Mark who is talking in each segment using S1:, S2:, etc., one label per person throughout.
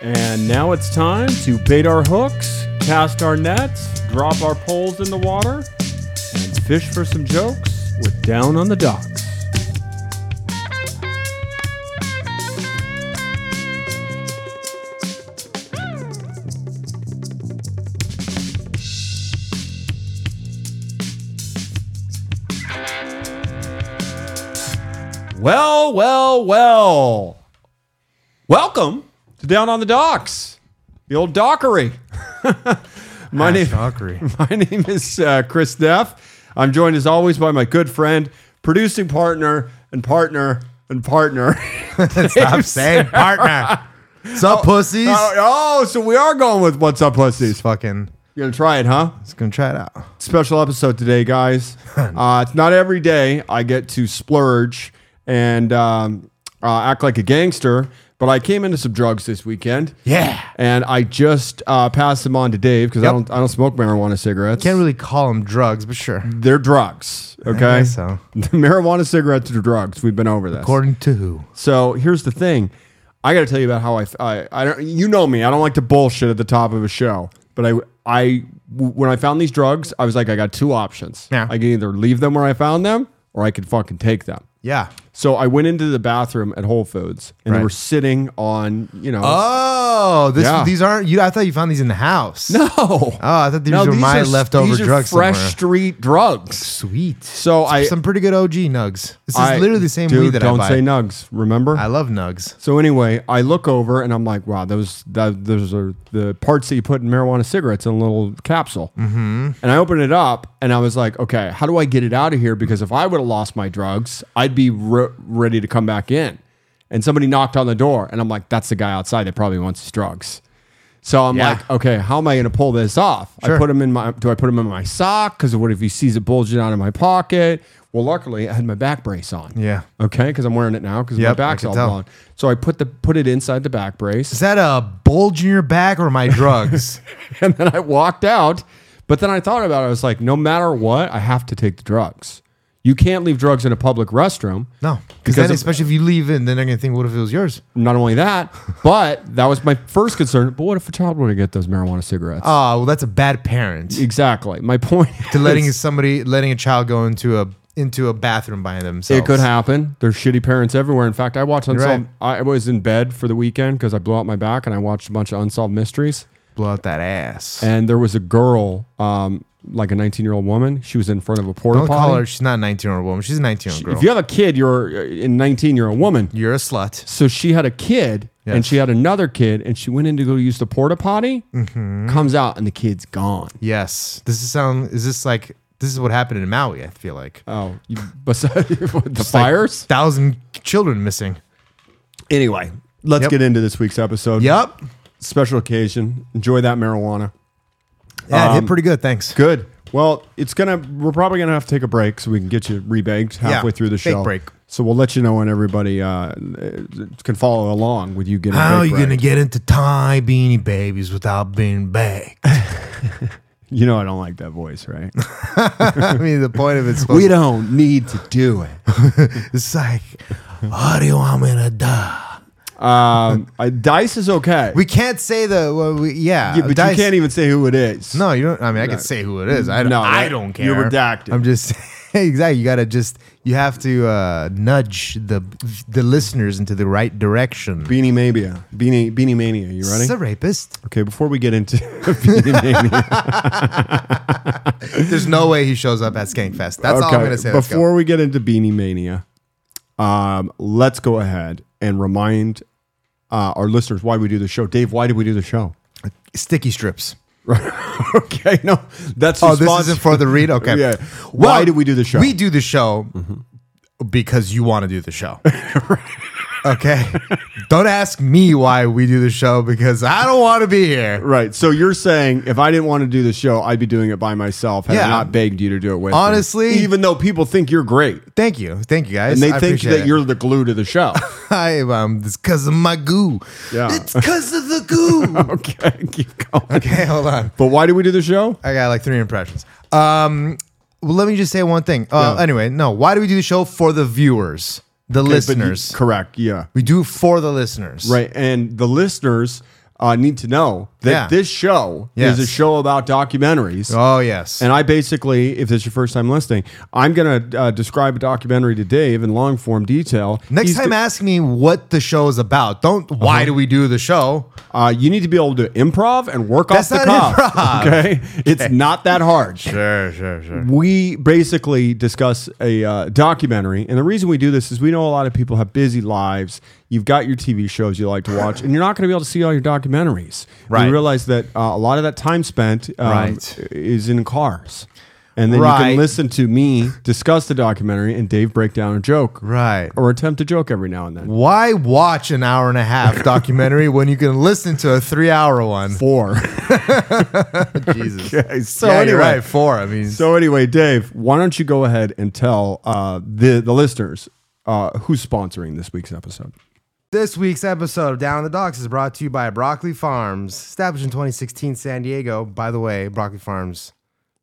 S1: And now it's time to bait our hooks, cast our nets, drop our poles in the water, and fish for some jokes with Down on the Docks. Well, well, well. Welcome to Down on the Docks, the old dockery. my name, my name is uh, Chris Neff. I'm joined as always by my good friend, producing partner, and partner and partner.
S2: Stop saying partner. Sup, pussies?
S1: oh, oh, so we are going with what's up, pussies.
S2: Fucking
S1: You're gonna try it, huh?
S2: just gonna try it out.
S1: special episode today, guys. Uh, it's not every day I get to splurge and um, uh, act like a gangster, but I came into some drugs this weekend.
S2: Yeah.
S1: and I just uh, passed them on to Dave because I don't I don't smoke marijuana cigarettes.
S2: Can't really call them drugs, but sure.
S1: They're drugs.
S2: I
S1: Okay,
S2: guess so.
S1: marijuana cigarettes are drugs. We've been over this.
S2: According to who?
S1: So here's the thing. I got to tell you about how I, I I don't you know me. I don't like to bullshit at the top of a show, but I I when I found these drugs, I was like I got two options.
S2: Yeah.
S1: I can either leave them where I found them or I could fucking take them.
S2: Yeah.
S1: So I went into the bathroom at Whole Foods and they
S2: Right.
S1: were sitting on, you know,
S2: Oh, this,
S1: Yeah.
S2: these aren't you. I thought you found these in the house.
S1: no.
S2: Oh, I thought these
S1: no,
S2: were my
S1: are-
S2: leftover
S1: these are
S2: drugs.
S1: fresh
S2: somewhere.
S1: street drugs.
S2: Sweet.
S1: So I
S2: Some pretty good OG nugs. This is
S1: I-
S2: literally the same
S1: dude,
S2: weed that
S1: don't
S2: I buy.
S1: say nugs, remember?
S2: I love nugs.
S1: So anyway, I look over and I'm like, wow, those that, those are the parts that you put in marijuana cigarettes in a little capsule. Mm-hmm. And I open it up and I was like, okay, how do I get it out of here? Because if I would have lost my drugs, I'd be re- ready to come back in. And somebody knocked on the door and I'm like, that's the guy outside that probably wants his drugs. So I'm
S2: Yeah.
S1: like, okay, how am I going to pull this off? I
S2: Sure.
S1: put him in my. Do I put him in my sock? Because what if he sees it bulging out of my pocket? Well, luckily I had my back brace on.
S2: Yeah.
S1: Okay, because I'm wearing it now because
S2: Yep,
S1: my
S2: I
S1: back's
S2: can
S1: all
S2: tell.
S1: blown. So I put the put it inside the back brace,
S2: Is that a bulge in your back or my drugs?
S1: and then I walked out. But then I thought about it. I was like, no matter what, I have to take the drugs. You can't leave drugs in a public restroom.
S2: no.
S1: Because
S2: Because then,
S1: of-
S2: especially if you leave it, then they're gonna think, what if it was yours?
S1: Not only that, but that was my first concern. But what if a child were to get those marijuana cigarettes?
S2: Oh, well, that's a bad parent.
S1: exactly. My point.
S2: to letting
S1: is,
S2: somebody letting a child go into a into a bathroom by themselves.
S1: it could happen. There's shitty parents everywhere. In fact, I watched Unsolved.
S2: right.
S1: I was in bed for the weekend because I blew out my back and I watched a bunch of Unsolved Mysteries.
S2: Blow out that ass.
S1: and there was a girl, um, like a 19 year old woman. She was in front of a porta
S2: Don't
S1: potty.
S2: call her. She's not a 19 year old woman. She's a 19 year old girl.
S1: if you have a kid, you're a 19 year old woman.
S2: You're a slut.
S1: So she had a kid and
S2: Yes.
S1: she had another kid and she went in to go use the porta potty, comes out and the kid's gone.
S2: Yes. This is sound. Is this like this is what happened in Maui? I feel like
S1: Oh, you, besides the
S2: It's like
S1: fires?
S2: thousand children missing.
S1: anyway, let's
S2: Yep.
S1: get into this week's episode.
S2: Yep.
S1: Special occasion. Enjoy that marijuana.
S2: Yeah, it hit pretty good. Thanks.
S1: Um, Good. Well, it's gonna. We're probably gonna have to take a break so we can get you rebaked halfway through the
S2: big
S1: show.
S2: break.
S1: So we'll let you know when everybody uh, can follow along with you getting.
S2: How are you
S1: going
S2: gonna get into Thai beanie babies without being baked?
S1: You know I don't like that voice, right?
S2: I mean, the point of it's
S1: we don't need to do it.
S2: it's like, how do you want me to die?
S1: Um, uh, Dice is okay.
S2: We can't say the well, we, yeah,
S1: Yeah, but
S2: dice-
S1: you can't even say who it is.
S2: No, you don't. I mean, I can say who it is. I don't.
S1: No,
S2: I
S1: that-
S2: don't care.
S1: you're redacted.
S2: I'm just exactly. You gotta just. You have to uh, nudge the the listeners into the right direction.
S1: Beanie Mania. Beanie Beanie Mania. You ready?
S2: It's a rapist.
S1: okay. Before we get into Beanie Mania,
S2: There's no way he shows up at Skankfest. That's all I'm
S1: okay,
S2: gonna say. Let's go.
S1: Before we get into Beanie Mania, um, let's go ahead and remind uh, our listeners why we do the show. Dave, why did we do the show?
S2: sticky strips.
S1: okay, no, that's
S2: Oh,
S1: who
S2: this
S1: sponsors-
S2: isn't for the read. Okay.
S1: Yeah. Why do we do the show?
S2: We do the show Mm-hmm. because you want to do the show. okay. Don't ask me why we do the show because I don't want to be here.
S1: Right. So you're saying if I didn't want to do the show, I'd be doing it by myself. Had I
S2: Yeah.
S1: not begged you to do it with me.
S2: Honestly-
S1: even though people think you're great
S2: Thank you. Thank you guys.
S1: and they
S2: I
S1: think
S2: appreciate
S1: that
S2: it.
S1: you're the glue to the show.
S2: I um, it's because of my goo.
S1: Yeah.
S2: It's because of the goo.
S1: okay, keep going.
S2: okay, hold on.
S1: But why do we do the show?
S2: I got like three impressions. Um, well, let me just say one thing. Uh,
S1: Yeah.
S2: Anyway, no. Why do we do the show for the viewers, the
S1: But you-
S2: listeners?
S1: correct. Yeah.
S2: we do it for the listeners.
S1: Right. And the listeners uh, need to know that
S2: Yeah.
S1: this show
S2: Yes.
S1: is a show about documentaries.
S2: Oh yes.
S1: And I basically, if this is your first time listening, I'm going to uh, describe a documentary to Dave in long form detail.
S2: Next
S1: He's Uh-huh.
S2: time, ask me what the show is about. Don't why do we do the show?
S1: Uh, you need to be able to improv and work
S2: That's
S1: off the
S2: not
S1: cuff.
S2: improv.
S1: Okay? it's not that hard.
S2: Sure, sure, sure.
S1: We basically discuss a uh, documentary, and the reason we do this is we know a lot of people have busy lives. You've got your TV shows you like to watch, and you're not going to be able to see all your documentaries.
S2: Right.
S1: We realize that uh, a lot of that time spent um,
S2: Right.
S1: is in cars, and then you
S2: Right.
S1: can listen to me discuss the documentary and Dave break down a joke,
S2: Right.
S1: or attempt a joke every now and then.
S2: Why watch an hour and a half documentary when you can listen to a three-hour one?
S1: Four.
S2: Jesus.
S1: so
S2: yeah,
S1: anyway,
S2: you're right. Four. I mean,
S1: So anyway, Dave, why don't you go ahead and tell uh, the the listeners uh, who's sponsoring this week's episode?
S2: This week's episode of Down in the Docks is brought to you by Broccoli Farms, established in 2016, San Diego. By the way, Broccoli Farms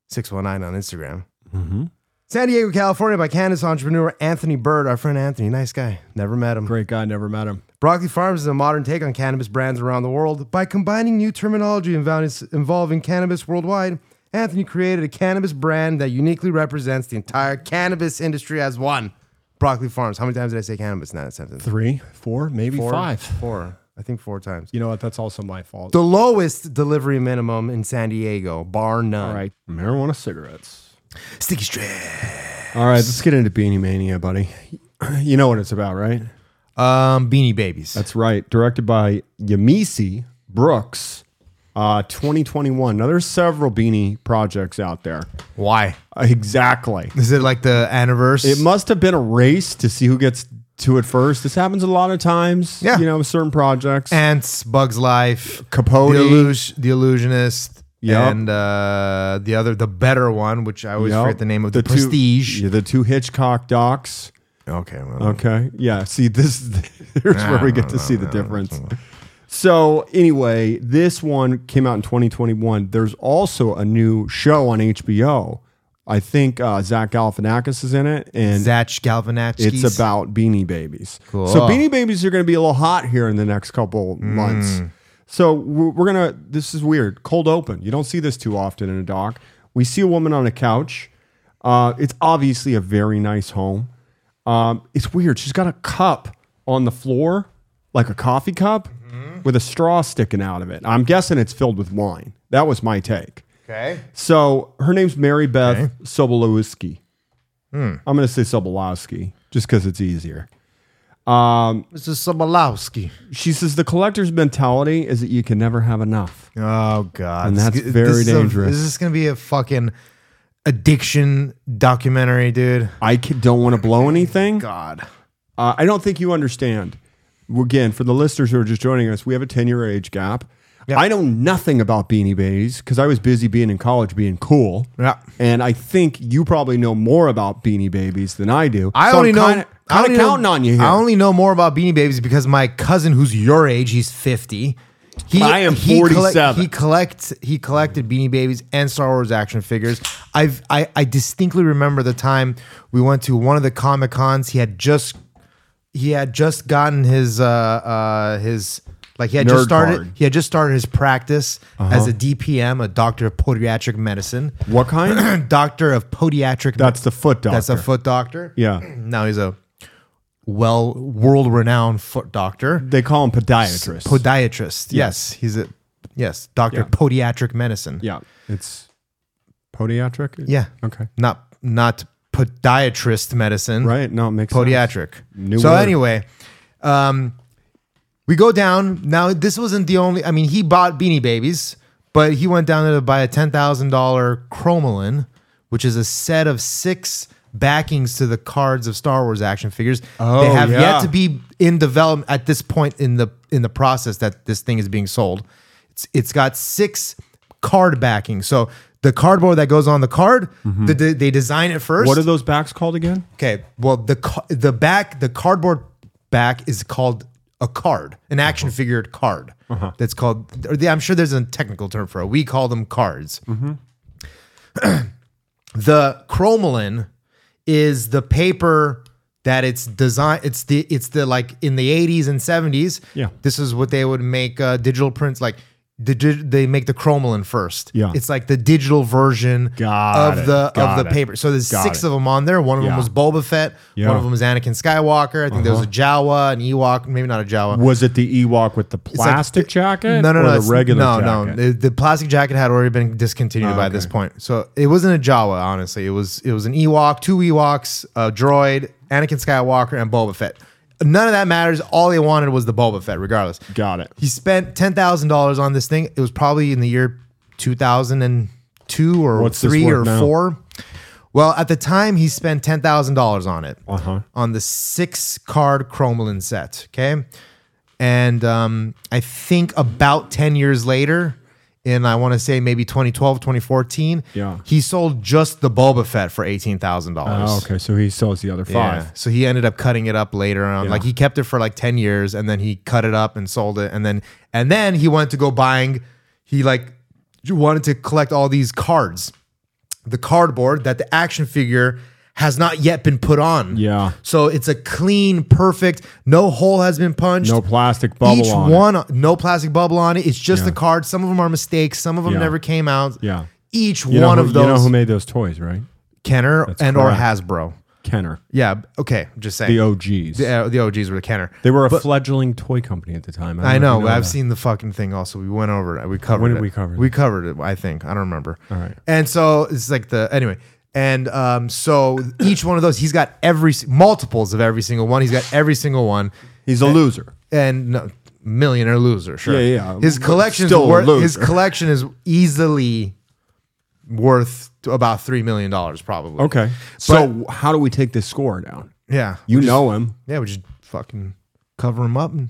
S2: 619 on Instagram. Mm-hmm. San Diego, California, by Cannabis entrepreneur Anthony Bird, our friend Anthony. Nice guy. Never met him.
S1: Great guy, never met him.
S2: Broccoli Farms is a modern take on cannabis brands around the world. By combining new terminology invo- involving cannabis worldwide, Anthony created a cannabis brand that uniquely represents the entire cannabis industry as one. Broccoli Farms. How many times did I say cannabis in that sentence?
S1: Three, four, maybe
S2: Four-
S1: five.
S2: Four. I think four times.
S1: You know what? That's also my fault.
S2: The lowest delivery minimum in San Diego, bar none.
S1: All right, marijuana cigarettes.
S2: Sticky strip.
S1: All right, let's get into Beanie Mania, buddy. You know what it's about, right?
S2: Um, beanie babies.
S1: That's right. Directed by Yamisi Brooks, uh, 2021. Now there's several Beanie projects out there.
S2: Why?
S1: Uh, exactly.
S2: Is it like the anniversary?
S1: It must have been a race to see who gets to it first. This happens a lot of times.
S2: Yeah.
S1: You know, with certain projects.
S2: Ants, Bugs Life,
S1: Capote.
S2: the, Illus- the Illusionist,
S1: Yep.
S2: and uh, the other, the better one, which I always
S1: Yep.
S2: forget the name of, the,
S1: two-
S2: Prestige. Uh,
S1: yeah, the two Hitchcock docs.
S2: Okay, well,
S1: Okay. Yeah. See, this here's where we get to see the difference. So anyway, this one came out in 2021. There's also a new show on HBO. I think uh, Zach Galifianakis is in it, and
S2: Zach Galvanatsky.
S1: it's about Beanie Babies.
S2: Cool.
S1: So Beanie Babies are going to be a little hot here in the next couple months. So we're, we're gonna. This is weird. Cold open. You don't see this too often in a doc. We see a woman on a couch. Uh, it's obviously a very nice home. Um, it's weird. She's got a cup on the floor, like a coffee cup, with a straw sticking out of it. I'm guessing it's filled with wine. That was my take.
S2: okay.
S1: So her name's Mary Beth Sobolowski.
S2: Hmm.
S1: I'm going to say Sobolowski just because it's easier.
S2: This is Sobolowski.
S1: She says the collector's mentality is that you can never have enough.
S2: Oh God,
S1: And
S2: This
S1: that's
S2: is g-
S1: very
S2: this is a-
S1: dangerous.
S2: this is gonna be a fucking addiction documentary, dude.
S1: I ca- don't want to blow anything.
S2: God.
S1: Uh, I don't think you understand. Again, for the listeners who are just joining us, we have a 10 year age gap.
S2: Yeah.
S1: I know nothing about Beanie Babies because I was busy being in college being cool.
S2: Yeah.
S1: And I think you probably know more about Beanie Babies than I do.
S2: I
S1: So
S2: only
S1: I'm
S2: know.
S1: kinda-
S2: I
S1: kinda
S2: only
S1: counting
S2: know,
S1: on you here.
S2: I only know more about Beanie Babies because my cousin, who's your age, he's fifty. He,
S1: I am
S2: he collect-
S1: 47.
S2: he collects. He collected Beanie Babies and Star Wars action figures. I've. I, I distinctly remember the time we went to one of the comic cons. He had just. He had just gotten his. Uh. Uh. His. Like he had just
S1: Nerd
S2: started.
S1: card. Uh-huh.
S2: He had just started his practice as a DPM, a doctor of podiatric medicine,
S1: what kind?
S2: doctor of podiatric.
S1: That's the foot doctor.
S2: That's a foot doctor.
S1: Yeah.
S2: Now he's a well world renowned foot doctor.
S1: They call him podiatrist.
S2: Podiatrist. Yes. He's a yes, doctor of podiatric medicine.
S1: yeah, it's podiatric.
S2: Yeah.
S1: Okay.
S2: Not not podiatrist medicine.
S1: Right. No, it makes sense.
S2: Podiatric.
S1: New
S2: so
S1: word.
S2: anyway, um we go down. Now this wasn't the only I mean, he bought beanie babies, but he went down there to buy a ten thousand dollar chromalin, which is a set of six backings to the cards of Star Wars action figures.
S1: Oh,
S2: they have
S1: yeah.
S2: yet to be in development at this point in the in the process that this thing is being sold. It's it's got six card backings. So the cardboard that goes on the card, the, the- they design it first.
S1: Mm-hmm. What are those backs called again?
S2: Okay. Well, the ca- the back the cardboard back is called a card, an
S1: Uh-huh.
S2: action figure card. That's called. Or the, I'm sure there's a technical term for it. We call them cards.
S1: Mm-hmm.
S2: the chromalin is the paper that it's design it's the it's the like in the 80s and 70s
S1: Yeah.
S2: this is what they would make uh, digital prints like the, dig- they make the chromalin first
S1: Yeah.
S2: it's like the digital version
S1: Got
S2: of
S1: it.
S2: the
S1: Got
S2: of the
S1: it.
S2: paper so there's
S1: Got
S2: six
S1: it.
S2: of them on there one of
S1: Yeah.
S2: them was Boba Fett
S1: Yeah. Uh-huh.
S2: one of them was Anakin Skywalker I think there was a Jawa an Ewok maybe not a Jawa
S1: Was it the Ewok with the
S2: like-
S1: plastic jacket?
S2: no, no,
S1: or
S2: no.
S1: The
S2: it's-
S1: regular
S2: no,
S1: jacket? Ah,
S2: no. The, the plastic jacket had already been discontinued by this point, so it wasn't a Jawa. Honestly, it was it was an Ewok, two Ewoks, a droid, Anakin Skywalker, and Boba Fett. None of that matters. All they wanted was the Boba Fett, regardless.
S1: Got it.
S2: He spent ten thousand dollars on this thing. It was probably in the year two thousand and two or
S1: What's this
S2: three
S1: worth
S2: or
S1: now?
S2: four. Well, at the time, he spent ten thousand dollars on it
S1: Uh-huh.
S2: on the six card chromalin set. Okay. And um, I think about 10 years later, in I want to say maybe 2012, 2014,
S1: Yeah.
S2: he sold just the Boba Fett for $18,000.
S1: Oh, okay, so he sells the other
S2: Yeah.
S1: five.
S2: So he ended up cutting it up later on. Like he kept it for like 10 years and then he cut it up and sold it. And then, and then he went to go buying, he like wanted to collect all these cards, the cardboard that the action figure has not yet been put on.
S1: Yeah.
S2: So it's a clean, perfect, no hole has been punched.
S1: No plastic bubble
S2: Each
S1: on it.
S2: one, no plastic bubble on it. It's just the cards. Some of them are mistakes. Some of them
S1: Yeah.
S2: never came out.
S1: Yeah.
S2: Each
S1: You know
S2: one
S1: who-
S2: of
S1: You know
S2: those,
S1: who made those toys, right?
S2: Kenner and or
S1: correct.
S2: Hasbro.
S1: Kenner.
S2: Yeah. Okay. Just saying.
S1: The OGs.
S2: Uh, the OGs were the Kenner.
S1: they were a fledgling toy company at the time.
S2: I
S1: don't
S2: know.
S1: if you
S2: I've
S1: that.
S2: seen the fucking thing. Also, we went over it. We covered.
S1: When did
S2: it.
S1: we cover
S2: We covered it. I think. I don't remember. All
S1: right.
S2: And so it's like the anyway. And um, so each one of those, he's got every s- multiples of every single one. He's got every single one.
S1: He's a
S2: eh,
S1: loser.
S2: and no, millionaire loser. Sure,
S1: Yeah, yeah.
S2: His collection
S1: Still a
S2: worth,
S1: loser.
S2: his collection is easily worth to about three million dollars, probably.
S1: Okay. So how do we take this score down?
S2: yeah,
S1: You know him.
S2: yeah. We just fucking cover him up and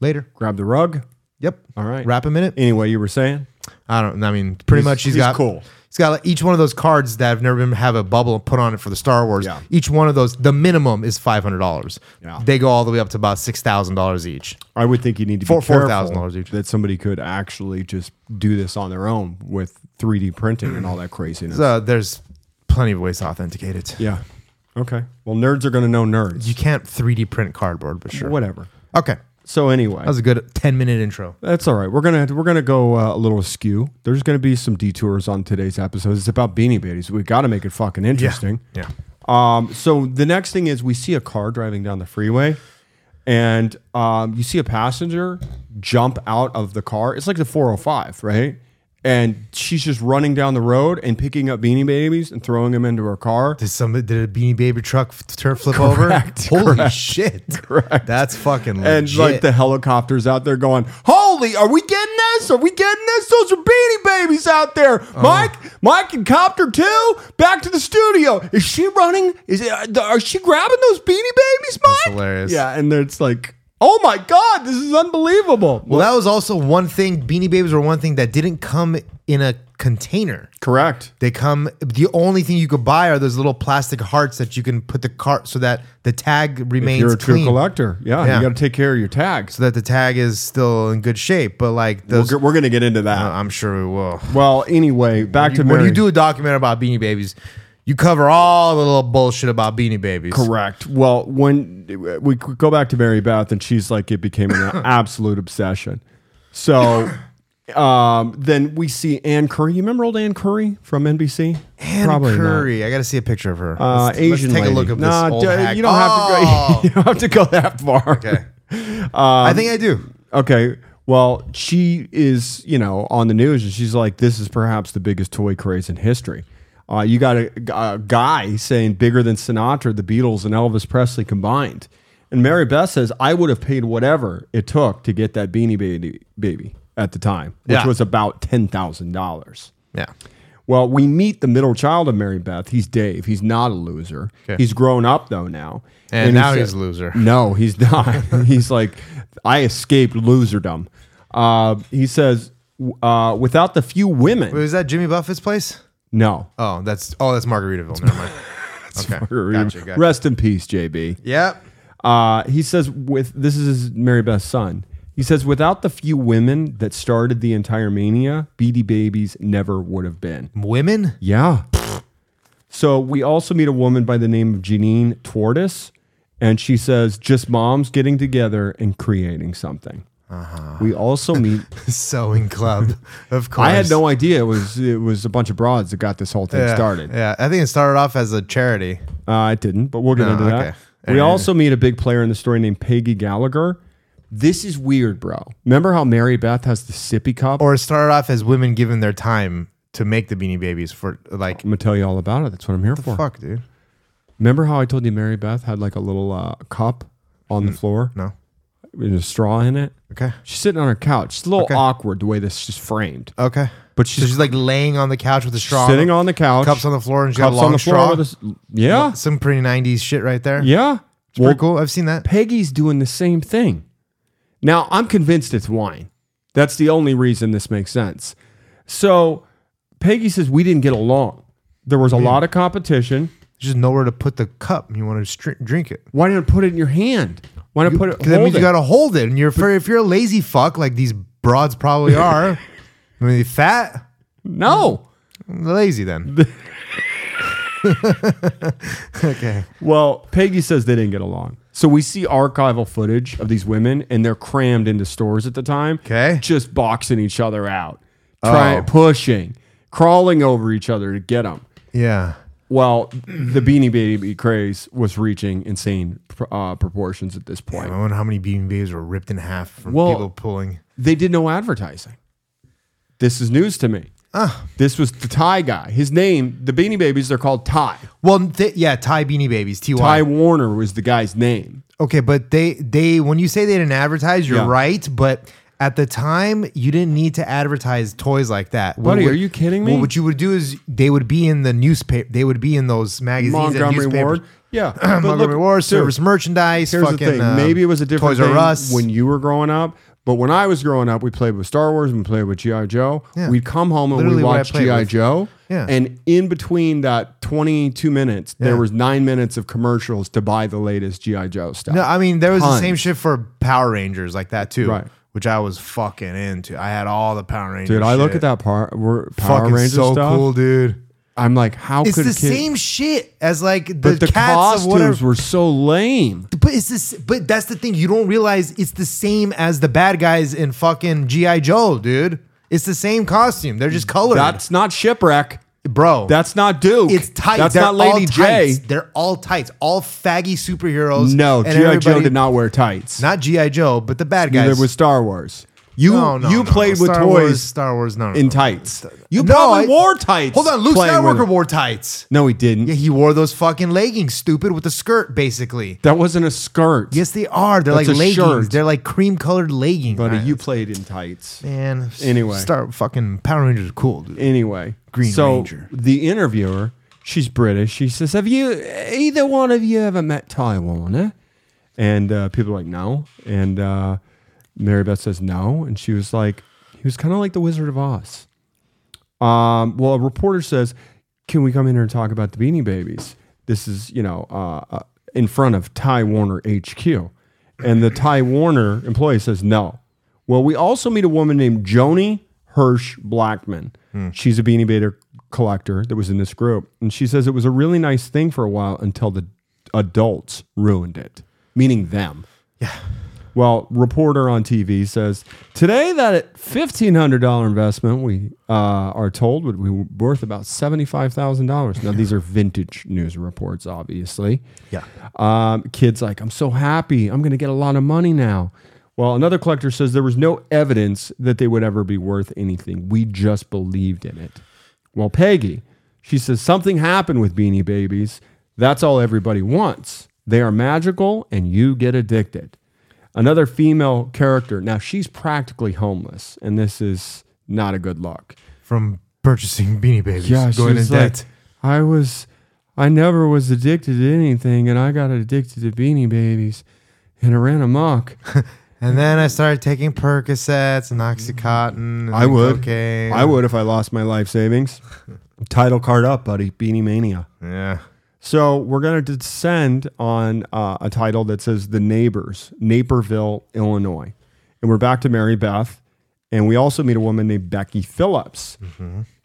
S2: later.
S1: Grab the rug.
S2: Yep.
S1: All right.
S2: Wrap him in it.
S1: Anyway, you were saying?
S2: I don't. I mean, pretty much
S1: he's
S2: got
S1: cool.
S2: He's got like each one of those cards that have never been have a bubble put on it for the Star Wars.
S1: Yeah.
S2: Each one of those, the minimum is five hundred dollars.
S1: Yeah.
S2: They go all the way up to about six thousand dollars each.
S1: I would think you need to
S2: Four-
S1: be careful
S2: $4,000 each.
S1: that somebody could actually just do this on their own with 3D printing and all that craziness.
S2: So there's plenty of ways to authenticate it.
S1: yeah. Okay. Well, nerds are going to know nerds.
S2: You can't 3D print cardboard, but sure.
S1: Whatever.
S2: Okay. That
S1: So anyway,
S2: was a good 10 minute intro.
S1: that's all right. We're gonna we're gonna go uh, a little askew. There's gonna be some detours on today's episode. It's about Beanie Babies. We got to make it fucking interesting.
S2: Yeah.
S1: Um, so the next thing is we see a car driving down the freeway, and um, you see a passenger jump out of the car. It's like the 405, right? And she's just running down the road and picking up Beanie Babies and throwing them into her car.
S2: Did somebody did a Beanie Baby truck f- turn flip
S1: Correct,
S2: over? Holy shit! Correct. That's fucking legit.
S1: And like the helicopters out there going, "Holy, are we getting this? Are we getting this? Those are Beanie Babies out there,
S2: Oh.
S1: Mike, Mike and Copter too. Back to the studio. Is she running? Is it, uh, are she grabbing those Beanie Babies, Mike?
S2: hilarious.
S1: Yeah, and it's like, oh my god, this is unbelievable.
S2: well, that was also one thing. Beanie Babies were one thing that didn't come in a container.
S1: correct.
S2: They come. The only thing you could buy are those little plastic hearts that you can put the cart so that the tag remains
S1: You're a true
S2: clean,
S1: collector. Yeah,
S2: Yeah.
S1: you got to take care of your tags.
S2: so that the tag is still in good shape. But like
S1: We're,
S2: those, uh,
S1: g- we're gonna get into that.
S2: I'm sure we will.
S1: well, anyway, back to
S2: when
S1: Mary.
S2: you do a documentary about Beanie Babies, you cover all the little bullshit about Beanie Babies.
S1: Correct. Well, when we could go back to Mary Beth, and she's like, it became an absolute obsession. So um, then we see Ann Curry. You remember old Ann Curry from NBC?
S2: Ann
S1: Probably not.
S2: Curry, I got to see a picture of her.
S1: Uh,
S2: let's,
S1: Asian
S2: let's take
S1: lady.
S2: a look at this
S1: Nah,
S2: old
S1: d-
S2: hack.
S1: You don't have to go. You don't have to go that far.
S2: Oh, okay.
S1: Um,
S2: I think I do.
S1: Okay. Well, she is, you know, on the news and she's like, this is perhaps the biggest toy craze in history. Uh, you got a, a guy saying bigger than Sinatra, the Beatles, and Elvis Presley combined. And Mary Beth says, I would have paid whatever it took to get that beanie baby, baby at the time, which
S2: Yeah.
S1: was about $10,000.
S2: Yeah.
S1: Well, we meet the middle child of Mary Beth. He's Dave. He's not a loser.
S2: Okay.
S1: He's grown up though now.
S2: And now
S1: he
S2: he's
S1: said-
S2: a loser.
S1: No, he's not. he's like, I escaped loserdom. Uh, he says, w- uh, without the few women,
S2: Wait, was that Jimmy Buffett's place?
S1: no.
S2: Oh, that's oh, that's Margaritaville. Never mind. okay. Gotcha, gotcha.
S1: Rest in peace, JB.
S2: Yep.
S1: Uh, he says, with this is Mary Beth's son. He says, without the few women that started the entire mania, Beady Babies never would have been.
S2: Women.
S1: Yeah. So we also meet a woman by the name of Janine Tortoise, And she says, just moms getting together and creating something.
S2: Uh-huh.
S1: We also meet.
S2: Sewing club, of course.
S1: I had no idea it was it was a bunch of broads that got this whole thing
S2: yeah,
S1: started.
S2: Yeah, I think it started off as a charity.
S1: Uh, it didn't, but we'll get
S2: No,
S1: into that.
S2: okay.
S1: We
S2: Uh,
S1: also meet a big player in the story named Peggy Gallagher. This is weird, bro. Remember how Mary Beth has the sippy cup?
S2: Or it started off as women giving their time to make the beanie babies for like
S1: I'm gonna tell you all about it. That's what I'm here for.
S2: fuck, dude.
S1: Remember how I told you Mary Beth had like a little uh, cup on
S2: Hmm.
S1: the floor
S2: No.
S1: with a straw in it?
S2: Okay.
S1: She's sitting on her couch. It's a little
S2: Okay.
S1: awkward the way this is framed,
S2: Okay.
S1: but
S2: So
S1: she's
S2: she's like laying on the couch with a straw.
S1: sitting on the couch,
S2: cups on the floor and she got a
S1: cups
S2: long
S1: on the floor.
S2: straw.
S1: with a s- yeah,
S2: Some pretty nineties shit right there.
S1: yeah.
S2: It's pretty cool. I've seen that.
S1: Peggy's doing the same thing. Now, I'm convinced it's wine. That's the only reason this makes sense. So, Peggy says we didn't get along. There was a lot of competition.
S2: There's just nowhere to put the cup. You want to str- drink it.
S1: Why didn't I put it in your hand? Why didn't I put it?
S2: 'Cause that
S1: Hold
S2: means
S1: it.
S2: you gotta hold it. And you're for, if you're a lazy fuck like these broads probably are. I mean, fat,
S1: no.
S2: lazy then. okay.
S1: Well, Peggy says they didn't get along. So we see archival footage of these women, and they're crammed into stores at the time.
S2: 'Kay.
S1: just boxing each other out, trying
S2: Oh.
S1: pushing, crawling over each other to get them.
S2: Yeah.
S1: Well, the Beanie Baby craze was reaching insane uh, proportions at this
S2: I
S1: point.
S2: wonder how many bean babies were ripped in half from
S1: Well-
S2: people pulling.
S1: They did no advertising. This is news to me. This was the Thai guy. His name, the Beanie Babies, they're called Thai.
S2: Well, th- yeah, Thai beanie babies, Ty.
S1: Ty Warner was the guy's name.
S2: Okay, but they they when you say they didn't advertise, you're
S1: Yeah.
S2: right, but at the time you didn't need to advertise toys like that. What
S1: Buddy,
S2: would-
S1: are you kidding
S2: Well,
S1: me?
S2: what you would do is they would be in the newspaper. They would be in those magazines.
S1: Montgomery
S2: and newspapers.
S1: Ward. Yeah. But
S2: Montgomery
S1: look,
S2: Ward,
S1: dude,
S2: service merchandise.
S1: Here's
S2: fucking,
S1: the thing.
S2: uh,
S1: Maybe it was a different
S2: Toys
S1: thing
S2: R Us.
S1: when you were growing up. But when I was growing up, we played with Star Wars and we played with G.I. Joe.
S2: Yeah.
S1: We'd come home and we
S2: Literally what I
S1: watched
S2: played
S1: G.I.
S2: with.
S1: Joe.
S2: Yeah.
S1: And in between that 22 minutes, there was nine minutes of commercials to buy the latest G.I. Joe stuff.
S2: no, I mean there was
S1: Tons.
S2: the same shit for Power Rangers like that too,
S1: Right.
S2: which I was fucking into. I had all the Power Rangers.
S1: Dude, I look
S2: shit.
S1: at that par- we're Power
S2: Fucking
S1: Ranger
S2: so
S1: stuff.
S2: cool, dude.
S1: I'm like, how
S2: It's
S1: could
S2: the
S1: a kid-
S2: same shit as like the,
S1: But the
S2: cats
S1: costumes
S2: of whatever.
S1: were so lame.
S2: But it's this. But that's the thing. You don't realize it's the same as the bad guys in fucking GI Joe, dude. It's the same costume. They're just colored,
S1: That's not shipwreck.
S2: bro.
S1: That's not Duke.
S2: it's tight.
S1: That's
S2: They're
S1: not Lady
S2: all
S1: J.
S2: tights. They're all tights. All faggy superheroes.
S1: No,
S2: and
S1: G.I. Joe
S2: everybody-
S1: did not wear tights.
S2: Not GI Joe, but the bad guys.
S1: Neither was Star Wars. You
S2: No, no,
S1: you
S2: no,
S1: played
S2: no.
S1: with
S2: Star
S1: toys
S2: Wars, Star Wars. No, no,
S1: in
S2: no.
S1: tights. You
S2: No,
S1: probably
S2: I-
S1: wore tights.
S2: Hold on, Luke
S1: playing with
S2: Skywalker
S1: it.
S2: wore tights.
S1: No, he didn't.
S2: Yeah, he wore those fucking leggings, stupid, with the skirt, basically.
S1: that wasn't a skirt,
S2: Yes, they are. They're
S1: That's
S2: like
S1: a
S2: leggings.
S1: shirt.
S2: They're like cream colored leggings.
S1: buddy.
S2: I-
S1: You played in tights.
S2: Man,
S1: Anyway.
S2: start fucking Power Rangers are cool, dude.
S1: Anyway,
S2: Green
S1: so
S2: Ranger.
S1: the interviewer, she's British. She says, "Have you either one of you ever met Taiwan?" eh?" And uh, people are like, "No." And uh, Mary Beth says, "No." And she was like, "He was kind of like the Wizard of Oz." Um, well, a reporter says, "Can we come in here and talk about the Beanie Babies?" This is, you know, uh, uh, in front of Ty Warner HQ, and the Ty Warner employee says, "No." Well, we also meet a woman named Joni Hirsch Blackman. She's a Beanie Baby collector that was in this group, and she says it was a really nice thing for a while until the adults ruined it, meaning them. Well, reporter on TV says today that fifteen hundred dollar investment we uh, are told would be worth about seventy five thousand dollars. Now these are vintage news reports, obviously.
S2: Yeah.
S1: Um, kids like I'm so happy. I'm going to get a lot of money now. Well, another collector says there was no evidence that they would ever be worth anything. We just believed in it. Well, Peggy, she says something happened with Beanie Babies. That's all everybody wants. They are magical, and you get addicted another female character. Now she's practically homeless, and this is not a good look.
S2: From purchasing Beanie Babies,
S1: Yeah,
S2: going in
S1: she's like,
S2: debt.
S1: I was, I never was addicted to anything, and I got addicted to Beanie Babies, and I ran amok.
S2: And then I started taking Percocets and Oxycontin. And
S1: I would.
S2: Cocaine.
S1: I would if I lost my life savings. Title card up, buddy. Beanie Mania.
S2: Yeah.
S1: So we're going to descend on uh, a title that says The Neighbors, Naperville, Illinois. And we're back to Mary Beth. And we also meet a woman named Becky Phillips.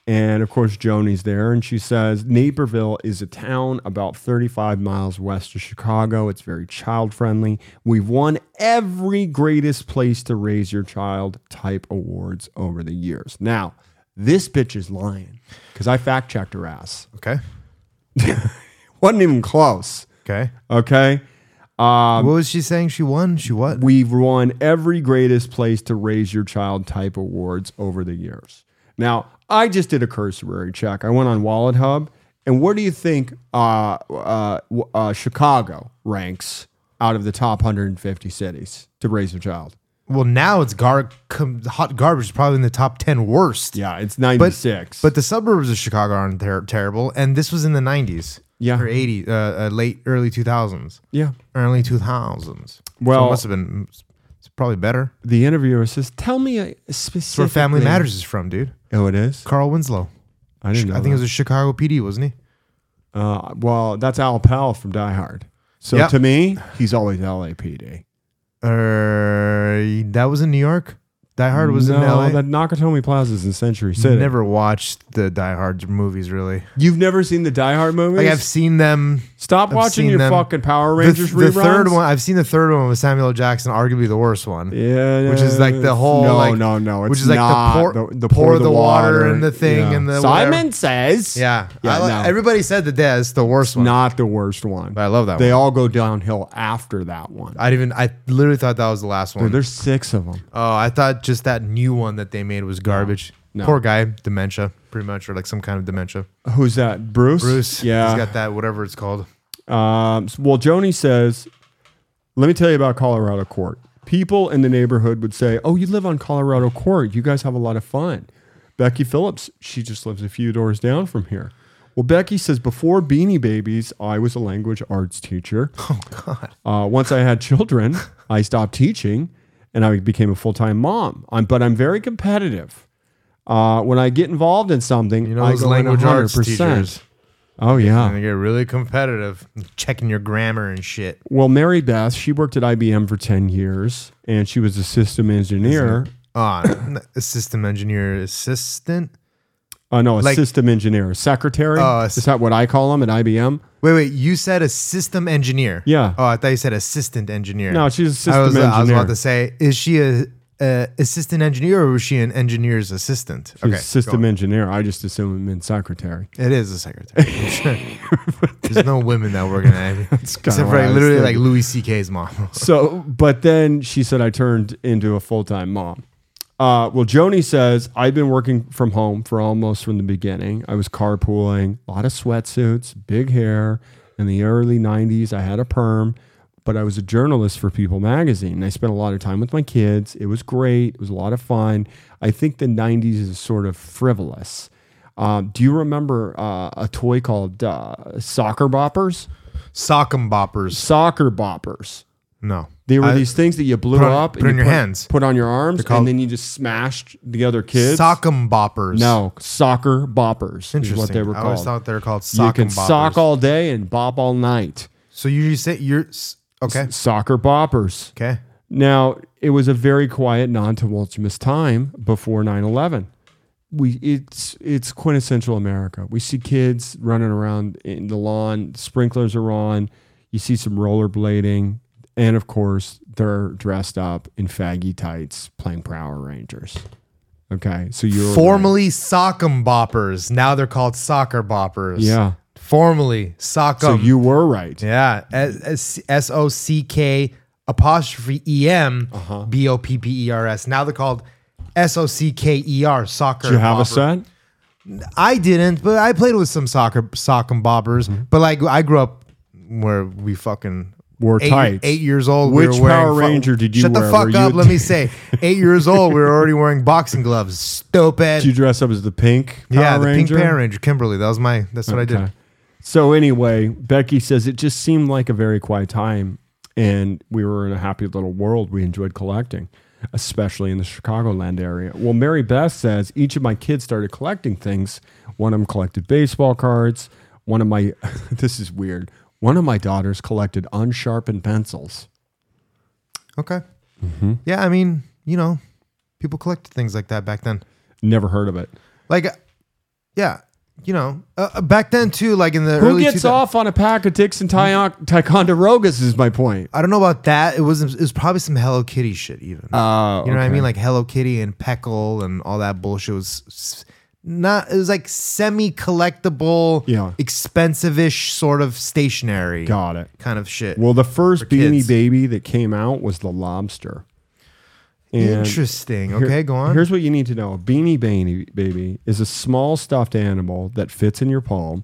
S1: And of course, Joni's there, and she says Naperville is a town about 35 miles west of Chicago. It's very child friendly. We've won every greatest place to raise your child type awards over the years. Now, this bitch is lying because I fact checked her ass.
S2: Okay.
S1: Wasn't even close.
S2: Okay.
S1: Okay. Um,
S2: what was she saying? She won? She what?
S1: We've won every greatest place to raise your child type awards over the years. Now, I just did a cursory check. I went on Wallet Hub, and where do you think uh, uh, w- uh, Chicago ranks out of the top 150 cities to raise a child?
S2: Well, now it's gar- com- hot garbage is probably in the top 10 worst.
S1: Yeah, it's 96.
S2: But the suburbs of Chicago aren't ter- terrible. And this was in the 90s.
S1: Yeah.
S2: Or 80s, uh, uh, late, early 2000s.
S1: yeah,
S2: Early 2000s. so
S1: Well-
S2: it must have been, it's probably better.
S1: the interviewer says, "Tell me a
S2: It's where
S1: specific."
S2: Family Matters is from, dude.
S1: Oh, it is.
S2: Carl Winslow.
S1: I didn't
S2: I
S1: know.
S2: think it was a Chicago PD, wasn't he?
S1: that. Uh, well, that's Al Powell from Die Hard. So
S2: Yep.
S1: to me, he's always LAPD.
S2: Uh, that was in New York. Die Hard was
S1: no,
S2: in LA.
S1: that Nakatomi Plaza's in Century City.
S2: Never watched the Die Hard movies really.
S1: You've never seen the Die Hard movies?
S2: Like I've seen them.
S1: Stop
S2: I've
S1: watching
S2: seen
S1: your
S2: them.
S1: fucking Power
S2: The-
S1: Rangers
S2: the,
S1: reruns.
S2: third one. I've seen the third one with Samuel L. Jackson, arguably the worst one.
S1: Yeah,
S2: Which is like the whole,
S1: no,
S2: like-
S1: no, no. It's
S2: which is like the
S1: not
S2: pour- pour the water and the thing and the
S1: Simon
S2: whatever.
S1: says,
S2: Yeah. I like-
S1: no.
S2: Everybody said that that's the worst one.
S1: not the worst one.
S2: But I love that
S1: They
S2: one.
S1: all go downhill after that one.
S2: I even I literally thought that was the last one.
S1: There's six of them.
S2: oh, I thought just that new one that they made was garbage.
S1: No.
S2: Poor guy, dementia, pretty much, or like some kind of dementia.
S1: Who's that? Bruce.
S2: Bruce,
S1: Yeah.
S2: he's got that whatever it's called.
S1: Um, s- well, Joni says, let me tell you about Colorado Court. People in the neighborhood would say, oh, you live on Colorado Court. You guys have a lot of fun. Becky Phillips, she just lives a few doors down from here. Well, Becky says, before Beanie Babies, I was a language arts teacher. Oh, God. Uh, once I had children, I stopped teaching and I became a full time mom. I'm, but I'm very competitive. Uh, when I get involved in something,
S2: You know
S1: I
S2: those
S1: go in
S2: language arts
S1: 100%.
S2: teachers.
S1: Oh, yeah.
S2: And they get really competitive, checking your grammar and shit.
S1: Well, Mary Beth, she worked at IBM for 10 years and she was a system engineer.
S2: on a system engineer assistant.
S1: Oh, no, a
S2: Like-
S1: system engineer, a secretary.
S2: Oh, a s-
S1: Is that what I call them at IBM?
S2: Wait, wait, you said a system engineer.
S1: Yeah.
S2: Oh, I thought you said assistant engineer.
S1: No, she's a system
S2: I was,
S1: engineer.
S2: I was about to say, is she a, a assistant engineer or was she an engineer's assistant?
S1: She's
S2: okay,
S1: a system
S2: go
S1: engineer. I just assume it meant secretary.
S2: on. It is a secretary. I'm sure. There's no women that work in Ivy, except
S1: kinda
S2: for
S1: what I
S2: like,
S1: was
S2: literally like
S1: thinking.
S2: Louis C.K.'s mom.
S1: So, but then she said, I turned into a full time mom. Uh, well, Joni says, I've been working from home for almost from the beginning. I was carpooling, a lot of sweatsuits, big hair. In the early 90s, I had a perm, but I was a journalist for People magazine. And I spent a lot of time with my kids. It was great, it was a lot of fun. I think the 90s is sort of frivolous. Um, do you remember uh, a toy called uh, Soccer Boppers?
S2: Sock 'em boppers.
S1: Soccer Boppers.
S2: No. Uh,
S1: They were
S2: I-
S1: these things that you blew
S2: Put on-
S1: up,
S2: put
S1: and
S2: on
S1: you
S2: your hands.
S1: put on your arms,
S2: called-
S1: and then you just smashed the other kids.
S2: Sock 'em boppers.
S1: no, soccer boppers is
S2: Interesting.
S1: what they were
S2: I always
S1: called.
S2: thought they were called
S1: you
S2: sock 'em
S1: can
S2: boppers.
S1: sock all day and bop all night.
S2: So you say you're s- okay.
S1: Soccer boppers.
S2: Okay.
S1: Now, it was a very quiet, non-tumultuous time before 9/11. We it's it's quintessential America. We see kids running around in the lawn, sprinklers are on. You see some rollerblading, and of course, they're dressed up in faggy tights, playing Power Rangers. Okay, so you're
S2: Formerly sock 'em boppers. Now they're called soccer boppers.
S1: yeah.
S2: Formerly sock 'em.
S1: So you were right.
S2: yeah. S O C K apostrophe E M
S1: Uh-huh.
S2: B O P P E R S. Now they're called S O C K E R soccer.
S1: Did you have a
S2: bopper.
S1: set?
S2: I didn't, but I played with some soccer sock 'em boppers.
S1: Mm-hmm.
S2: But like I grew up where we fucking
S1: Wore
S2: eight,
S1: tights.
S2: Eight years old.
S1: Which
S2: we were wearing
S1: Power
S2: fu-
S1: Ranger did you
S2: Shut
S1: wear?
S2: the fuck
S1: Were you-
S2: up. Let me say, eight years old. We were already wearing boxing gloves. Stupid.
S1: Did you dress up as the pink? Power
S2: yeah, the
S1: Ranger?
S2: Pink Power Ranger, Kimberly. That was my. That's what I
S1: Okay.
S2: did.
S1: So anyway, Becky says it just seemed like a very quiet time, and we were in a happy little world. We enjoyed collecting, especially in the Chicagoland area. Well, Mary Beth says each of my kids started collecting things. One of them collected baseball cards. One of my this is weird. One of my daughters collected unsharpened pencils.
S2: Okay.
S1: Mm-hmm.
S2: Yeah, I mean, you know, people collected things like that back then.
S1: Never heard of it.
S2: Like, Yeah. You know, uh, uh, back then too, like in the
S1: Who
S2: early
S1: gets
S2: 2000
S1: off on a pack of ticks and Tyon- Ticonderogas is my point.
S2: I don't know about that. It was it was probably some Hello Kitty shit even.
S1: Uh,
S2: you know what I mean? Like Hello Kitty and Peckle and all that bullshit was s- not. It was like semi collectible,
S1: Yeah.
S2: expensive ish sort of stationery
S1: Got it.
S2: kind of shit.
S1: Well, the first Beanie
S2: kids.
S1: Baby that came out was the Lobster. And
S2: Interesting.
S1: here-
S2: Okay, go on.
S1: Here's what you need to know: a Beanie Baby baby is a small stuffed animal that fits in your palm.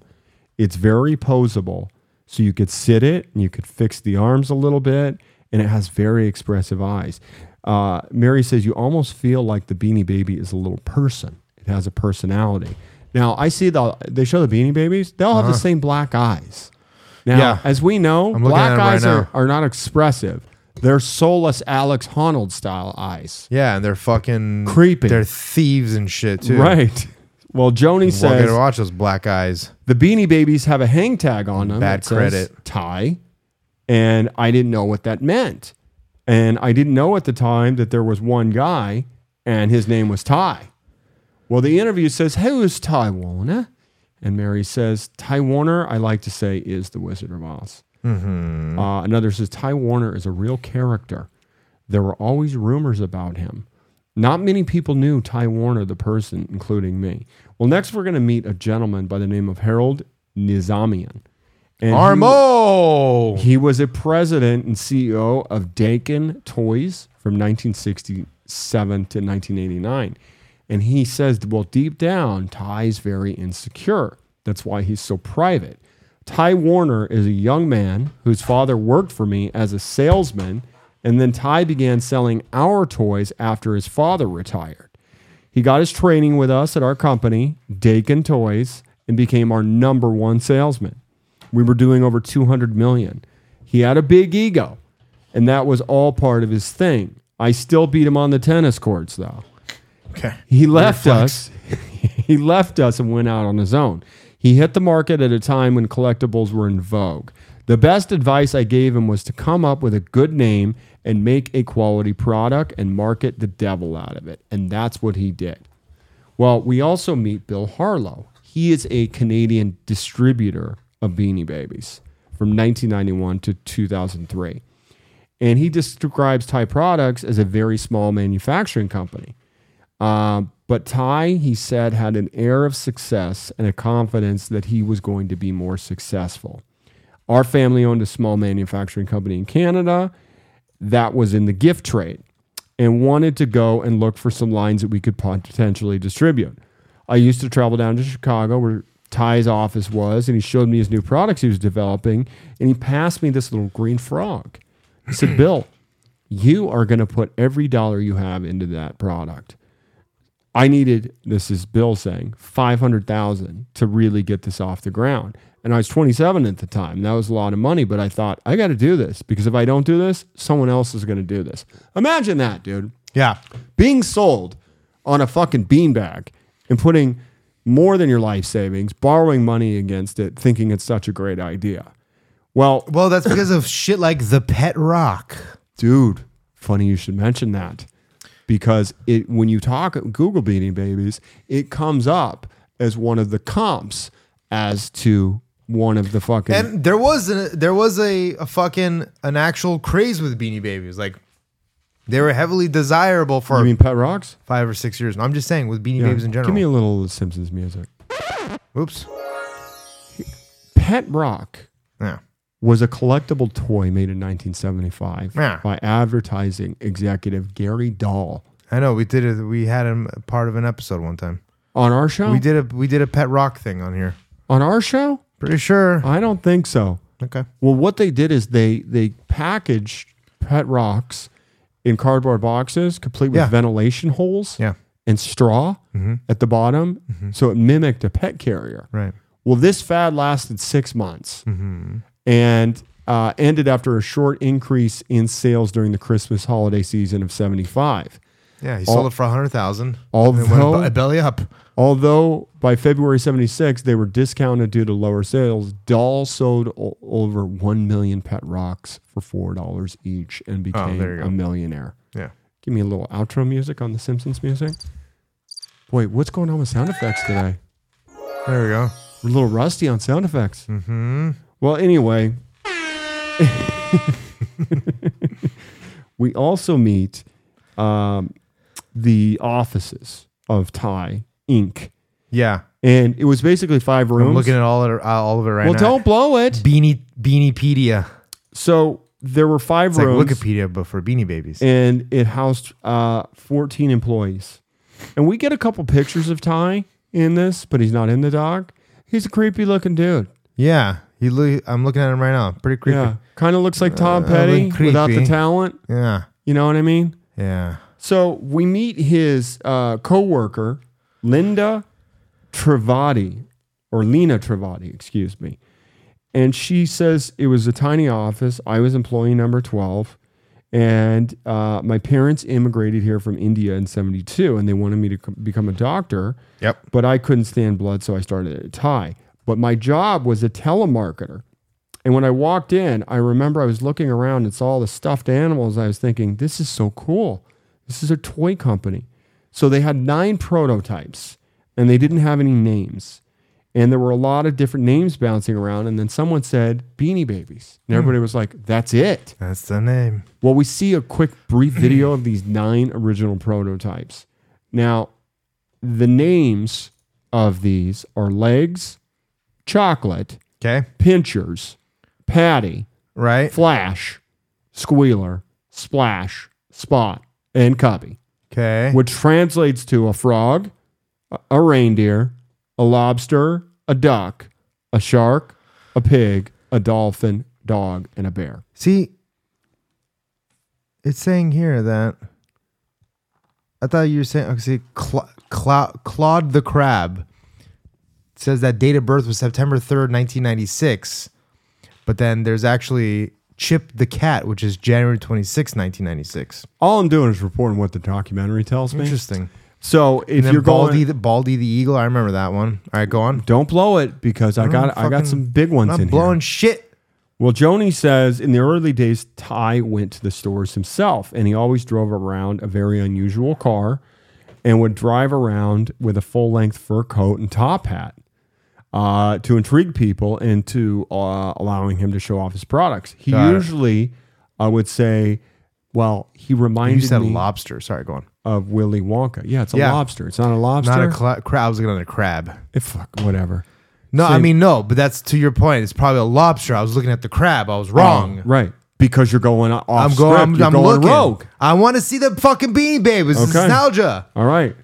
S1: It's very posable, so you could sit it and you could fix the arms a little bit, and it has very expressive eyes. Uh, Mary says you almost feel like the Beanie Baby is a little person. It has a personality. Now I see the they show the Beanie Babies; they all have the same black eyes. Now,
S2: Uh-huh. Yeah.
S1: as we know,
S2: looking at
S1: black
S2: 'em right
S1: eyes
S2: now.
S1: are, are not expressive. They're soulless Alex Honnold style eyes.
S2: yeah, and they're fucking
S1: Creepy.
S2: They're thieves and shit too.
S1: Right. Well, Joni
S2: Well,
S1: says
S2: gotta watch those black eyes.
S1: the Beanie Babies have a hang tag on them.
S2: Bad
S1: that says
S2: credit.
S1: tie, and I didn't know what that meant, and I didn't know at the time that there was one guy, and his name was Ty. Well, the interview says, "Who is Ty Warner?" And Mary says, "Ty Warner, I like to say, is the Wizard of Oz." Uh, another says, "Ty Warner is a real character. There were always rumors about him." Not many people knew Ty Warner, the person, including me. Well, next we're going to meet a gentleman by the name of Harold Nizamian. And
S2: Armo.
S1: He, he was a president and CEO of Dakin Toys from 1967 to 1989. And he says, well, deep down, Ty's very insecure. That's why he's so private. Ty Warner is a young man whose father worked for me as a salesman. And then Ty began selling our toys after his father retired. He got his training with us at our company, Dakin Toys, and became our number one salesman. We were doing over 200 million. He had a big ego, and that was all part of his thing. I still beat him on the tennis courts, though.
S2: Okay.
S1: He left us. he left us and went out on his own. He hit the market at a time when collectibles were in vogue. The best advice I gave him was to come up with a good name and make a quality product and market the devil out of it. And that's what he did. Well, we also meet Bill Harlow. He is a Canadian distributor of Beanie Babies from 1991 to 2003. And he describes Thai Products as a very small manufacturing company. Um, but Ty, he said, had an air of success and a confidence that he was going to be more successful. Our family owned a small manufacturing company in Canada that was in the gift trade and wanted to go and look for some lines that we could potentially distribute. I used to travel down to Chicago where Ty's office was, and he showed me his new products he was developing, and he passed me this little green frog. He said, Bill, you are going to put every dollar you have into that product. I needed, this is Bill saying, 500,000 to really get this off the ground. And I was 27 at the time. That was a lot of money, but I thought, I got to do this because if I don't do this, someone else is going to do this. Imagine that, dude.
S2: Yeah.
S1: Being sold on a fucking beanbag and putting more than your life savings, borrowing money against it, thinking it's such a great idea. Well,
S2: Well, that's because of shit like the Pet Rock.
S1: dude funny you should mention that because it when you talk google beating babies it comes up as one of the comps as to one of the fucking
S2: And there was a, there was a, a fucking an actual craze with Beanie Babies. Like they were heavily desirable for
S1: i mean pet rocks
S2: five or six years. And I'm just saying with Beanie Babies in general.
S1: give me a little simpsons music
S2: Oops.
S1: pet rock
S2: Yeah.
S1: was a collectible toy made in 1975
S2: Yeah.
S1: by advertising executive gary dahl
S2: I know we did it. We had him part of an episode one time.
S1: on our show
S2: We did a we did a pet rock thing on here.
S1: on our show
S2: Pretty sure.
S1: i don't think so
S2: Okay.
S1: Well, what they did is they they packaged pet rocks in cardboard boxes, complete with
S2: Yeah.
S1: ventilation holes
S2: Yeah. Mm-hmm.
S1: and straw at the bottom, so it mimicked a pet carrier.
S2: Right.
S1: Well, this fad lasted six months
S2: Mm-hmm.
S1: and uh, ended after a short increase in sales during the Christmas holiday season of '75.
S2: Yeah. He sold it for a hundred thousand.
S1: Although-
S2: belly up.
S1: Although by February 76, they were discounted due to lower sales, Doll sold o- over 1 million pet rocks for $4 each and became
S2: Oh, there you
S1: a
S2: go.
S1: millionaire.
S2: Yeah.
S1: Give me a little outro music on the Simpsons music. Wait, what's going on with sound effects today?
S2: There we go.
S1: We're a little rusty on sound effects. Mm-hmm. Well, anyway, we also meet um, the offices of Thai Inc.
S2: Yeah.
S1: And it was basically five rooms.
S2: I'm looking at all, at, all of it right
S1: well,
S2: now.
S1: don't blow it.
S2: Beanie Beaniepedia.
S1: So there were five
S2: It's like
S1: rooms.
S2: Wikipedia, but for beanie babies.
S1: and it housed uh, 14 employees. And we get a couple pictures of Ty in this, but he's not in the doc. He's a creepy looking dude.
S2: yeah, he. Lo- I'm looking at him right now. Pretty creepy.
S1: Yeah, kind of looks like Tom
S2: Uh,
S1: Petty
S2: look
S1: without the
S2: creepy.
S1: talent.
S2: Yeah,
S1: You know what I mean?
S2: yeah.
S1: So we meet his uh, coworker, Linda Travati, or Lena Travati, excuse me. And she says it was a tiny office. I was employee number 12. And uh, my parents immigrated here from India in 72, and they wanted me to c- become a doctor,
S2: Yep.
S1: but I couldn't stand blood, so I started at a tie. But my job was a telemarketer. And when I walked in, I remember I was looking around and saw all the stuffed animals. I was thinking, this is so cool. This is a toy company. So they had nine prototypes and they didn't have any names. And there were a lot of different names bouncing around. And then someone said Beanie Babies. And everybody was like, that's it.
S2: That's the name.
S1: Well, we see a quick, brief video of these nine original prototypes. Now, the names of these are Legs, Chocolate,
S2: Okay.
S1: Pinchers, Patty,
S2: Right.
S1: Flash, Squealer, Splash, Spot, and Cubby,
S2: Okay.
S1: which translates to a frog, a- a reindeer, a lobster, a duck, a shark, a pig, a dolphin, dog, and a bear.
S2: See, it's saying here that I thought you were saying. Okay, see, Cla- Cla- Claude the Crab says that date of birth was September third, nineteen ninety six, but then there's actually Chip the Cat, which is January twenty sixth, nineteen ninety six.
S1: All I'm doing is reporting what the documentary tells me.
S2: Interesting.
S1: So if
S2: And then
S1: you're
S2: Baldy,
S1: going,
S2: the, Baldy the Eagle. I remember that one. All right, go on.
S1: don't blow it because I got I got
S2: fucking-
S1: some big ones
S2: I'm
S1: in
S2: blowing
S1: here.
S2: shit.
S1: Well, Joni says in the early days, Ty went to the stores himself, and he always drove around a very unusual car, and would drive around with a full length fur coat and top hat uh, to intrigue people into uh, allowing him to show off his products. He
S2: Got it.
S1: usually, I would say, well, he
S2: You
S1: reminded
S2: said
S1: me
S2: lobster. Sorry, go on.
S1: of Willy Wonka. Yeah, it's a
S2: Yeah.
S1: lobster. It's not a lobster.
S2: Not a cla- crab. I was looking at a crab.
S1: Eh, fuck, whatever.
S2: No, I mean no, but that's to your point. It's probably a lobster. I was looking at the crab. I was wrong.
S1: Right. Because you're going off
S2: I'm
S1: Oh, script.
S2: going. I'm,
S1: you're
S2: I'm
S1: going
S2: looking.
S1: rogue.
S2: I want to see the fucking beanie babies. It's
S1: Okay.
S2: nostalgia.
S1: All right.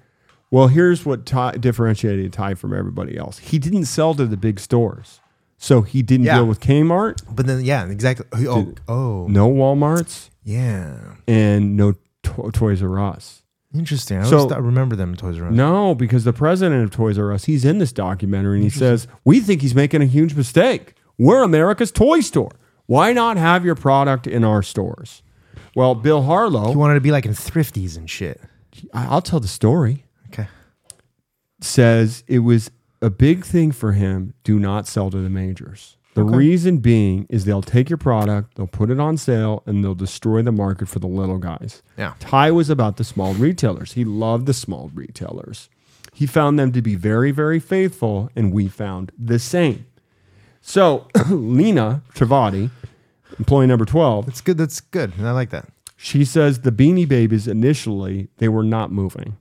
S1: Well, here's what Ty, differentiated Ty from everybody else. He didn't sell to the big stores. So he didn't
S2: Yeah.
S1: deal with Kmart,
S2: But then, yeah, exactly. Oh, oh,
S1: no Walmarts,
S2: yeah.
S1: and no to- Toys R Us.
S2: Interesting. I
S1: So-
S2: always thought- remember them in Toys R Us.
S1: No, because the president of Toys R Us, he's in this documentary and he says, We think he's making a huge mistake. We're America's toy store. Why not have your product in our stores? Well, Bill
S2: He
S1: Harlow,
S2: wanted to be like in thrifties and shit.
S1: I- I'll tell the story.
S2: Okay.
S1: says it was a big thing for him do not sell to the majors. The reason being is they'll take your product, they'll put it on sale, and they'll destroy the market for the little guys.
S2: Yeah.
S1: Ty was about the small retailers. He loved the small retailers. He found them to be very, very faithful, and we found the same. So Lena Travati, employee number 12,
S2: That's good. That's good. And I like that.
S1: she says the Beanie Babies initially they were not moving.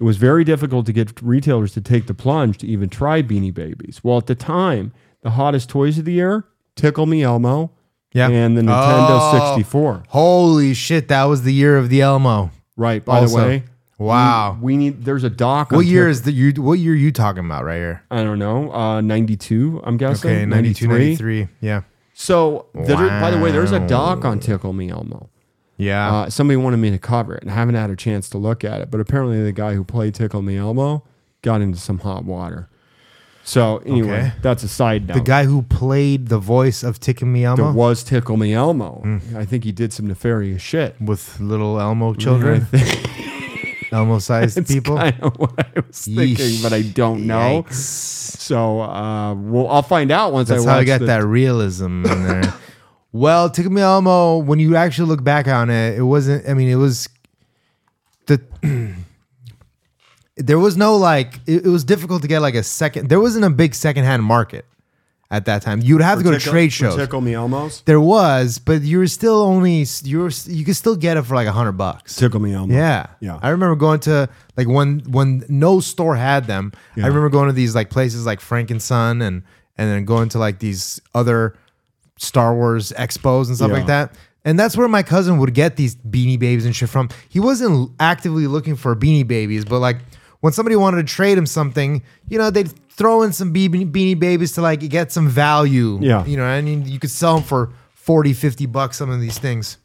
S1: It was very difficult to get retailers to take the plunge to even try Beanie Babies. Well, at the time, the hottest toys of the year: Tickle Me Elmo,
S2: Yeah.
S1: and the Nintendo
S2: Oh.
S1: 64.
S2: Holy shit! That was the year of the Elmo.
S1: Right. By
S2: Also,
S1: the way,
S2: wow.
S1: we need. There's a doc.
S2: What
S1: on
S2: year
S1: Tick-
S2: is the you? What year are you talking about right here?
S1: I don't know. Uh, 92. I'm guessing.
S2: Okay, 92, 93. Yeah.
S1: So, there- by the way, there's a doc on Tickle Me Elmo.
S2: Yeah.
S1: Uh, somebody wanted me to cover it, and I haven't had a chance to look at it. But apparently, the guy who played Tickle Me Elmo got into some hot water. So anyway,
S2: Okay.
S1: that's a side note.
S2: the guy who played the voice of Tickle Me
S1: that
S2: Elmo
S1: was Tickle Me Elmo.
S2: Hmm.
S1: I think he did some nefarious shit.
S2: with little Elmo children, Elmo sized people.
S1: I know what I was thinking,
S2: Yeesh.
S1: but I don't know.
S2: Yikes.
S1: So uh, well, I'll find out once
S2: That's
S1: I
S2: how
S1: watch
S2: I got
S1: the-
S2: that realism in there. well, Tickle Me Elmo, when you actually look back on it, it wasn't, I mean, it was the. there was no like it, it was difficult to get like a second there wasn't a big secondhand market at that time you'd have to go to trade shows
S1: Tickle me elmos.
S2: there was but you were still only you were you could still get it for like a hundred bucks
S1: Tickle me elmos.
S2: yeah
S1: Yeah.
S2: i remember going to like when when no store had them i remember going to these like places like frank and son and and then going to like these other star wars expos and stuff
S1: Yeah.
S2: like that and that's where my cousin would get these beanie babies and shit from he wasn't actively looking for beanie babies but like when somebody wanted to trade him something you know they'd throw in some beanie, beanie babies to like get some value
S1: Yeah.
S2: you know i mean you could sell them for 40 50 bucks some of these things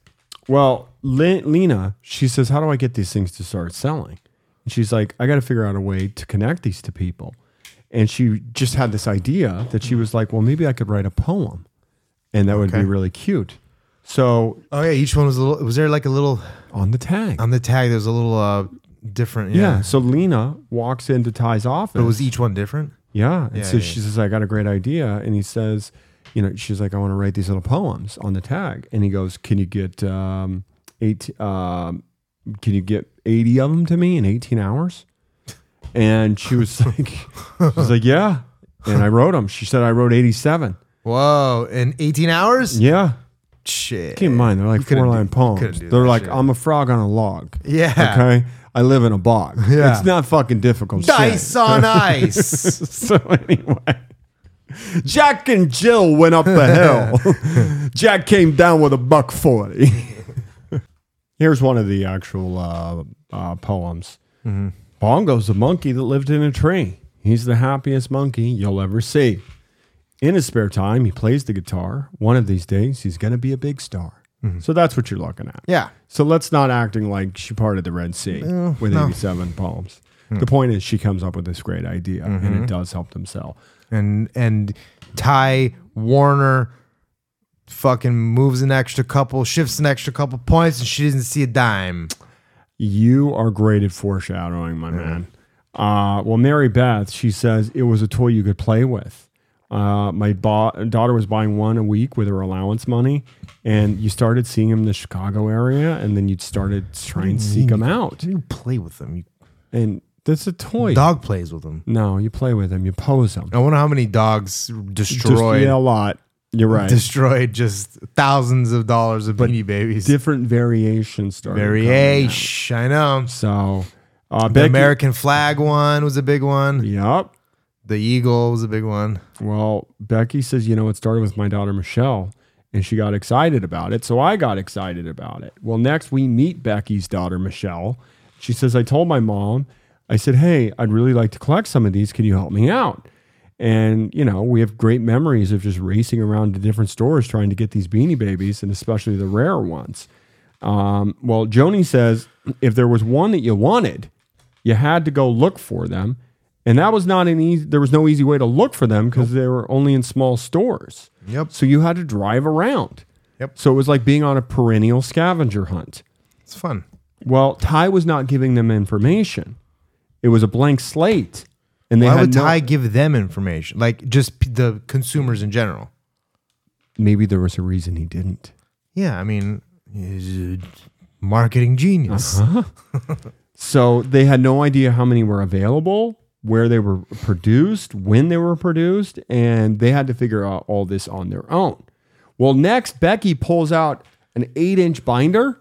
S1: Well, Le- Lena, she says, How do I get these things to start selling? And she's like, I got to figure out a way to connect these to people. And she just had this idea that she was like, Well, maybe I could write a poem and that would be
S2: Okay.
S1: really cute. So
S2: oh yeah each one was a little was there like a little
S1: on the tag.
S2: on the tag there's a little uh different Um, yeah,
S1: yeah. So Lena walks into Ty's office.
S2: But was each one different
S1: Yeah. And
S2: Yeah,
S1: so
S2: yeah,
S1: she says, I got a great idea. And he says, you know, she's like, I want to write these little poems on the tag. And he goes, Can you get um, eight? Um, can you get eighty of them to me in eighteen hours? And she was like, she was like, yeah. And I wrote them. She said I wrote eighty-seven.
S2: whoa in 18 hours
S1: Yeah.
S2: shit
S1: Keep in mind, they're like
S2: couldn't
S1: four-line
S2: do- couldn't
S1: poems.
S2: do
S1: They're
S2: that
S1: like,
S2: shit.
S1: I'm a frog on a log.
S2: yeah
S1: Okay. I live in a bog.
S2: Yeah.
S1: It's not fucking difficult. shit.
S2: dice on ice
S1: so anyway, Jack and Jill went up the hill. Jack came down with a buck forty. Here's one of the actual uh, uh, poems. Bongo's the monkey that lived in a tree. He's the happiest monkey you'll ever see. In his spare time, he plays the guitar. One of these days, he's going to be a big star. So that's what you're looking at.
S2: yeah
S1: So let's not acting like she parted the Red Sea with 87 poems. The point is, she comes up with this great idea, and it does help them sell.
S2: and and ty warner fucking moves an extra couple shifts an extra couple points and she doesn't see a dime
S1: You are great at foreshadowing, my man. Uh, well, Mary Beth, she says it was a toy you could play with. Uh, my ba- daughter was buying one a week with her allowance money, and you started seeing them in the Chicago area, and then you started trying to seek them out.
S2: you play with them you,
S1: And that's a toy.
S2: dog plays with them
S1: No, you play with them, you pose them.
S2: i wonder how many dogs
S1: Just
S2: destroyed
S1: yeah, a lot. You're right.
S2: destroyed just thousands of dollars of beanie babies
S1: different variations started. coming out.
S2: variation i know
S1: So, uh,
S2: The
S1: Becky,
S2: American flag one was a big one.
S1: Yep.
S2: The eagle was a big one.
S1: Well, Becky says, you know, it started with my daughter Michelle, and she got excited about it. So I got excited about it. Well, next we meet Becky's daughter Michelle. She says, I told my mom, I said, hey, I'd really like to collect some of these. Can you help me out? And you know, we have great memories of just racing around to different stores trying to get these Beanie Babies, and especially the rare ones. Um, well, Joni says if there was one that you wanted, you had to go look for them, and that was not an easy. There was no easy way to look for them because they were only in small stores.
S2: Yep.
S1: So you had to drive around.
S2: Yep.
S1: So it was like being on a perennial scavenger hunt.
S2: It's fun.
S1: Well, Ty was not giving them information. It was a blank slate, and they
S2: Why
S1: had
S2: would
S1: no-
S2: Ty give them information? Like just p- the consumers in general.
S1: maybe there was a reason he didn't.
S2: Yeah, I mean, he's a marketing genius.
S1: Uh-huh. So they had no idea how many were available, where they were produced, when they were produced, and they had to figure out all this on their own. Well, next, Becky pulls out an eight inch binder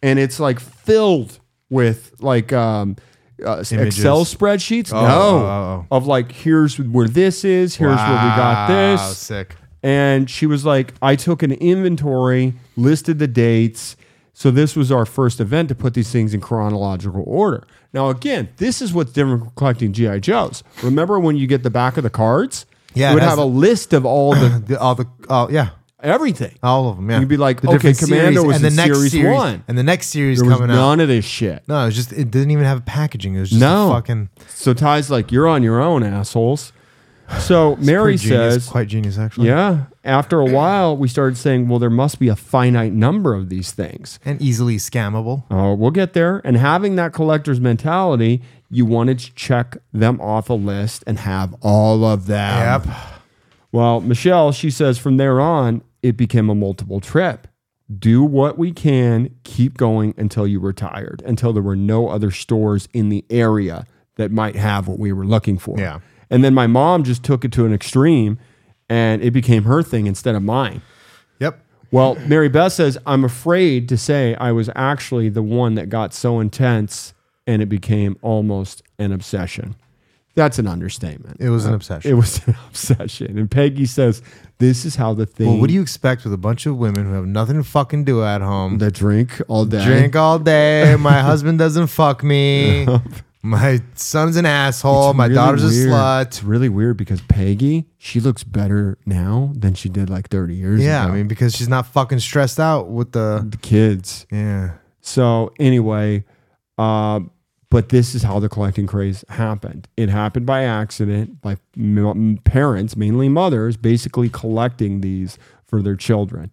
S1: and it's like filled with like um, uh, Excel spreadsheets. no,
S2: oh,
S1: of like, here's where this is, here's where we got
S2: Wow,
S1: this.
S2: Sick.
S1: And she was like, I took an inventory, listed the dates. So this was our first event to put these things in chronological order. Now, again, this is what's different from collecting G.I. Joes. Remember when you get the back of the cards?
S2: Yeah,
S1: It would
S2: it has
S1: have a list of all the
S2: The, all the all yeah,
S1: everything.
S2: all of them. Yeah,
S1: You'd be like,
S2: The
S1: okay,
S2: different
S1: Commando was in series one.
S2: and the next series
S1: There was
S2: coming out.
S1: none of this shit.
S2: No, it's just it didn't even have packaging. It was just
S1: No.
S2: a fucking
S1: So Ty's like, you're on your own, assholes. So Mary
S2: pretty genius,
S1: says,
S2: quite genius actually.
S1: yeah. After a while, we started saying, well, there must be a finite number of these things.
S2: and easily scammable.
S1: Oh, we'll get there. And having that collector's mentality, you wanted to check them off a list and have all of them.
S2: Yep.
S1: Well, Michelle, she says from there on, it became a multiple trip. Do what we can, keep going until you were tired, until there were no other stores in the area that might have what we were looking for.
S2: Yeah.
S1: And then my mom just took it to an extreme and it became her thing instead of mine.
S2: Yep.
S1: Well, Mary Beth says, I'm afraid to say I was actually the one that got so intense and it became almost an obsession. That's an understatement.
S2: It was an obsession.
S1: It was an obsession. And Peggy says, This is how the thing
S2: well, what do you expect with a bunch of women who have nothing to fucking do at home?
S1: the drink all day.
S2: Drink all day. My husband doesn't fuck me. My son's an asshole.
S1: It's
S2: My
S1: really
S2: daughter's
S1: weird.
S2: a
S1: It's
S2: slut.
S1: really weird because Peggy, she looks better now than she did like 30 years
S2: Yeah,
S1: ago.
S2: I mean, because she's not fucking stressed out with the.
S1: the kids.
S2: Yeah.
S1: So anyway, uh, but this is how the collecting craze happened. It happened by accident by m- parents, mainly mothers, basically collecting these for their children.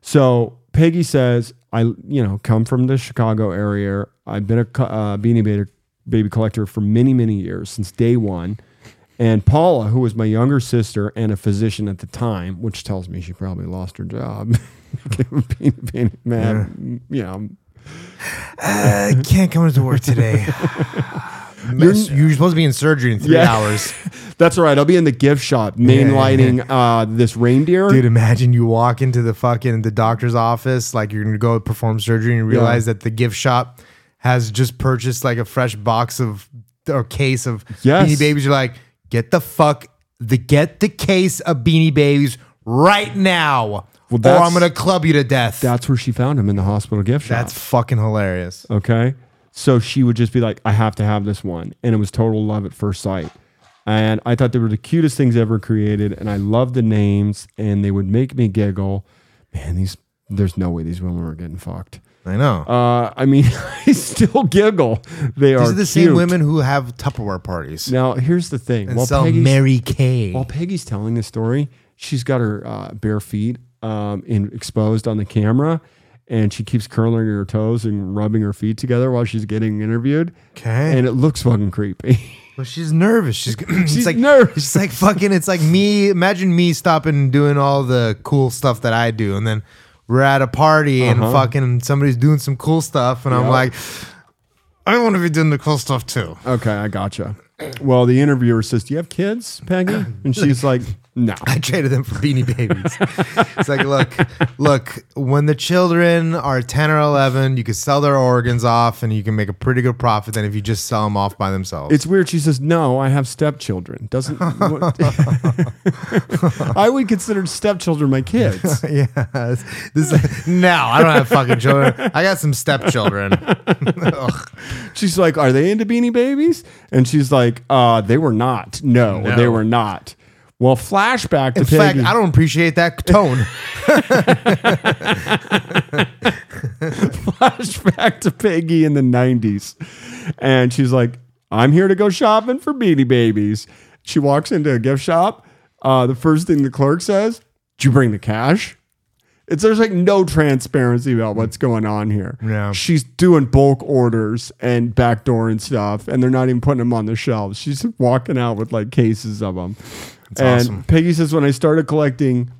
S1: So Peggy says, "I, you know, come from the Chicago area. I've been a co- uh, beanie baby, baby collector for many, many years since day one." And Paula, who was my younger sister and a physician at the time, which tells me she probably lost her job, being, being mad, you know,
S2: Uh, can't come into work today. you're, you're supposed to be in surgery in three
S1: Yeah.
S2: hours.
S1: That's all right. I'll be in the gift shop mainlining uh, this reindeer.
S2: Dude, imagine you walk into the fucking the doctor's office, like you're gonna go perform surgery, and you realize that the gift shop has just purchased like a fresh box of or case of
S1: Yes.
S2: beanie babies. You're like, get the fuck the get the case of beanie babies right now, or
S1: that's-
S2: I'm gonna club you to death.
S1: That's where she found him in the hospital gift shop.
S2: That's fucking hilarious.
S1: okay. So she would just be like, I have to have this one. And it was total love at first sight. And I thought they were the cutest things ever created. And I loved the names and they would make me giggle. Man, these, there's no way these women were getting fucked.
S2: I know.
S1: Uh, I mean, I still giggle. They are
S2: These are the same
S1: cute.
S2: women who have Tupperware parties
S1: Now, here's the thing.
S2: and
S1: While
S2: sell
S1: Peggy's-
S2: Mary Kay.
S1: While Peggy's telling the story, she's got her uh, bare feet um, in, exposed on the camera, and she keeps curling her toes and rubbing her feet together while she's getting interviewed,
S2: okay.
S1: and it looks fucking creepy.
S2: Well, she's nervous. She's
S1: She's
S2: she's like
S1: nervous.
S2: She's like fucking. It's like me. Imagine me stopping and doing all the cool stuff that I do, and then we're at a party and fucking somebody's doing some cool stuff, and I'm
S1: Yeah.
S2: like, I want to be doing the cool stuff too.
S1: okay, I gotcha. Well, the interviewer says, "Do you have kids, Peggy?" And she's like, "No."
S2: I traded them for Beanie Babies. it's like, look, look. When the children are ten or eleven, you can sell their organs off, and you can make a pretty good profit than if you just sell them off by themselves.
S1: It's weird. She says, "No, I have stepchildren." Doesn't what- I would consider stepchildren my kids.
S2: yeah. This no, I don't have fucking children. I got some stepchildren. Ugh.
S1: She's like, "Are they into Beanie Babies?" And she's like, "Uh, they were not. No,
S2: No.
S1: they were not." Well, flashback to
S2: In fact,
S1: Peggy.
S2: I don't appreciate that tone.
S1: flashback to Peggy in the '90s, and she's like, "I'm here to go shopping for Beanie Babies." She walks into a gift shop. Uh, the first thing the clerk says, "Did you bring the cash?" It's there's like no transparency about what's going on here.
S2: Yeah.
S1: she's doing bulk orders and backdoor and stuff, and they're not even putting them on the shelves. She's walking out with like cases of them. and
S2: awesome.
S1: Peggy says, when I started collecting,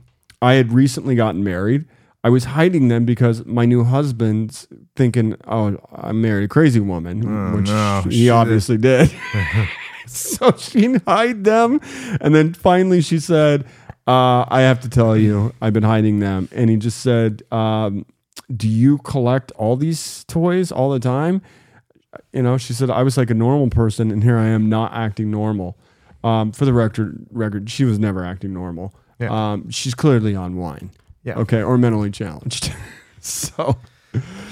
S1: I had recently gotten married. I was hiding them because my new husband's thinking, "Oh, I married a crazy woman," which
S2: Oh, no.
S1: he
S2: She-
S1: obviously did. so she hid them, and then finally she said, uh, "I have to tell you, I've been hiding them." And he just said, um, "Do you collect all these toys all the time?" You know, she said, "I was like a normal person, and here I am not acting normal." Um, for the record, record, she was never acting normal.
S2: Yeah.
S1: Um, she's clearly on wine.
S2: Yeah.
S1: Okay, or mentally challenged. so.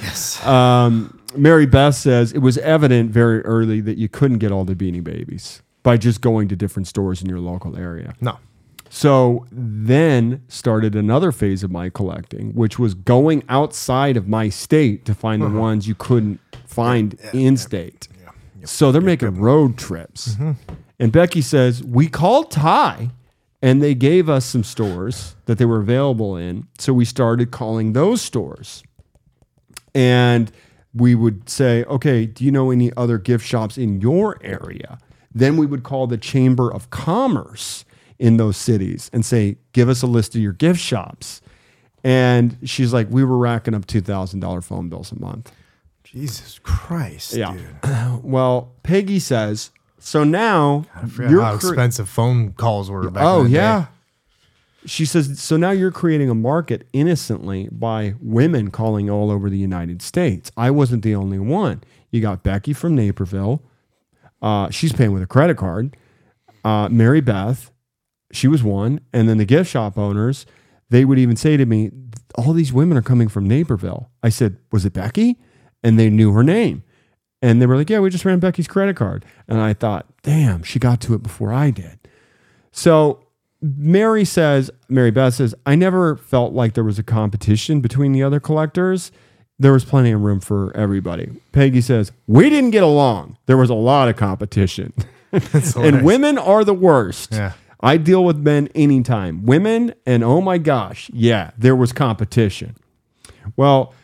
S2: Yes.
S1: Um, Mary Beth says it was evident very early that you couldn't get all the Beanie Babies by just going to different stores in your local area.
S2: No.
S1: So then started another phase of my collecting, which was going outside of my state to find the ones you couldn't find in state. So they're making road trips. And Becky says, We called Ty and they gave us some stores that they were available in. So we started calling those stores and we would say, okay, do you know any other gift shops in your area? Then we would call the Chamber of Commerce in those cities and say, give us a list of your gift shops. And she's like, we were racking up $2,000 phone bills a month.
S2: Jesus Christ,
S1: Yeah.
S2: dude.
S1: Well, Peggy says, so now
S2: I forgot
S1: you're
S2: how
S1: cre-
S2: expensive phone calls were back
S1: Oh
S2: in the
S1: yeah.
S2: day.
S1: She says, so now you're creating a market innocently by women calling all over the United States. I wasn't the only one. You got Becky from Naperville. Uh, she's paying with a credit card. Uh, Mary Beth, she was one. And then the gift shop owners, they would even say to me, all these women are coming from Naperville. I said, was it Becky? And they knew her name. And they were like, yeah, we just ran Becky's credit card. And I thought, damn, she got to it before I did. So Mary says, Mary Beth says, I never felt like there was a competition between the other collectors. There was plenty of room for everybody. Peggy says, We didn't get along. There was a lot of competition.
S2: That's
S1: and
S2: hilarious.
S1: women are the worst.
S2: Yeah.
S1: I deal with men anytime. Women, and oh my gosh, yeah, there was competition. Well,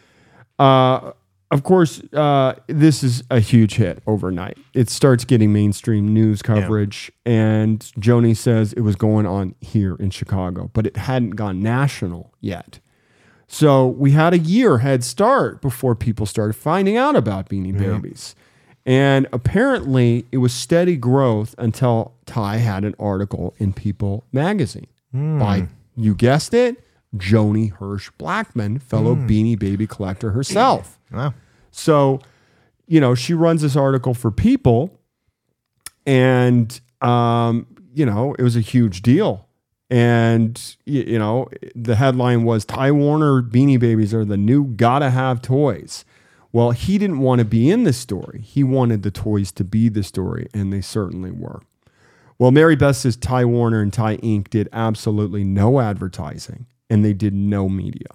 S1: uh, of course, uh, this is a huge hit overnight. It starts getting mainstream news coverage, and Joni says it was going on here in Chicago, but it hadn't gone national yet. So we had a year head start before people started finding out about Beanie Babies. And apparently, it was steady growth until Ty had an article in People magazine by, you guessed it, Joni Hirsch Blackman, fellow Beanie Baby collector herself.
S2: Wow.
S1: So, you know, she runs this article for People, and um, you know, it was a huge deal. And y- you know, the headline was Ty Warner Beanie Babies are the new gotta have toys. Well, he didn't want to be in this story. He wanted the toys to be the story, and they certainly were. Well, Mary Beth says Ty Warner and Ty Inc. did absolutely no advertising and they did no media.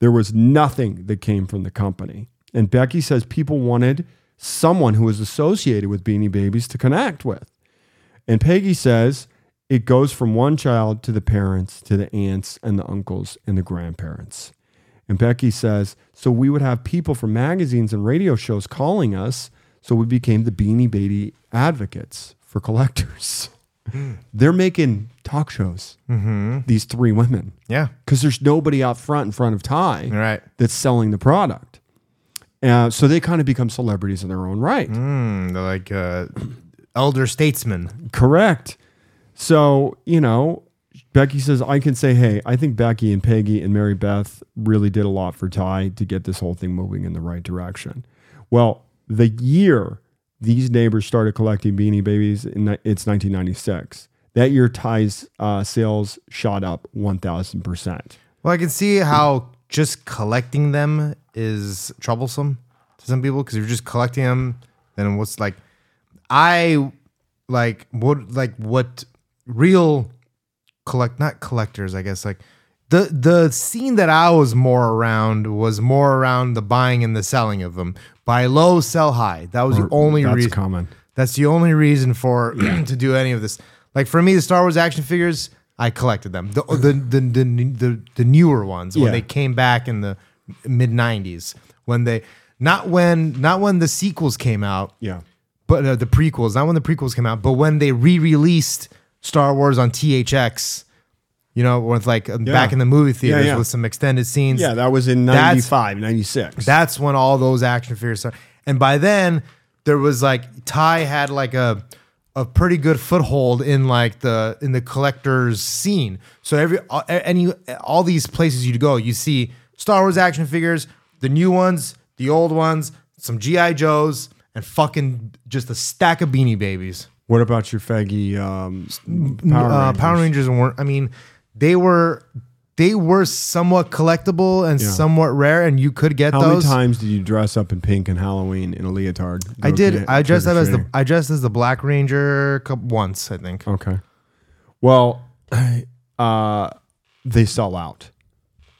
S1: There was nothing that came from the company. And Becky says people wanted someone who was associated with Beanie Babies to connect with. And Peggy says it goes from one child to the parents, to the aunts and the uncles and the grandparents. And Becky says, so we would have people from magazines and radio shows calling us. So we became the Beanie Baby advocates for collectors. They're making talk shows, these three women,
S2: Yeah.
S1: because there's nobody out front in front of Ty
S2: All right.
S1: that's selling the product. Uh, so they kind of become celebrities in their own right.
S2: Mm, they're like uh, elder statesmen.
S1: Correct. So, you know, Becky says, I can say, hey, I think Becky and Peggy and Mary Beth really did a lot for Ty to get this whole thing moving in the right direction. Well, the year these neighbors started collecting beanie babies, in, ni- it's 1996. That year, Ty's uh, sales shot up 1,000%.
S2: Well, I can see how just collecting them is troublesome to some people because you're just collecting them. Then what's like, I like what like what real collect not collectors I guess like the the scene that I was more around was more around the buying and the selling of them buy low sell high that was the only
S1: That's
S2: reason
S1: common.
S2: That's the only reason for to do any of this. Like for me, the Star Wars action figures, I collected them. The the the the, the, the newer ones
S1: Yeah.
S2: when they came back in the mid '90s, when they not when not when the sequels came out,
S1: Yeah.
S2: but uh, the prequels, not when the prequels came out, but when they re-released Star Wars on THX, you know, with like uh, back in the movie theaters
S1: yeah.
S2: with some extended scenes.
S1: Yeah, that was in
S2: That's-
S1: 95, 96.
S2: That's when all those action figures started. And by then, there was like Ty had like a a pretty good foothold in like the in the collectors scene. So every all- any all these places you'd go, you see Star Wars action figures, the new ones, the old ones, some GI Joes, and fucking just a stack of Beanie Babies.
S1: what about your faggy um, Power
S2: Power, uh,
S1: Rangers?
S2: Power Rangers weren't. I mean, they were they were somewhat collectible and somewhat rare, and you could get
S1: How
S2: those.
S1: many times did you dress up in pink and Halloween in a leotard?
S2: I did. I dressed up as the I dressed as the Black Ranger cou- once, I think.
S1: Okay. Well, uh, they sell out.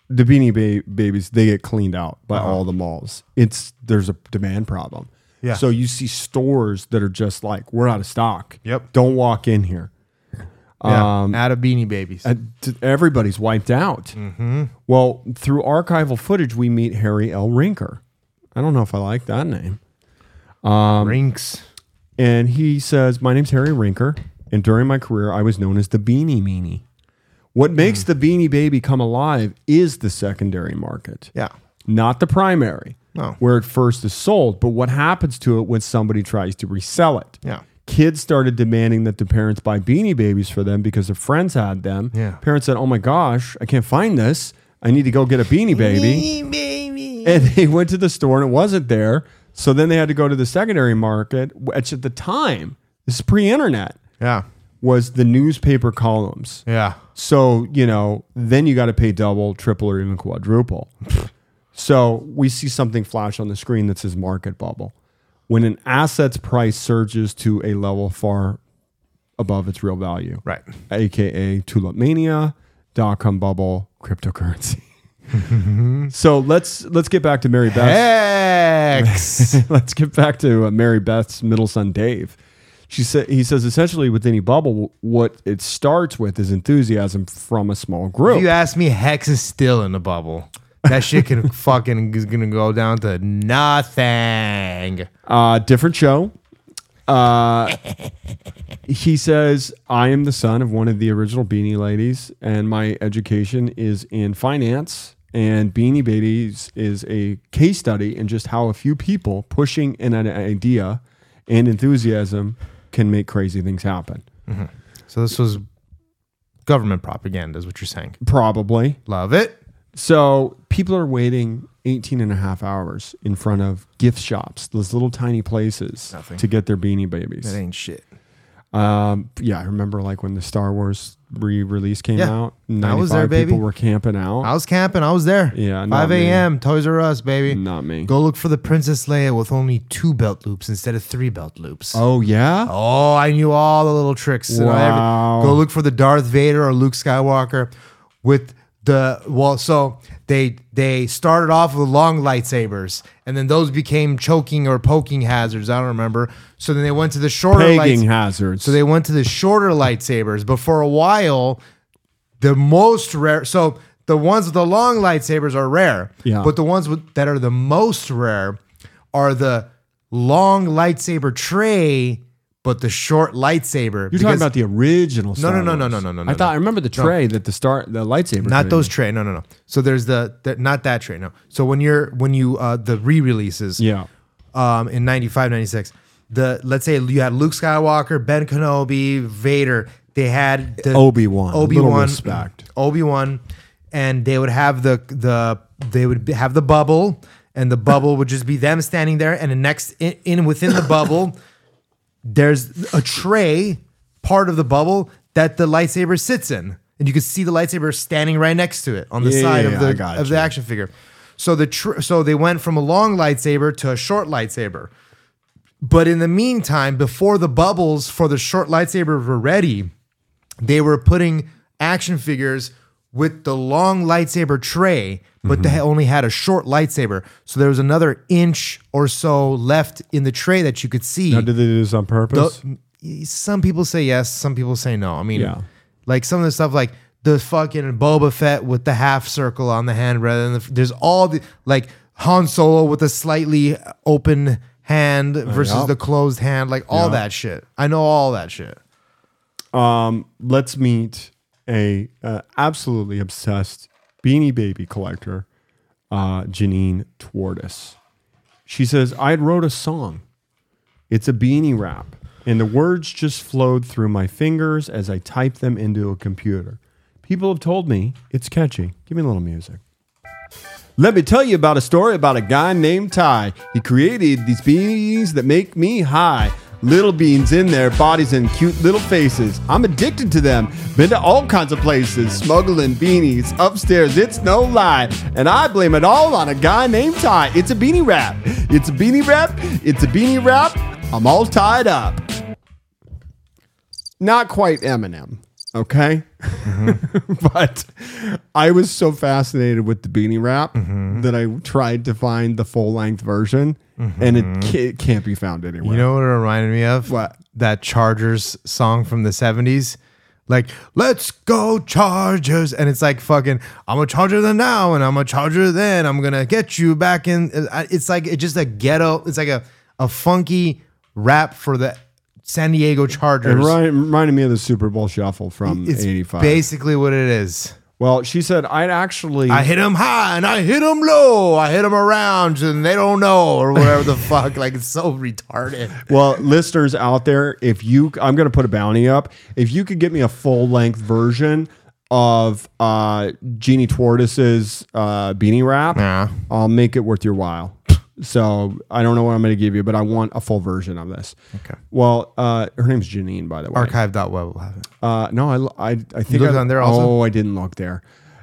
S1: The Beanie ba- Babies they get cleaned out by
S2: Uh-huh.
S1: all the malls. It's there's a demand problem.
S2: Yeah.
S1: So you see stores that are just like we're out of stock.
S2: Yep.
S1: Don't walk in here.
S2: Yeah,
S1: Um,
S2: out of Beanie Babies.
S1: Uh, t- Everybody's wiped out.
S2: Mm-hmm.
S1: Well, through archival footage, we meet Harry L. Rinker. I don't know if I like that name. um,
S2: Rinks.
S1: And he says, My name's Harry Rinker, and during my career, I was known as the Beanie Meanie. What
S2: Hmm.
S1: makes the Beanie Baby come alive is the secondary market,
S2: Yeah.
S1: not the primary.
S2: No.
S1: where it first is sold, but what happens to it when somebody tries to resell it?
S2: Yeah.
S1: Kids started demanding that the parents buy beanie babies for them because their friends had them.
S2: Yeah.
S1: Parents said, Oh my gosh, I can't find this. I need to go get a beanie baby.
S2: Baby.
S1: and they went to the store and it wasn't there. So then they had to go to the secondary market, which at the time, this is pre internet,
S2: Yeah.
S1: was the newspaper columns.
S2: Yeah.
S1: So, you know, then you got to pay double, triple, or even quadruple. so we see something flash on the screen that says market bubble. When an asset's price surges to a level far above its real value,
S2: Right.
S1: AKA tulip mania, dot com bubble, cryptocurrency. so let's let's get back to Mary Beth.
S2: X.
S1: Let's get back to uh, Mary Beth's middle son, Dave. She said he says essentially with any bubble, what it starts with is enthusiasm from a small
S2: if
S1: group.
S2: you ask me, Hex is still in the bubble. That shit can fucking is gonna go down to nothing.
S1: Uh, different show. Uh, he says I am the son of one of the original Beanie Ladies, and my education is in finance. And Beanie Babies is a case study in just how a few people pushing an idea and enthusiasm can make crazy things happen.
S2: So this was government propaganda, is what you're saying.
S1: Probably.
S2: Love it.
S1: So people are waiting 18 and a half hours in front of gift shops, those little tiny places
S2: Nothing.
S1: to get their beanie babies.
S2: That ain't shit.
S1: Um, yeah, I remember like when the Star Wars re release came
S2: Yeah.
S1: out,
S2: I
S1: 95
S2: was there, baby.
S1: people were camping out.
S2: I was camping. I was there.
S1: Yeah, not
S2: 5
S1: me.
S2: a.m. Toys R Us, baby.
S1: Not me.
S2: Go look for the Princess Leia with only two belt loops instead of three belt loops.
S1: Oh, yeah?
S2: Oh, I knew all the little tricks. and everything.
S1: Wow.
S2: Go look for the Darth Vader or Luke Skywalker with the well. So they they started off with long lightsabers, and then those became choking or poking hazards. I don't remember. So then they went to the shorter
S1: Pegging
S2: lights-
S1: hazards.
S2: so they went to the shorter lightsabers, but for a while, the most rare. So the ones with the long lightsabers are rare.
S1: Yeah.
S2: But the ones with, that are the most rare are the long lightsaber tray, but the short lightsaber.
S1: You're talking about the original Star
S2: no, no, no,
S1: Wars.
S2: no, no, no,
S1: I
S2: no,
S1: thought I remember the tray that the star, the lightsaber.
S2: not
S1: tray.
S2: those tray. No, no, no. So there's the, the not that tray. No. So when you're when you uh the re-releases.
S1: Yeah.
S2: um, in 95, 96. The let's say you had Luke Skywalker, Ben Kenobi, Vader. They had the
S1: Obi-Wan. A little
S2: Obi Wan,
S1: respect.
S2: Obi Wan, and they would have the the they would have the bubble, and the bubble would just be them standing there, and the next in, in within the bubble, there's a tray part of the bubble that the lightsaber sits in, and you could see the lightsaber standing right next to it on the
S1: Yeah,
S2: side
S1: yeah, yeah, I
S2: of the
S1: got
S2: of the
S1: you.
S2: action figure. So the tr- so they went from a long lightsaber to a short lightsaber. But in the meantime, before the bubbles for the short lightsaber were ready, they were putting action figures with the long lightsaber tray, but
S1: Mm-hmm.
S2: they only had a short lightsaber. So there was another inch or so left in the tray that you could see.
S1: Now, did they do this on purpose?
S2: some people say yes, some people say no. I mean,
S1: Yeah.
S2: like some of the stuff like the fucking Boba Fett with the half circle on the hand rather than the, there's all the like Han Solo with a slightly open hand versus
S1: yeah.
S2: the closed hand, like all
S1: Yeah.
S2: that shit. I know all that shit.
S1: let's meet a uh, absolutely obsessed beanie baby collector uh, janine tortoise she says i wrote a song it's a beanie rap and the words just flowed through my fingers as i typed them into a computer people have told me it's catchy give me a little music let me tell you about a story about a guy named Ty. He created these beanies that make me high. Little beans in their bodies and cute little faces. I'm addicted to them. Been to all kinds of places, smuggling beanies upstairs. It's no lie. And I blame it all on a guy named Ty. It's a beanie wrap. It's a beanie wrap. It's a beanie wrap. I'm all tied up. Not quite Eminem, okay? but I was so fascinated with the beanie wrap
S2: Mm-hmm.
S1: that I tried to find the full length version, and it, ca- it can't be found anywhere.
S2: Mm-hmm. You know what it reminded me of?
S1: What?
S2: That Chargers song from the 70s. Like, let's go Chargers. And it's like fucking, I'm a Charger then now and I'm a Charger then. I'm going to get you back in. Uh, It's like, it's just a ghetto. It's like a, a funky rap for the San Diego
S1: it
S2: Chargers.
S1: remi- reminded me of the Super Bowl shuffle from
S2: It's
S1: '85.
S2: basically what it is.
S1: Well, she said I'd actually
S2: I hit him high and I hit him low. I hit him around and they don't know or whatever the fuck. Like it's so retarded.
S1: Well, listeners out there, if you, I'm going to put a bounty up. If you could get me a full length version of uh, Jeannie Tortoise's uh, beanie wrap,
S2: Yeah.
S1: I'll make it worth your while. So I don't know what I'm going to give you, but I want a full version of this.
S2: Okay.
S1: Well, uh, her name's Janine, by the way.
S2: Archive.web will have it.
S1: Uh, no, I, I, I think
S2: looked
S1: I-
S2: on there also?
S1: Oh, I didn't look there.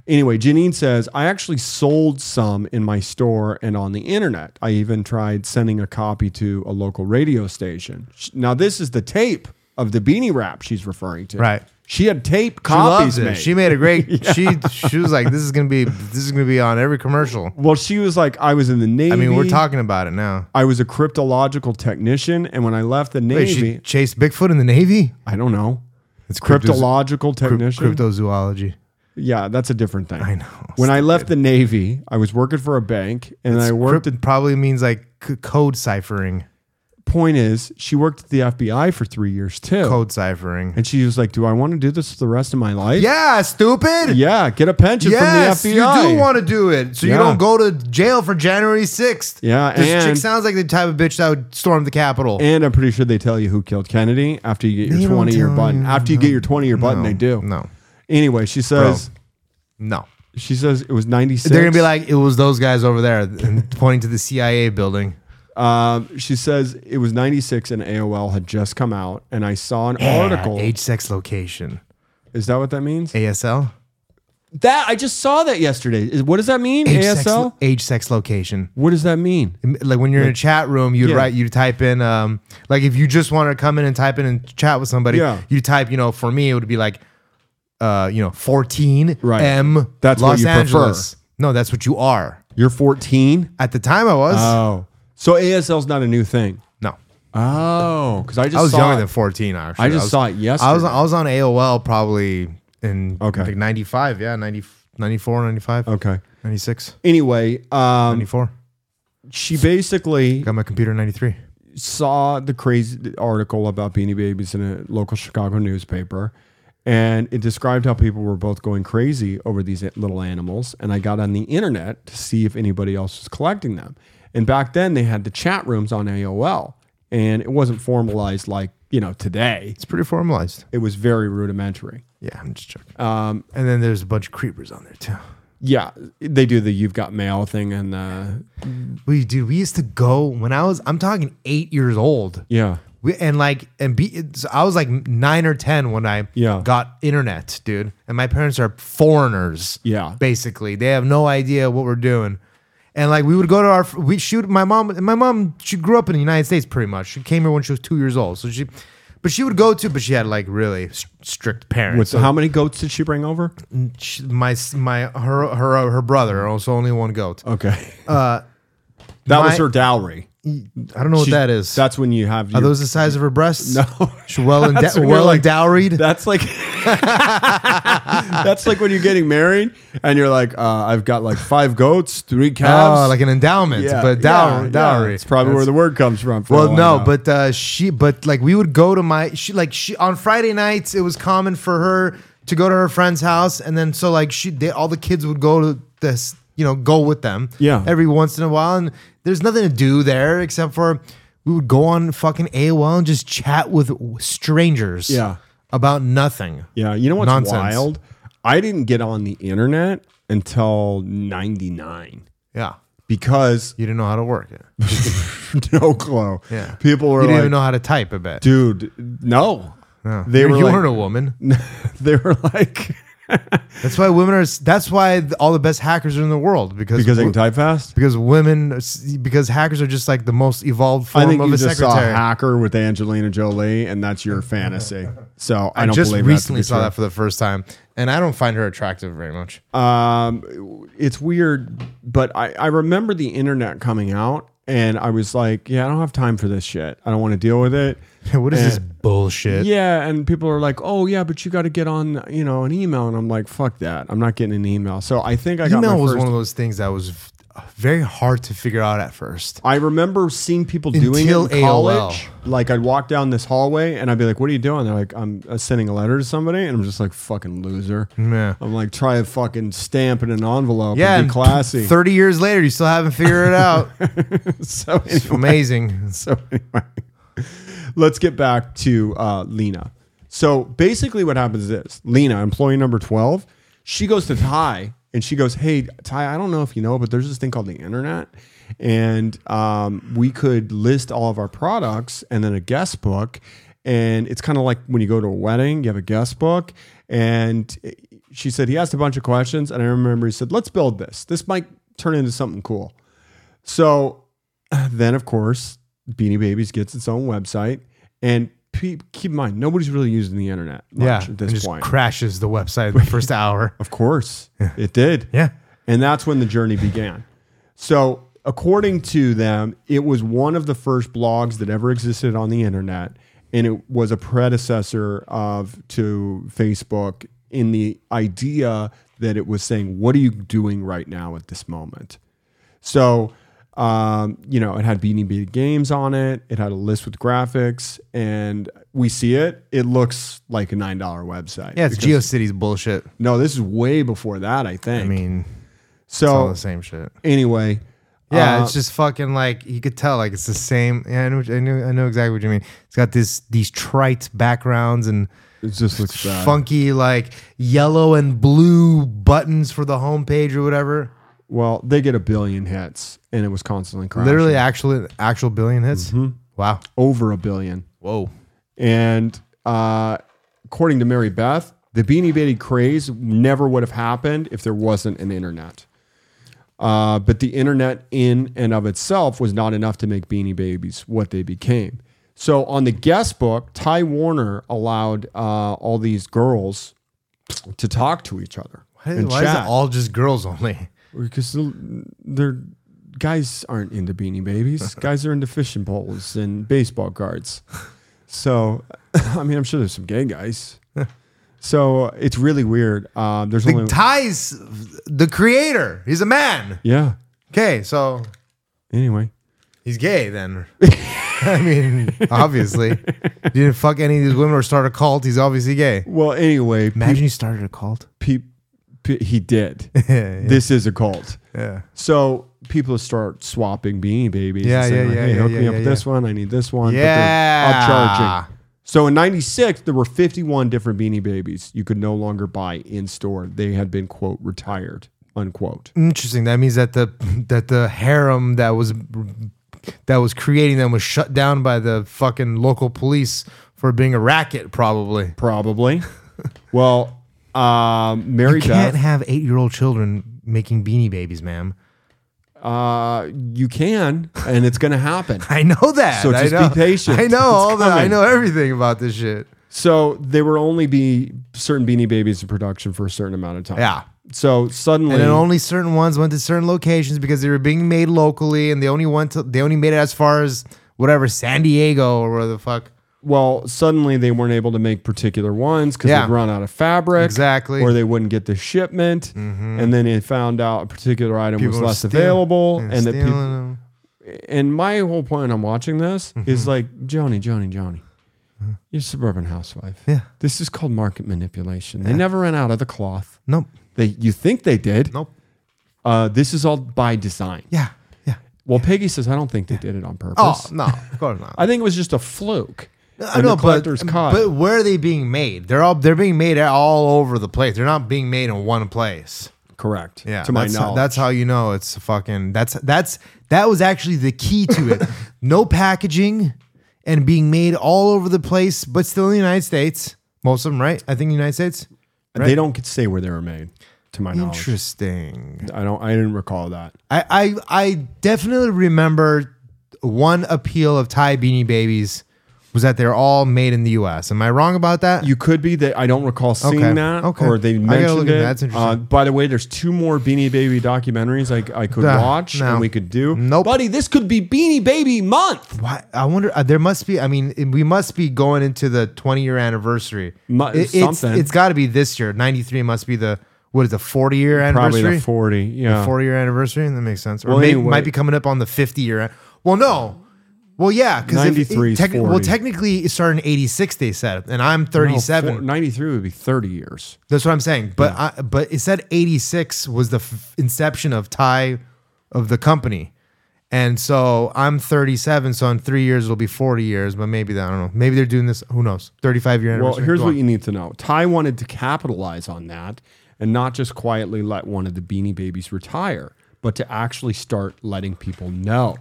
S1: Anyway, Janine says I actually sold some in my store and on the internet. I even tried sending a copy to a local radio station. Sh- Now this is the tape of the beanie wrap she's referring to.
S2: Right.
S1: She had tape
S2: She
S1: copies
S2: loves it.
S1: made.
S2: She made a great. She she was like, this is gonna be this is gonna be on every commercial.
S1: well, she was like, I was in the navy.
S2: I mean, we're talking about it now.
S1: I was a cryptological technician, and when I left the
S2: Wait,
S1: navy,
S2: she chased Bigfoot in the Navy.
S1: I don't know.
S2: It's
S1: Cryptological
S2: cryptozo-
S1: technician.
S2: cryptozoology.
S1: Yeah, that's a different thing.
S2: I know.
S1: When I left the Navy, I was working for a bank, and I worked
S2: Crypt probably means like c- code ciphering.
S1: point is, she worked at the FBI for three years too.
S2: Code ciphering.
S1: And she was like, Do I want to do this for the rest of my life?
S2: Yeah, stupid.
S1: Yeah, get a pension
S2: Yes,
S1: from
S2: you
S1: the FBI.
S2: do want to do it, so
S1: Yeah.
S2: you don't go to jail for January sixth.
S1: Yeah,
S2: this
S1: and-
S2: chick sounds like the type of bitch that would storm the Capitol.
S1: and I'm pretty sure they tell you who killed Kennedy after you get
S2: They
S1: your
S2: don't
S1: 20 year
S2: tell
S1: button.
S2: you.
S1: After you get your 20 year button,
S2: no,
S1: they do.
S2: No,
S1: Anyway, she says
S2: no.
S1: she says it was 96.
S2: They're gonna be like, it was those guys over there, and pointing to the CIA building.
S1: um, she says it was 96 and AOL had just come out, and I saw an article.
S2: Age, sex, location.
S1: Is that what that means?
S2: ASL.
S1: That I just saw that yesterday. Is- What does that mean?
S2: Age,
S1: ASL?
S2: Sex, lo- age, sex, location.
S1: what does that mean?
S2: Like when you're in a chat room, you'd
S1: Yeah.
S2: write, you type in, um, like if you just want to come in and type in and chat with somebody,
S1: Yeah.
S2: you type, you know, for me it would be like, uh, you know, 14
S1: Right.
S2: M.
S1: That's what
S2: Los
S1: you prefer.
S2: Angeles. No, that's what you are.
S1: You're 14?
S2: At the time, I was
S1: Oh. So ASL's not a new thing.
S2: no,
S1: Oh, because I just
S2: I was
S1: saw
S2: younger
S1: it.
S2: than 14. Actually,
S1: I just
S2: was-
S1: saw it yesterday.
S2: I was I was on AOL probably in
S1: Okay.
S2: like 95, yeah, 90, 94, 95,
S1: okay.
S2: 96,
S1: Anyway, um,
S2: 94.
S1: she basically
S2: Got my computer in 93.
S1: saw the crazy article about Beanie Babies in a local Chicago newspaper, and it described how people were both going crazy over these little animals. And I got on the internet to see if anybody else was collecting them. And back then, they had the chat rooms on AOL, and it wasn't formalized like you know today.
S2: It's pretty formalized.
S1: It was very rudimentary.
S2: Yeah, I'm just joking. Um, and then there's a bunch of creepers on there too.
S1: Yeah, they do the "you've got mail" thing, and the
S2: We dude, we used to go when I was I'm talking eight years old.
S1: yeah,
S2: We, and like and be it's- I was like nine or ten when I
S1: Yeah.
S2: got internet, dude. And my parents are foreigners.
S1: Yeah.
S2: basically they have no idea what we're doing. And like we would go to our we shoot my mom. and My mom she grew up in the United States pretty much. She came here when she was two years old. So she, but she would go to. But she had like really s- strict parents.
S1: With
S2: So
S1: how many goats did she bring over?
S2: she, my my her her uh, her brother also only one goat.
S1: Okay. Uh, that was
S2: my-
S1: her dowry.
S2: I don't know what
S1: She-
S2: that is.
S1: That's when you have your,
S2: Are those the size of her breasts?
S1: No.
S2: She's well and
S1: That's when you're
S2: well
S1: like-
S2: endowed.
S1: That's like that's like when you're getting married and you're like, uh, I've got like five goats, three calves.
S2: Oh, like an endowment,
S1: Yeah,
S2: but
S1: yeah,
S2: dowry.
S1: yeah.
S2: dowry.
S1: It's probably where the word comes from. for all
S2: Well,
S1: Oh, I
S2: no,
S1: know.
S2: but uh, she, but like we would go to my, she, like she on Friday nights, it was common for her to go to her friend's house, and then so like she, they, all the kids would go to this, you know, go with them,
S1: Yeah.
S2: every once in a while, and there's nothing to do there except for we would go on fucking AOL and just chat with strangers,
S1: Yeah.
S2: about nothing.
S1: yeah, you know what's
S2: Nonsense.
S1: wild? I didn't get on the internet until '99
S2: yeah.
S1: because
S2: You didn't know how to work it.
S1: no clue.
S2: Yeah.
S1: people were
S2: you didn't
S1: like,
S2: even know how to type. I bet.
S1: dude, no.
S2: Yeah.
S1: They
S2: you
S1: were
S2: you
S1: like-
S2: weren't a woman.
S1: they were like
S2: That's why women are. That's why th- all the best hackers are in the world because
S1: because they can
S2: wo-
S1: type fast.
S2: because women are s- because hackers are just like the most evolved form
S1: I think
S2: of
S1: you
S2: a
S1: just saw
S2: secretary.
S1: hacker with Angelina Jolie, and that's your fantasy. So I
S2: I
S1: don't
S2: just
S1: believe
S2: recently
S1: that to be
S2: saw
S1: true.
S2: that for the first time, and I don't find her attractive very much.
S1: um, it's weird, but I, I remember the internet coming out, and I was like, yeah, I don't have time for this shit. I don't want to deal with it.
S2: what is this bullshit?
S1: Eh. Yeah, and people are like, oh yeah, but you got to get on, you know, an email, and I'm like, fuck that, I'm not getting an email. So I think I got
S2: Email
S1: my
S2: was
S1: first-
S2: one of those things that was very hard to figure out at first.
S1: I remember seeing people doing
S2: Until
S1: it in
S2: AOL.
S1: college. Like I'd walk down this hallway and I'd be like, "What are you doing?" They're like, "I'm uh, sending a letter to somebody," and I'm just like, "Fucking loser."
S2: Yeah.
S1: I'm like, try a fucking stamp in an envelope.
S2: Yeah,
S1: and
S2: and
S1: be classy.
S2: Thirty years later, you still haven't figured it out.
S1: so
S2: It's amazing.
S1: So anyway, let's get back to uh, Lena. So basically, what happens is this: Lena, employee number twelve, she goes to Ty and she goes, "Hey, Ty, I don't know if you know, but there's this thing called the internet, and um, we could list all of our products and then a guest book." And it's kind of like when you go to a wedding, you have a guest book. And eh, she said, he asked a bunch of questions. And I remember he said, let's build this. This might turn into something cool. So then, of course, Beanie Babies gets its own website. And pe- keep in mind, nobody's really using the internet much
S2: Yeah,
S1: at
S2: it
S1: this
S2: just
S1: point.
S2: crashes the website in the first hour.
S1: of course, it did.
S2: Yeah,
S1: And that's when the journey began. So, according to them, it was one of the first blogs that ever existed on the internet. And it was a predecessor of to Facebook in the idea that it was saying, What are you doing right now at this moment? So, um, you know, it had Beanie Baby games on it. It had a list with graphics, and we see it. It looks like a nine dollar website.
S2: yeah, it's
S1: Because-
S2: GeoCities bullshit.
S1: No, this is way before that. I think.
S2: I mean, it's all
S1: so
S2: the same shit.
S1: anyway,
S2: Yeah,
S1: uh,
S2: it's just fucking like you could tell like it's the same. Yeah, I know, I know, I know exactly what you mean. It's got this these trite backgrounds and
S1: it just looks bad.
S2: funky like yellow and blue buttons for the homepage or whatever.
S1: Well, they get a billion hits, and it was constantly crashing.
S2: Literally, actual actual billion hits.
S1: Mm-hmm.
S2: Wow.
S1: over a billion.
S2: Whoa.
S1: And uh, according to Mary Beth, the Beanie Baby craze never would have happened if there wasn't an internet. Uh, but the internet in and of itself was not enough to make Beanie Babies what they became. So on the guest book, Ty Warner allowed uh, all these girls to talk to each other
S2: Why,
S1: and
S2: why is it
S1: chat
S2: all just girls only?
S1: because the- they're guys aren't into Beanie Babies. guys are into fishing poles and baseball cards. So, I mean, I'm sure there's some gay guys. So it's really weird. Um, there's only
S2: Ty's the creator. He's a man.
S1: yeah.
S2: Okay, so
S1: Anyway,
S2: he's gay then. I mean, obviously, you didn't fuck any of these women or start a cult. He's obviously gay.
S1: well, anyway, pe-
S2: Imagine you started a cult.
S1: pe- pe- he did.
S2: yeah,
S1: This is a cult.
S2: yeah.
S1: So people start swapping Beanie Babies.
S2: Yeah,
S1: and saying, like,
S2: yeah, yeah,
S1: Hey,
S2: yeah,
S1: hook
S2: yeah,
S1: me up
S2: yeah,
S1: with this one. I need this one. But they're
S2: Yeah.
S1: upcharging. So in 96, there were 51 different Beanie Babies you could no longer buy in store. They had been, quote, retired, unquote.
S2: Interesting. That means that the that the harem that was that was creating them was shut down by the fucking local police for being a racket. Probably.
S1: Probably. well, um, Mary
S2: You can't
S1: Beth,
S2: have eight year old children making beanie babies, ma'am.
S1: uh, you can, and it's going to happen.
S2: I know that.
S1: So
S2: I
S1: just be
S2: know.
S1: patient.
S2: I know
S1: It's
S2: all that. I
S1: coming.
S2: know everything about this shit.
S1: So there will only be certain Beanie Babies in production for a certain amount of time.
S2: Yeah.
S1: So suddenly,
S2: And then only certain ones went to certain locations because they were being made locally, and they only went to they only made it as far as whatever San Diego or where the fuck.
S1: well, suddenly they weren't able to make particular ones because
S2: Yeah.
S1: they'd run out of fabric.
S2: Exactly. Mm-hmm.
S1: Or they wouldn't get the shipment. And then it found out a particular item was
S2: People
S1: less
S2: steal-
S1: available. And, that
S2: stealing
S1: people,
S2: them.
S1: and my whole point on watching this
S2: Mm-hmm.
S1: is like, Johnny, Johnny, Johnny, you're a suburban housewife.
S2: Uh-huh. Yeah.
S1: This is called market manipulation. They never ran out of the cloth.
S2: Nope.
S1: They, you think they did.
S2: Nope.
S1: Uh, this is all by design.
S2: Yeah. Yeah.
S1: Well, Peggy says, I don't think they did it on purpose.
S2: Oh no, of course not.
S1: I think it was just a fluke.
S2: I
S1: And
S2: know,
S1: the collectors
S2: but,
S1: caught.
S2: but where are they being made? They're all they're being made all over the place. They're not being made in one place.
S1: Correct.
S2: Yeah,
S1: To my
S2: that's
S1: knowledge.
S2: How, that's how you know it's fucking. That's that's that was actually the key to it. no packaging and being made all over the place, but still in the United States. Most of them, right? I think the United States.
S1: They don't get to say where they were made, to my knowledge.
S2: Interesting.
S1: I don't. I didn't recall that.
S2: I I, I definitely remember one appeal of Thai Beanie Babies was that they're all made in the U.S. Am I wrong about that?
S1: You could be that. I don't recall seeing
S2: Okay,
S1: that,
S2: okay.
S1: or they
S2: I gotta
S1: mentioned
S2: look
S1: it.
S2: into that, that's interesting.
S1: Uh, by the way, there's two more Beanie Baby documentaries I, I could
S2: Nah,
S1: watch
S2: no.
S1: and we could do.
S2: Nope.
S1: buddy, this could be Beanie Baby month.
S2: Why, I wonder. Uh, there must be. I mean, it- we must be going into the 20 year anniversary.
S1: Mu-
S2: it's
S1: something.
S2: it's got to be this year. 93 must be the what is the 40 year
S1: Probably
S2: anniversary?
S1: the 40. Yeah.
S2: 40 year anniversary. That makes sense. Or
S1: Well,
S2: maybe,
S1: anyway-
S2: might be coming up on the 50 year. Well, no. Well, yeah, because
S1: 93 is
S2: well,
S1: 40.
S2: technically it started in 86, they said, and I'm
S1: No,
S2: 37.
S1: four- 93 would be 30 years.
S2: That's what I'm saying. But I, but it said 86 was the f- inception of Thai of the company. And so I'm 37, so in three years it'll be 40 years, but maybe I don't know. Maybe they're doing this. Who knows? 35 year
S1: Well,
S2: anniversary.
S1: here's
S2: Go
S1: what
S2: on.
S1: you need to know. Ty wanted to capitalize on that and not just quietly let one of the Beanie Babies retire, but to actually start letting people know.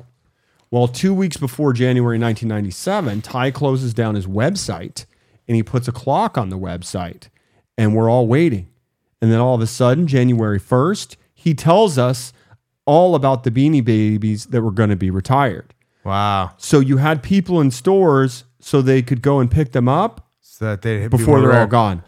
S1: Well, two weeks before January 1997, Ty closes down his website and he puts a clock on the website, and we're all waiting. And then all of a sudden, January 1st, he tells us all about the Beanie Babies that were going to be retired.
S2: wow.
S1: So you had people in stores so they could go and pick them up
S2: So that they be
S1: before
S2: more
S1: they're all
S2: aware.
S1: gone.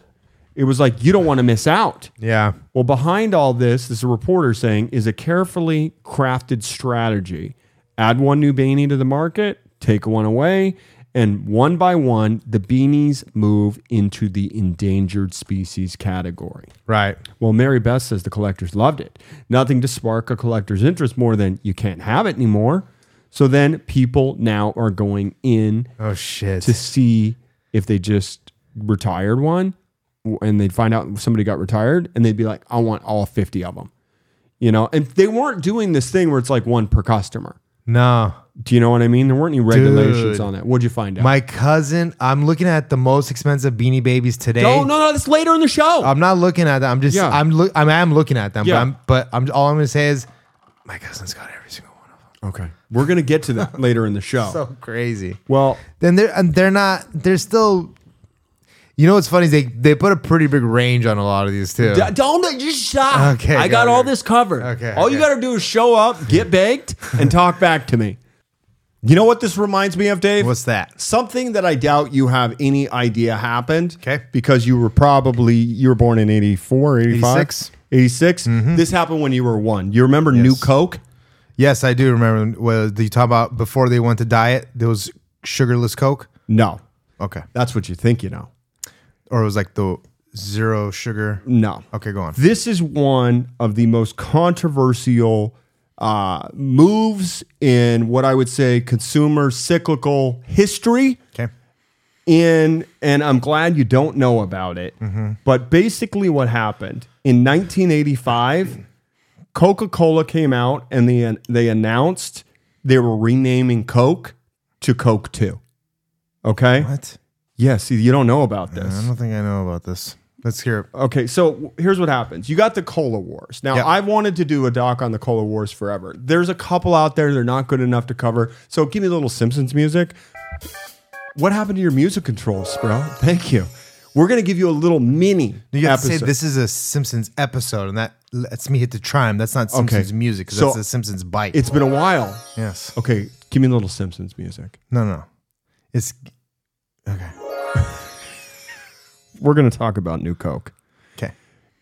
S1: It was like you don't want to miss out.
S2: Yeah.
S1: Well, behind all this, this is a reporter saying, is a carefully crafted strategy. Add one new beanie to the market, take one away, and one by one, the beanies move into the endangered species category.
S2: Right.
S1: Well, Mary Beth says the collectors loved it. Nothing to spark a collector's interest more than you can't have it anymore. So then people now are going in
S2: Oh shit.
S1: to see if they just retired one w- and they'd find out somebody got retired and they'd be like, I want all 50 of them. You know, and they weren't doing this thing where it's like one per customer.
S2: no.
S1: Do you know what I mean? There weren't any regulations
S2: Dude.
S1: on that. What'd you find out?
S2: My cousin, I'm looking at the most expensive beanie babies today.
S1: oh, no, no, that's later in the show.
S2: I'm not looking at them. I'm just
S1: Yeah.
S2: I'm look I'm, I'm looking at them,
S1: Yeah.
S2: but I'm but I'm all I'm gonna say is my cousin's got every single one of them.
S1: okay. We're going to get to that later in the show.
S2: So crazy.
S1: well,
S2: then they're and they're not they're still you know what's funny is they they put a pretty big range on a lot of these too
S1: d- don't just stop.
S2: Okay,
S1: I got
S2: got it.
S1: all this covered.
S2: Okay,
S1: All you
S2: okay.
S1: got to do is show up, get baked, and talk back to me. You know what this reminds me of, Dave?
S2: what's that
S1: something that I doubt you have any idea happened.
S2: Okay.
S1: Because you were probably you were born in 84, 85,
S2: 86.
S1: 86.
S2: Mm-hmm.
S1: This happened when you were 1. You remember New Coke?
S2: yes i do remember was you talk about before they went to diet there was sugarless coke
S1: No.
S2: okay
S1: That's what you think you know.
S2: or it was like the zero sugar
S1: No.
S2: okay go on
S1: This is one of the most controversial uh, moves in what I would say consumer cyclical history.
S2: okay
S1: in and I'm glad you don't know about it.
S2: Mm-hmm.
S1: But basically what happened in 1985 Coca-Cola came out and they they announced they were renaming Coke to Coke 2. Okay?
S2: what
S1: Yeah, see you don't know about this.
S2: i don't think i know about this let's hear it
S1: Okay, so w- here's what happens. You got the Cola Wars. Now,
S2: Yep.
S1: I wanted to do a doc on the Cola Wars forever. There's a couple out there, they're not good enough to cover. So give me a little Simpsons music. What happened to your music controls, bro? Thank you. We're going to give you a little mini
S2: you gotta
S1: episode.
S2: say this is a simpsons episode and that lets me hit the chime that's not simpsons music 'cause
S1: So-
S2: that's the simpsons bite
S1: it's been a while.
S2: yes
S1: Okay, give me a little Simpsons music.
S2: no no it's okay
S1: We're going to talk about New Coke.
S2: okay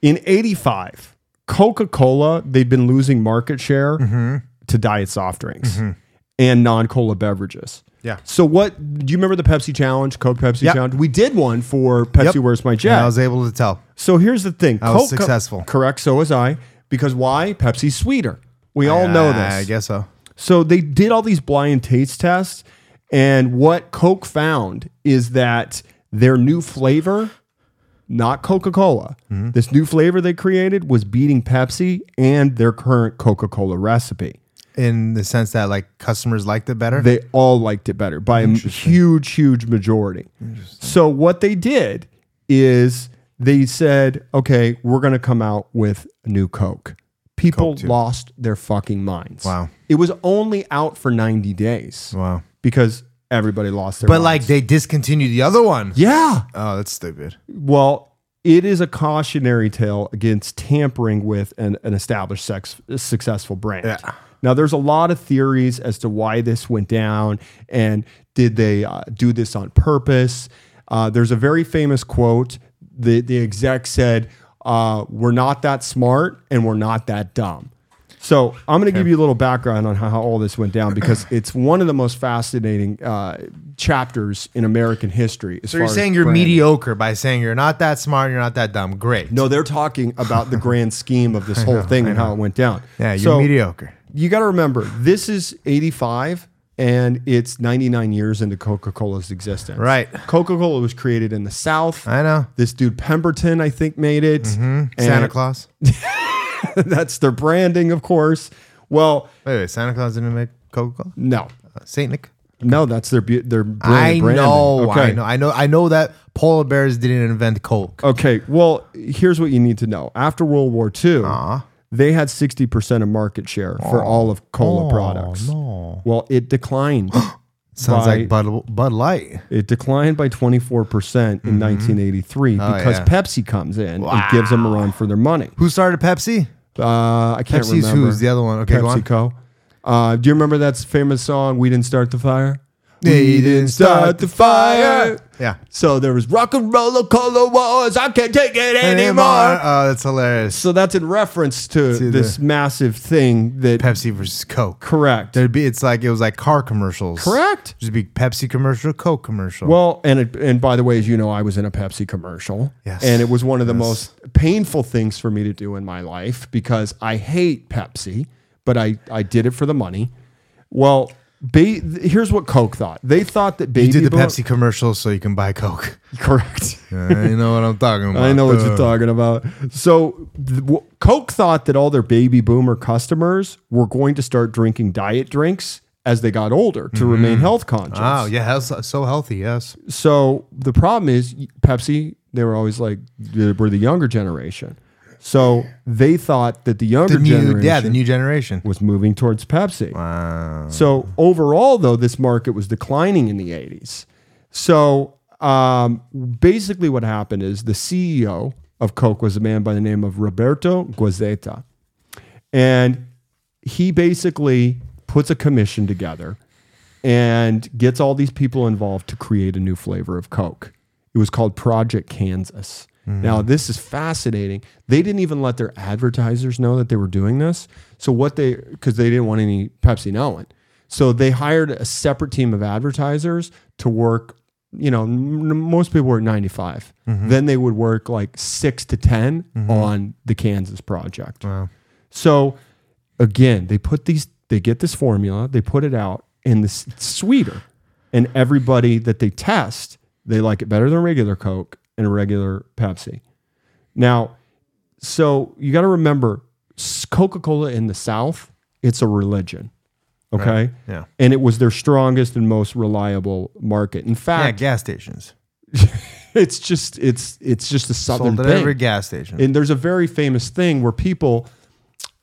S1: In 85, Coca Cola, they'd been losing market share
S2: Mm-hmm.
S1: to diet soft drinks and non cola beverages.
S2: Yeah.
S1: So, what do you remember the Pepsi Challenge, Coke Pepsi
S2: Yep.
S1: Challenge? We did one for Pepsi
S2: Yep.
S1: Where's My
S2: and
S1: Jet.
S2: I was able to tell.
S1: so, here's the thing
S2: I was successful.
S1: Correct. So was I. Because why? Pepsi's sweeter. We all know this.
S2: I guess so.
S1: So they did all these blind taste tests, and what Coke found is that their new flavor, not Coca Cola, this new flavor they created was beating Pepsi and their current Coca Cola recipe.
S2: In the sense that like customers liked it better.
S1: They all liked it better by a m- huge, huge majority. So what they did is they said, okay, we're going to come out with new Coke. People lost their fucking minds.
S2: Wow.
S1: It was only out for 90 days
S2: wow.
S1: because everybody lost their
S2: But
S1: minds.
S2: like they discontinued the other one.
S1: yeah
S2: Oh, that's stupid.
S1: well it is a cautionary tale against tampering with an, an established sex, successful brand
S2: Yeah.
S1: now there's a lot of theories as to why this went down and did they uh, do this on purpose uh, there's a very famous quote the, the exec said uh, we're not that smart and we're not that dumb So I'm going to give you a little background on how, how all this went down because it's one of the most fascinating uh, chapters in American history. as
S2: So you're
S1: far as
S2: saying you're
S1: branding.
S2: mediocre by saying you're not that smart, you're not that dumb. Great.
S1: No, they're talking about the grand scheme of this whole thing and how it went down.
S2: Yeah, you're
S1: So
S2: mediocre.
S1: You got to remember, this is 85 and it's 99 years into Coca Cola's existence.
S2: Right.
S1: Coca Cola was created in the South.
S2: I know. Mm-hmm.
S1: This dude Pemberton, I think, made it.
S2: Santa
S1: And
S2: Claus.
S1: That's their branding, of course. Well,
S2: Wait, wait, Santa Claus didn't make Coca Cola?
S1: no,
S2: Saint Nick?
S1: no, that's their bu- their brand.
S2: I
S1: branding.
S2: know,
S1: Okay. Uh,
S2: I know, I know, I know that polar bears didn't invent Coke.
S1: Okay. Well, here's what you need to know. After World War II,
S2: Uh-huh.
S1: they had 60% of market share for all of cola products.
S2: Oh, no.
S1: Well, it declined.
S2: Sounds
S1: By-
S2: like Bud, Bud Light.
S1: it declined by 24% in 1983 because
S2: Mm-hmm. Oh, yeah.
S1: Pepsi comes in and gives them a run for their money.
S2: Who started Pepsi?
S1: Uh, I can't
S2: Pepsi's
S1: remember.
S2: who's the other one? Okay, go on.
S1: PepsiCo. Uh, do you remember that famous song, We Didn't Start the Fire?
S2: They didn't start the fire. Yeah.
S1: So there was rock and roller cola wars. I can't take it anymore.
S2: Oh, that's hilarious.
S1: So that's in reference to
S2: the-
S1: this massive thing that
S2: Pepsi versus Coke.
S1: correct.
S2: There'd be it's like it was like car commercials.
S1: Correct.
S2: Just be Pepsi commercial, Coke commercial.
S1: Well, and it, and by the way, as you know, I was in a Pepsi commercial.
S2: Yes.
S1: And it was one of the most painful things for me to do in my life because I hate Pepsi, but I I did it for the money. Well, ba- here's what Coke thought. They thought that baby
S2: you did the
S1: boom-
S2: Pepsi commercial so you can buy Coke.
S1: correct.
S2: Uh, you know what I'm talking about.
S1: I know what you're
S2: Uh,
S1: talking about. So, th- w- Coke thought that all their baby boomer customers were going to start drinking diet drinks as they got older to
S2: Mm-hmm.
S1: remain health conscious.
S2: Wow, yeah, that's so healthy. Yes,
S1: So, the problem is y- Pepsi, they were always like, "Yeah, we're the younger generation. So, they thought that the younger
S2: the new
S1: generation Hmm.
S2: yeah, the new generation. Uh,
S1: was moving towards Pepsi.
S2: Wow.
S1: So overall, though, this market was declining in the 80s. So um, basically, what happened is the CEO of Coke was a man by the name of Roberto Guazzetta. And he basically puts a commission together and gets all these people involved to create a new flavor of Coke. It was called Project Kansas. Now, this is fascinating. They didn't even let their advertisers know that they were doing this. So, what they, because they didn't want any Pepsi knowing. So, they hired a separate team of advertisers to work. You know, m- most people work 95. Then they would work like six to 10 on the Kansas project. So again, they put these, they get this formula, they put it out, and this it's sweeter. And everybody that they test, they like it better than regular Coke and regular Pepsi. Now, so you got to remember, Coca Cola in the South, it's a religion. Okay.
S2: Yeah.
S1: And it was their strongest and most reliable market. In
S2: Yeah,
S1: fact,
S2: gas stations.
S1: it's just it's it's just a southern
S2: Sold at
S1: thing.
S2: every gas station.
S1: And there's a very famous thing where people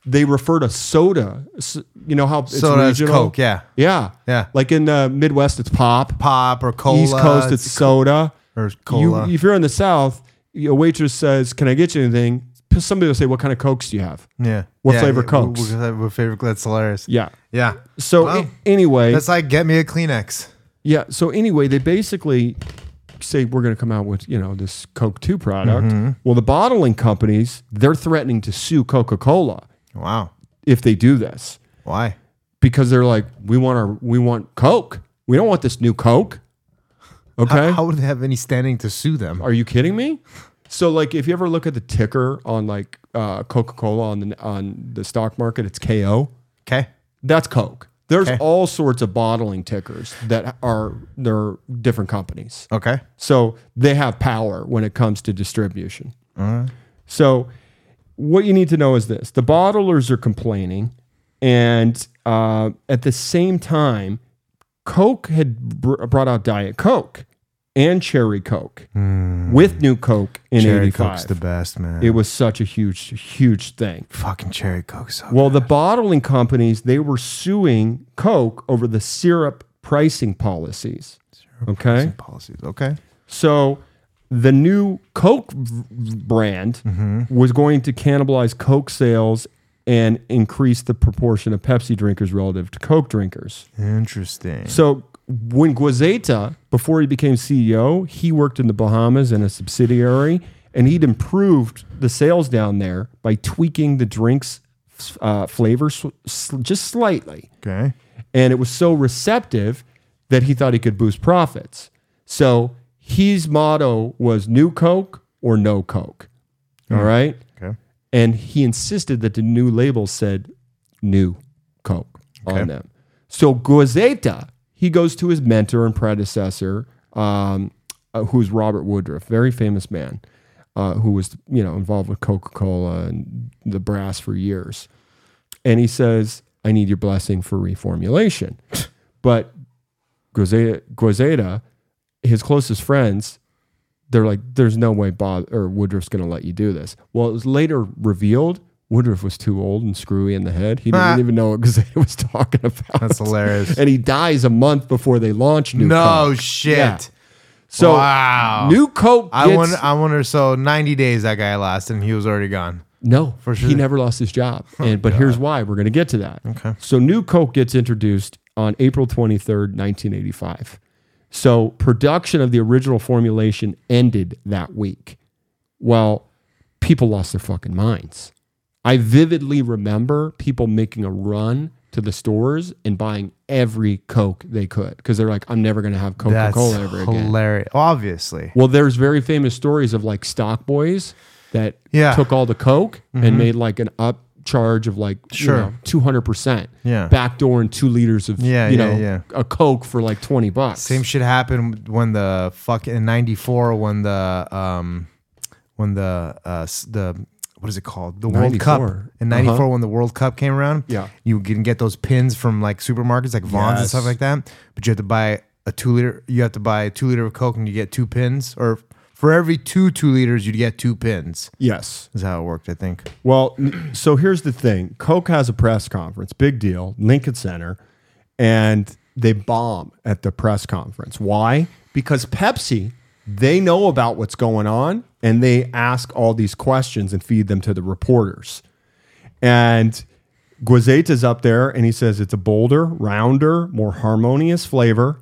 S1: they refer to soda. s- You know how it's
S2: Soda is
S1: regional?
S2: Coke, yeah.
S1: yeah,
S2: Yeah.
S1: Like in the Midwest, it's pop.
S2: Pop or cola.
S1: East Coast, it's soda.
S2: or cola.
S1: You, if you're in the South, a waitress says, "Can I get you anything?" Somebody will say, "What kind of cokes do you have?"
S2: yeah.
S1: What
S2: yeah,
S1: flavor
S2: yeah,
S1: Cokes?
S2: What, what, what flavor? That's hilarious.
S1: Yeah.
S2: Yeah.
S1: So
S2: Wow.
S1: a- anyway,
S2: That's like get me a Kleenex.
S1: Yeah. So anyway, they basically say we're going to come out with you know this Coke Two product.
S2: Mm-hmm.
S1: Well, the bottling companies they're threatening to sue Coca Cola
S2: Wow.
S1: if they do this
S2: Why?
S1: because they're like we want our we want Coke. We don't want this new Coke. Okay.
S2: How would they have any standing to sue them?
S1: Are you kidding me? So like if you ever look at the ticker on like uh, Coca Cola on the on the stock market, it's KO.
S2: Okay.
S1: That's Coke. There's all sorts of bottling tickers that are they're different companies.
S2: Okay.
S1: So they have power when it comes to distribution. So what you need to know is this: the bottlers are complaining, and uh, at the same time, Coke had br- brought out Diet Coke and Cherry Coke with New Coke in
S2: Hmm. Cherry Coke's
S1: '85.
S2: the best, man.
S1: it was such a huge, huge thing.
S2: Fucking Cherry Coke. So
S1: Well, the bottling companies they were suing Coke over the syrup pricing policies. okay.
S2: policies. Okay.
S1: So the new Coke v- brand was going to cannibalize Coke sales and increase the proportion of Pepsi drinkers relative to Coke drinkers.
S2: Interesting.
S1: So when Guazeta, before he became CEO, he worked in the Bahamas in a subsidiary and he'd improved the sales down there by tweaking the drinks f- uh, flavor sw- sl- just slightly.
S2: Okay.
S1: And it was so receptive that he thought he could boost profits. So his motto was new Coke or no Coke. All right.
S2: Hmm. Okay.
S1: And he insisted that the new label said new Coke
S2: Okay.
S1: on them. So Guazeta, he goes to his mentor and predecessor, um, uh, who's Robert Woodruff, very famous man, uh, who was you know involved with Coca Cola and the brass for years. And he says, "I need your blessing for reformulation." but Guazeta, Guazeta, his closest friends, they're like, "There's no way Bob or Woodruff's going to let you do this." Well, it was later revealed. Woodruff was too old and screwy in the head. He didn't even know what Gazeta was talking about
S2: Ah. That's hilarious.
S1: and he dies a month before they launch New Coke.
S2: no shit.
S1: Yeah. So
S2: Wow.
S1: New Coke gets
S2: I wonder. I wonder. So ninety days that guy lasted, and he was already gone.
S1: no,
S2: For sure.
S1: he never lost his job. and but here's why we're going to get to that. Okay. So New Coke gets introduced on April 23rd, 1985. So production of the original formulation ended that week. Well, people lost their fucking minds. I vividly remember people making a run to the stores and buying every Coke they could because they're like, I'm never going to have Coca
S2: That's
S1: Cola ever again.
S2: hilarious. Obviously.
S1: Well, there's very famous stories of like stock boys that
S2: Yeah. Mm-hmm.
S1: took all the coke and made like an upcharge of like
S2: Sure.
S1: two hundred percent.
S2: Yeah.
S1: backdooring two liters of
S2: Yeah,
S1: you
S2: yeah,
S1: know
S2: yeah.
S1: a coke for like twenty bucks.
S2: Same shit happened when the fuck in '94 when the um when the uh s- the what is it called the World Cup
S1: 94.
S2: in '94 when the World Cup came around.
S1: Uh-huh. Yeah.
S2: you can get those pins from like supermarkets like Vons and
S1: Yes.
S2: stuff like that. But you have to buy a two liter. You have to buy a two liter of Coke and you get two pins. Or for every two two liters, you'd get two pins.
S1: Yes.
S2: Is how it worked, I think.
S1: Well, n- so here's the thing. Coke has a press conference, big deal, Lincoln Center, and they bomb at the press conference. Why? Because Pepsi, they know about what's going on and they ask all these questions and feed them to the reporters. And Guazeta's up there and he says it's a bolder, rounder, more harmonious flavor.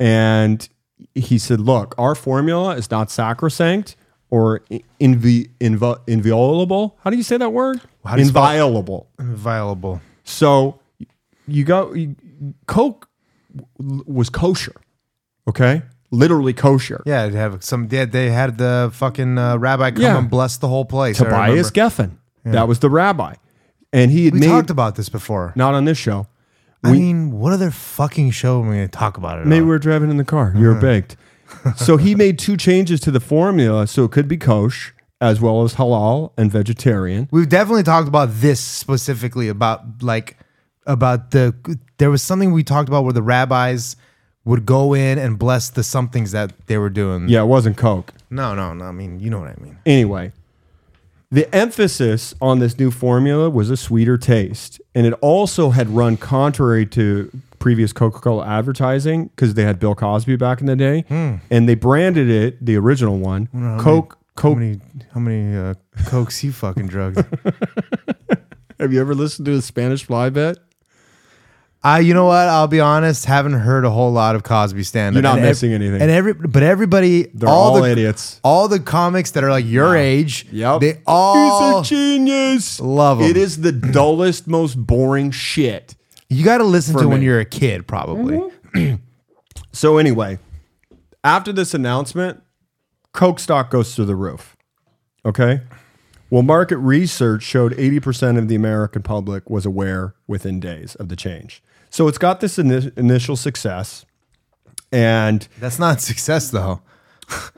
S1: And he said, Look, our formula is not sacrosanct or invi- invi- inviolable. How do you say that word?
S2: do you spell
S1: inviolable.
S2: Inviolable.
S1: So you go, you, Coke w- was kosher, okay? Literally kosher.
S2: Yeah, they have some. They, they had the fucking uh, rabbi come
S1: Yeah.
S2: and bless the whole place. I
S1: Tobias
S2: remember.
S1: Geffen, that was the rabbi. And he had
S2: we
S1: made,
S2: talked about Uh-huh. this before.
S1: not on this show,
S2: I mean, what other fucking show am I going to talk about it?
S1: Maybe we
S2: on?
S1: were driving in the car. You
S2: Uh-huh.
S1: were baked. so he made two changes to the formula so it could be kosher as well as halal and vegetarian.
S2: We've definitely talked about this specifically about like about the there was something we talked about where the rabbis would go in and bless the somethings that they were doing.
S1: Yeah, it wasn't Coke.
S2: No, no, no. I mean, you know what I mean.
S1: Anyway, the emphasis on this new formula was a sweeter taste. And it also had run contrary to previous Coca Cola advertising because they had Bill Cosby back in the day.
S2: Hmm.
S1: And they branded it, the original one, Coke.
S2: How
S1: Coke.
S2: many how many uh, cokes he fucking drugged?
S1: Have you ever listened to the Spanish fly bet?
S2: I, you know what? I'll be honest. Haven't heard a whole lot of Cosby stand.
S1: You're not missing anything.
S2: And every, but everybody,
S1: They're all,
S2: the,
S1: idiots.
S2: all the comics that are like your age,
S1: Yep.
S2: they all
S1: He's a genius.
S2: Love him.
S1: It is the dullest, most boring shit.
S2: You got to listen to when
S1: me.
S2: you're a kid, probably.
S1: So anyway, after this announcement, Coke stock goes through the roof. Okay? Well, market research showed 80% of the American public was aware within days of the change. So it's got this ini- initial success. And
S2: That's not success, though.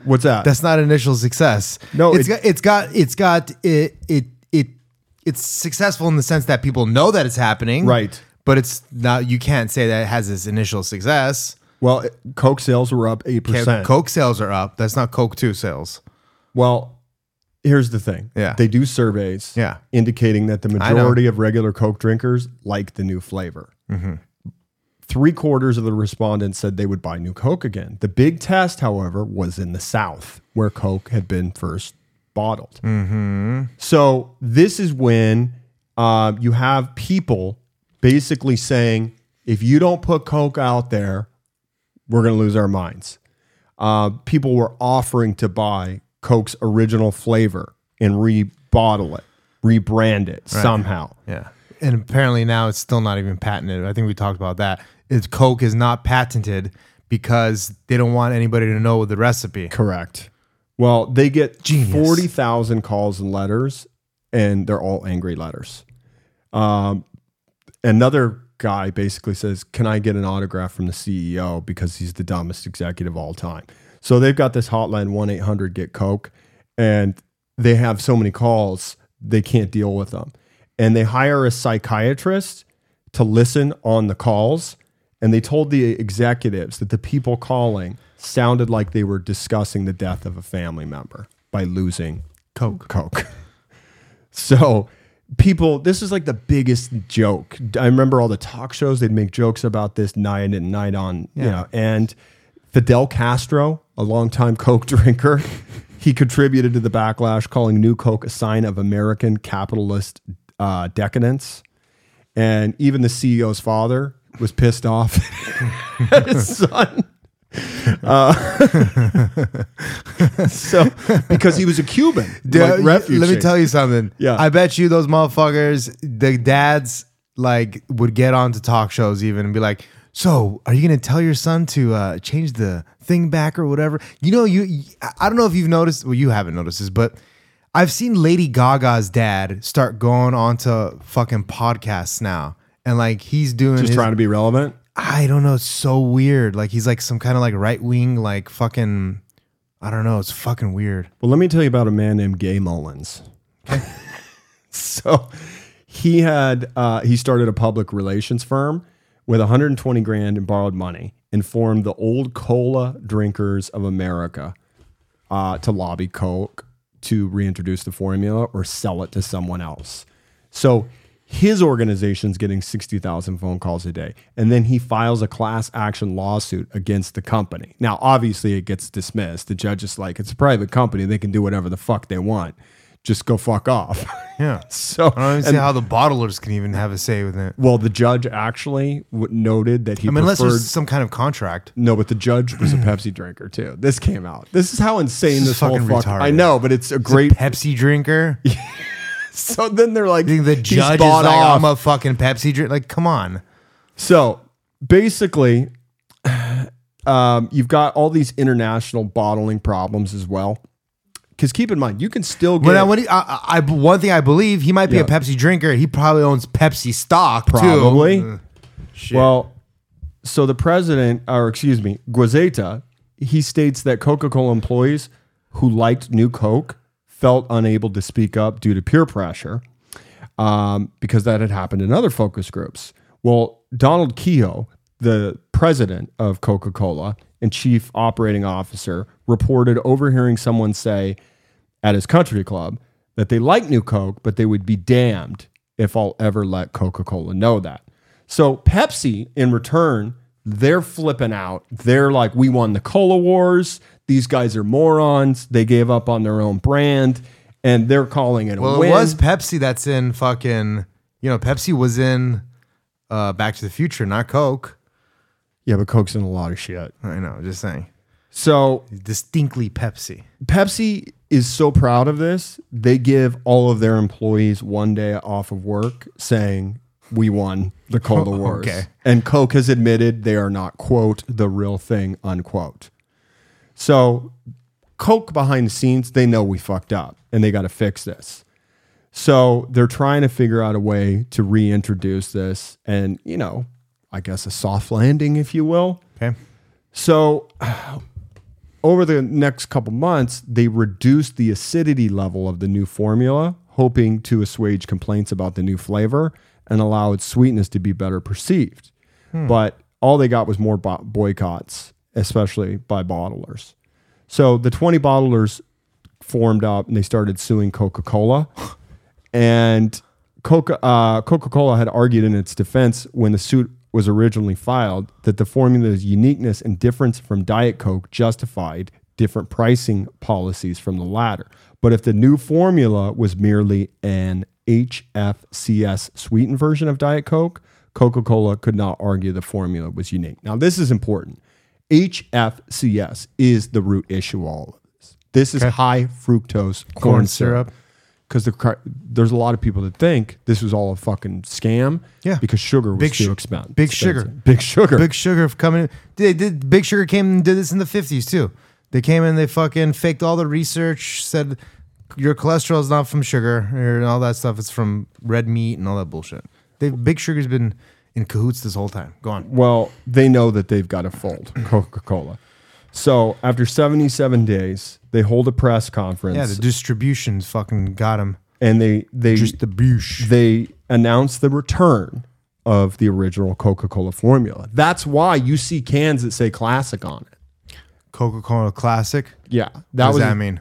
S1: what's that?
S2: That's not initial success.
S1: No,
S2: it's
S1: it-
S2: got, it's got it's got it it it it's successful in the sense that people know that it's happening,
S1: Right.
S2: But it's not. You can't say that it has this initial success.
S1: well, it- Coke sales were up 8%.
S2: Coke sales are up. That's not Coke two sales.
S1: Well, here's the thing.
S2: Yeah.
S1: They do surveys
S2: Yeah.
S1: indicating that the
S2: know.
S1: majority of regular Coke drinkers like the new flavor.
S2: Mm-hmm.
S1: Three quarters of the respondents said they would buy new Coke again. The big test, however, was in the South where Coke had been first bottled.
S2: Mm-hmm.
S1: So this is when um, you have people basically saying, if you don't put Coke out there, we're going to lose our minds. Uh, people were offering to buy Coke's original flavor and rebottle it. rebrand it somehow.
S2: Yeah. And apparently now it's still not even patented. I think we talked about that. It's Coke is not patented because they don't want anybody to know the recipe.
S1: Correct. Well, they get
S2: Genius.
S1: 40,000 calls and letters, and they're all angry letters. Um, another guy basically says, Can I get an autograph from the CEO because he's the dumbest executive of all time? So they've got this hotline 1 800 Get Coke, and they have so many calls, they can't deal with them. And they hire a psychiatrist to listen on the calls. And they told the executives that the people calling sounded like they were discussing the death of a family member by losing Coke. Coke. So people, this is like the biggest joke. I remember all the talk shows, they'd make jokes about this night and night on, you know, and Fidel Castro, a longtime Coke drinker, he contributed to the backlash, calling New Coke a sign of American capitalist uh, decadence. And even the CEO's father was pissed off at his son. Uh, so, because he was a Cuban, like
S2: Dude,
S1: refugee.
S2: Let me tell you something.
S1: Yeah.
S2: I bet you those motherfuckers, the dads, like would get on to talk shows even and be like, "So, are you gonna tell your son to uh, change the thing back or whatever?" You know, you. I don't know if you've noticed. Well, you haven't noticed this, but I've seen Lady Gaga's dad start going onto fucking podcasts now, and like he's doing
S1: just
S2: his-
S1: trying to be relevant.
S2: I don't know. It's so weird. Like he's like some kind of like right wing, like fucking. I don't know. It's fucking weird.
S1: Well, let me tell you about a man named Gay Mullins. so he had uh, he started a public relations firm with 120 grand in borrowed money and formed the Old Cola Drinkers of America uh, to lobby Coke to reintroduce the formula or sell it to someone else. So his organization's getting 60,000 phone calls a day. And then he files a class action lawsuit against the company. Now, obviously, it gets dismissed. The judge is like, it's a private company. They can do whatever the fuck they want. Just go fuck off.
S2: Yeah.
S1: so,
S2: I don't even
S1: and-
S2: see how the bottlers can even have a say with it.
S1: well, the judge actually w- noted that he
S2: I mean, unless
S1: preferred.
S2: there's some kind of contract.
S1: No, but the judge was a Pepsi drinker too. This came out. This is how insane
S2: is
S1: this, whole
S2: fucking
S1: fuck. I
S2: retarded.
S1: know, but it's a great.
S2: Pepsi drinker.
S1: so then they're like,
S2: You think the
S1: "He's
S2: judge is
S1: bought
S2: like,
S1: off."
S2: I'm a fucking Pepsi drink. Like, come on.
S1: So basically, um, you've got all these international bottling problems as well. Because keep in mind, you can still get
S2: When I, when he, I, I, I- one thing I believe he might be
S1: Yeah.
S2: a Pepsi drinker. He probably owns Pepsi stock
S1: probably.
S2: too. uh, Shit.
S1: Well, so the president, or excuse me, Guazeta, he states that Coca Cola employees who liked New Coke felt unable to speak up due to peer pressure um, because that had happened in other focus groups. Well, Donald Kehoe, the president of Coca Cola and chief operating officer, reported overhearing someone say at his country club that they like New Coke, but they would be damned if I'll ever let Coca Cola know that. So Pepsi, in return, they're flipping out. They're like, we won the cola wars. These guys are morons. They gave up on their own brand, and they're calling it a
S2: Well,
S1: win.
S2: it was Pepsi that's in fucking. You know, Pepsi was in uh, Back to the Future, not Coke.
S1: Yeah, but Coke's in a lot of shit.
S2: I know. Just saying.
S1: So
S2: Distinctly Pepsi.
S1: Pepsi is so proud of this. They give all of their employees one day off of work saying, we won the Cola Wars.
S2: Okay.
S1: And Coke has admitted they are not, quote, the real thing, unquote. So Coke behind the scenes, they know we fucked up and they got to fix this. So they're trying to figure out a way to reintroduce this and, you know, I guess a soft landing, if you will.
S2: Okay.
S1: So, over the next couple months, they reduced the acidity level of the new formula, hoping to assuage complaints about the new flavor and allow its sweetness to be better perceived. But all they got was more bo- boycotts, especially by bottlers. So, the 20 bottlers formed up and they started suing Coca Cola. And Coca uh, Cola had argued in its defense when the suit was originally filed that the formula's uniqueness and difference from Diet Coke justified different pricing policies from the latter. But if the new formula was merely an HFCS sweetened version of Diet Coke, Coca Cola could not argue the formula was unique. Now, this is important. HFCS is the root issue of all of this. This is high fructose corn, syrup. because the cri- there's a lot of people that think this was all a fucking scam.
S2: Yeah.
S1: because sugar was
S2: Big
S1: too
S2: su-
S1: expen-
S2: big
S1: expensive.
S2: sugar.
S1: Big sugar.
S2: Big Sugar coming. in- They did. Big Sugar came and did this in the fifties too. They came in. They fucking faked all the research. Said your cholesterol is not from sugar and all that stuff. It's from red meat and all that bullshit. They Big Sugar's been in cahoots this whole time. Go on.
S1: Well, they know that they've got to fold Coca Cola. So after 77 days, they hold a press conference
S2: Yeah, the distribution's fucking got him.
S1: and they they
S2: Just the boosh.
S1: they announce the return of the original Coca Cola formula. That's why you see cans that say classic on it.
S2: Coca Cola Classic.
S1: Yeah,
S2: What
S1: that
S2: does
S1: was
S2: that mean?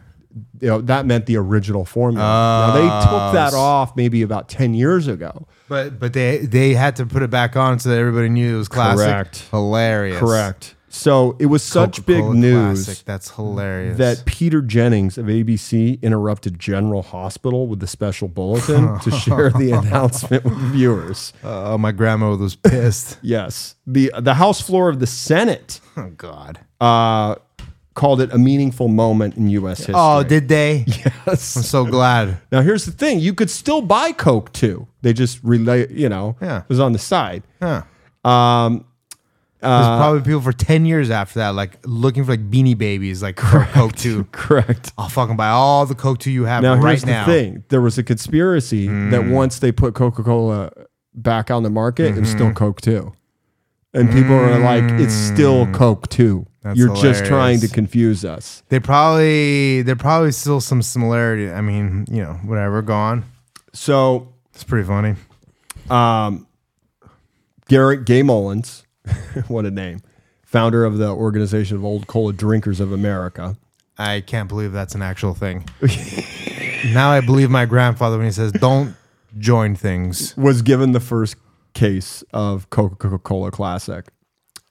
S1: you know, that meant the original formula. now they
S2: Oh,
S1: took that off maybe about 10 years ago.
S2: But but they they had to put it back on so that everybody knew it was classic.
S1: Correct.
S2: Hilarious.
S1: So it was such
S2: Coca-Cola
S1: big news.
S2: Classic. That's hilarious.
S1: that Peter Jennings of ABC interrupted General Hospital with the special bulletin to share the announcement with viewers.
S2: oh, my grandma was pissed.
S1: Yes, the the House floor of the Senate
S2: oh God.
S1: uh, called it a meaningful moment in U.S. history.
S2: Oh, did they? I'm
S1: yes.
S2: so glad.
S1: Now here's the thing: you could still buy Coke too. They just relay, you know,
S2: Yeah.
S1: it was on the side.
S2: Huh. There's probably people for 10 years after that, like looking for like beanie babies, like Coke 2.
S1: Correct.
S2: I'll fucking buy all the Coke 2 you have
S1: Now
S2: right
S1: here's
S2: now. Hmm.
S1: the thing: there was a conspiracy that once they put Coca-Cola back on the market, it was
S2: Mm-hmm.
S1: still Coke too, and people are like, "It's still Coke too.
S2: Mm. That's
S1: You're just
S2: hilarious.
S1: trying to confuse us."
S2: They probably, there probably still some similarity. I mean, you know, whatever, gone.
S1: So
S2: It's pretty funny.
S1: Garrett Gay Mullins, what a name, founder of the Organization of Old Cola Drinkers of America.
S2: I can't believe that's an actual thing. now I believe my grandfather when he says, don't join things.
S1: was given the first case of Coca Cola Classic.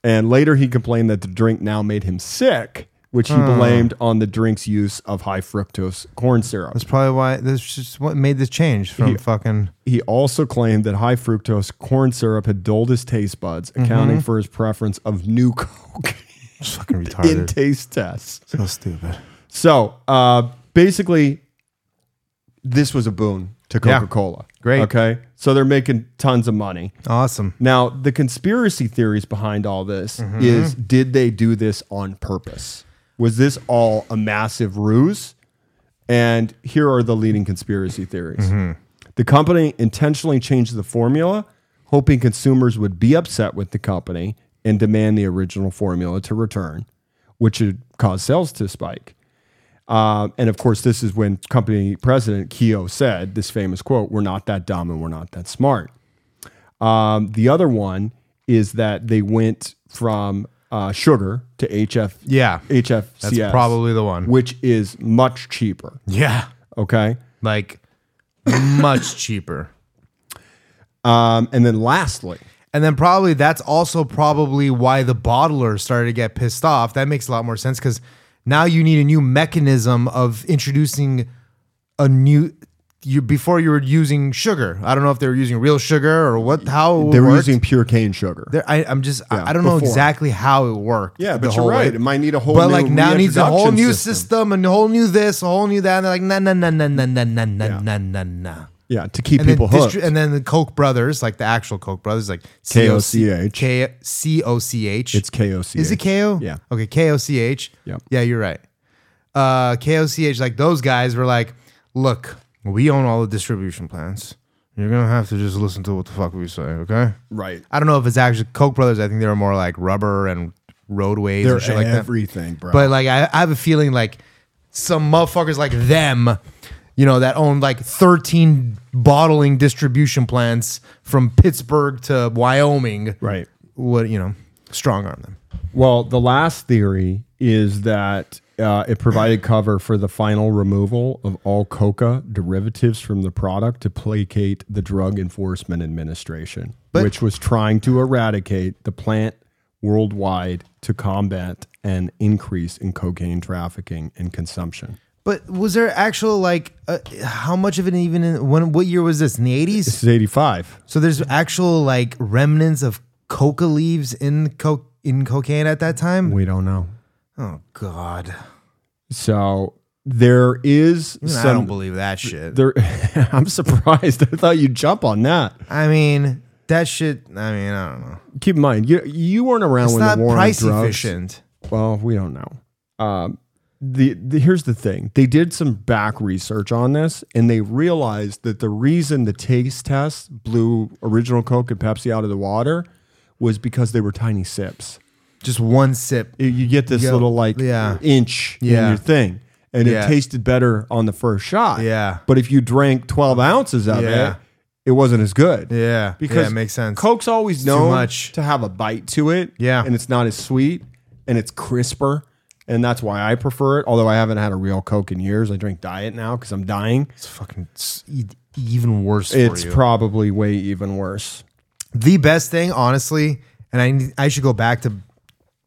S1: And later he complained that the drink now made him sick, which he
S2: Hmm.
S1: blamed on the drink's use of high fructose corn syrup.
S2: That's probably why, that's just what made this change from fucking.
S1: He also claimed that high fructose corn syrup had dulled his taste buds,
S2: Mm-hmm.
S1: accounting for his preference of new Coke
S2: It's fucking
S1: in
S2: retarded.
S1: taste tests.
S2: so stupid.
S1: So uh, basically, this was a boon to
S2: Yeah.
S1: Coca Cola.
S2: Great.
S1: Okay. So they're making tons of money.
S2: Awesome.
S1: Now, the conspiracy theories behind all this is did they do this on purpose? Was this all a massive ruse? And here are the leading conspiracy theories.
S2: Mm-hmm.
S1: The company intentionally changed the formula, hoping consumers would be upset with the company and demand the original formula to return, which would cause sales to spike. Um, and of course, this is when company president Keogh said this famous quote, We're not that dumb and we're not that smart. Um, the other one is that they went from uh, sugar to HF.
S2: Yeah.
S1: HFCS.
S2: That's probably the one.
S1: which is much cheaper.
S2: Yeah.
S1: Okay.
S2: Like much cheaper.
S1: Um, and then lastly,
S2: And then probably that's also probably why the bottler started to get pissed off. That makes a lot more sense because now you need a new mechanism of introducing a new you before you were using sugar. I don't know if they were using real sugar or what how it
S1: they were
S2: worked.
S1: using pure cane sugar.
S2: There- I, I'm just I- I don't know
S1: before.
S2: exactly how it worked.
S1: Yeah, but
S2: the
S1: you're
S2: whole
S1: right.
S2: way.
S1: It might need a whole
S2: but
S1: new
S2: like now it needs a whole
S1: reintroduction
S2: new
S1: system.
S2: system. and a whole new this, a whole new that. And they're like na na na na na na na na na na na.
S1: Yeah, to keep
S2: And
S1: people
S2: then
S1: hooked.
S2: distri- and then the Koch brothers, like the actual Koch brothers, like
S1: K-O-C-H.
S2: K C O C H.
S1: it's KOC.
S2: Is it KO?
S1: Yeah.
S2: Okay, K O C H.
S1: Yep.
S2: Yeah, you're right. Uh K O C H, like those guys were like, look, we own all the distribution plans. You're gonna have to just listen to what the fuck we say, okay?
S1: right?
S2: I don't know if it's actually Koch brothers. I think they were more like rubber and roadways
S1: They're
S2: and shit like that.
S1: everything, bro.
S2: But like I, I have a feeling like some motherfuckers like them, you know, that own like 13 bottling distribution plants from Pittsburgh to Wyoming.
S1: right.
S2: What you know, strong arm them.
S1: Well, the last theory is that uh, it provided cover for the final removal of all coca derivatives from the product to placate the Drug Enforcement Administration,
S2: But-
S1: which was trying to eradicate the plant worldwide to combat an increase in cocaine trafficking and consumption.
S2: But was there actual like uh, how much of it even in when what year was this? In the 80s?
S1: This is 85.
S2: So there's actual like remnants of coca leaves in coke in cocaine at that time?
S1: We don't know.
S2: Oh god.
S1: So there is
S2: Even I don't
S1: some.
S2: believe that shit.
S1: There, I'm surprised. I thought you'd jump on that.
S2: I mean, that shit. I mean, I don't know.
S1: Keep in mind, you you weren't around
S2: It's
S1: when
S2: not
S1: the war on
S2: price
S1: drugs.
S2: efficient.
S1: Well, we don't know. Um, the, the here's the thing: they did some back research on this, and they realized that the reason the taste test blew original Coke and Pepsi out of the water was because they were tiny sips.
S2: Just one sip.
S1: You- You get this
S2: Yeah,
S1: little like
S2: yeah.
S1: inch in
S2: Yeah.
S1: your thing, and
S2: Yeah.
S1: it tasted better on the first shot.
S2: Yeah.
S1: but if you drank twelve ounces of
S2: Yeah.
S1: it, it wasn't as good.
S2: Yeah,
S1: Because
S2: yeah, it makes sense.
S1: Coke's always known
S2: much.
S1: to have a bite to it.
S2: Yeah.
S1: And it's not as sweet and it's crisper. And that's why I prefer it. Although I haven't had a real Coke in years. I drink diet now because I'm dying.
S2: it's fucking it's e- even worse. For
S1: It's
S2: you.
S1: probably way even worse.
S2: the best thing, honestly. And I need- I should go back to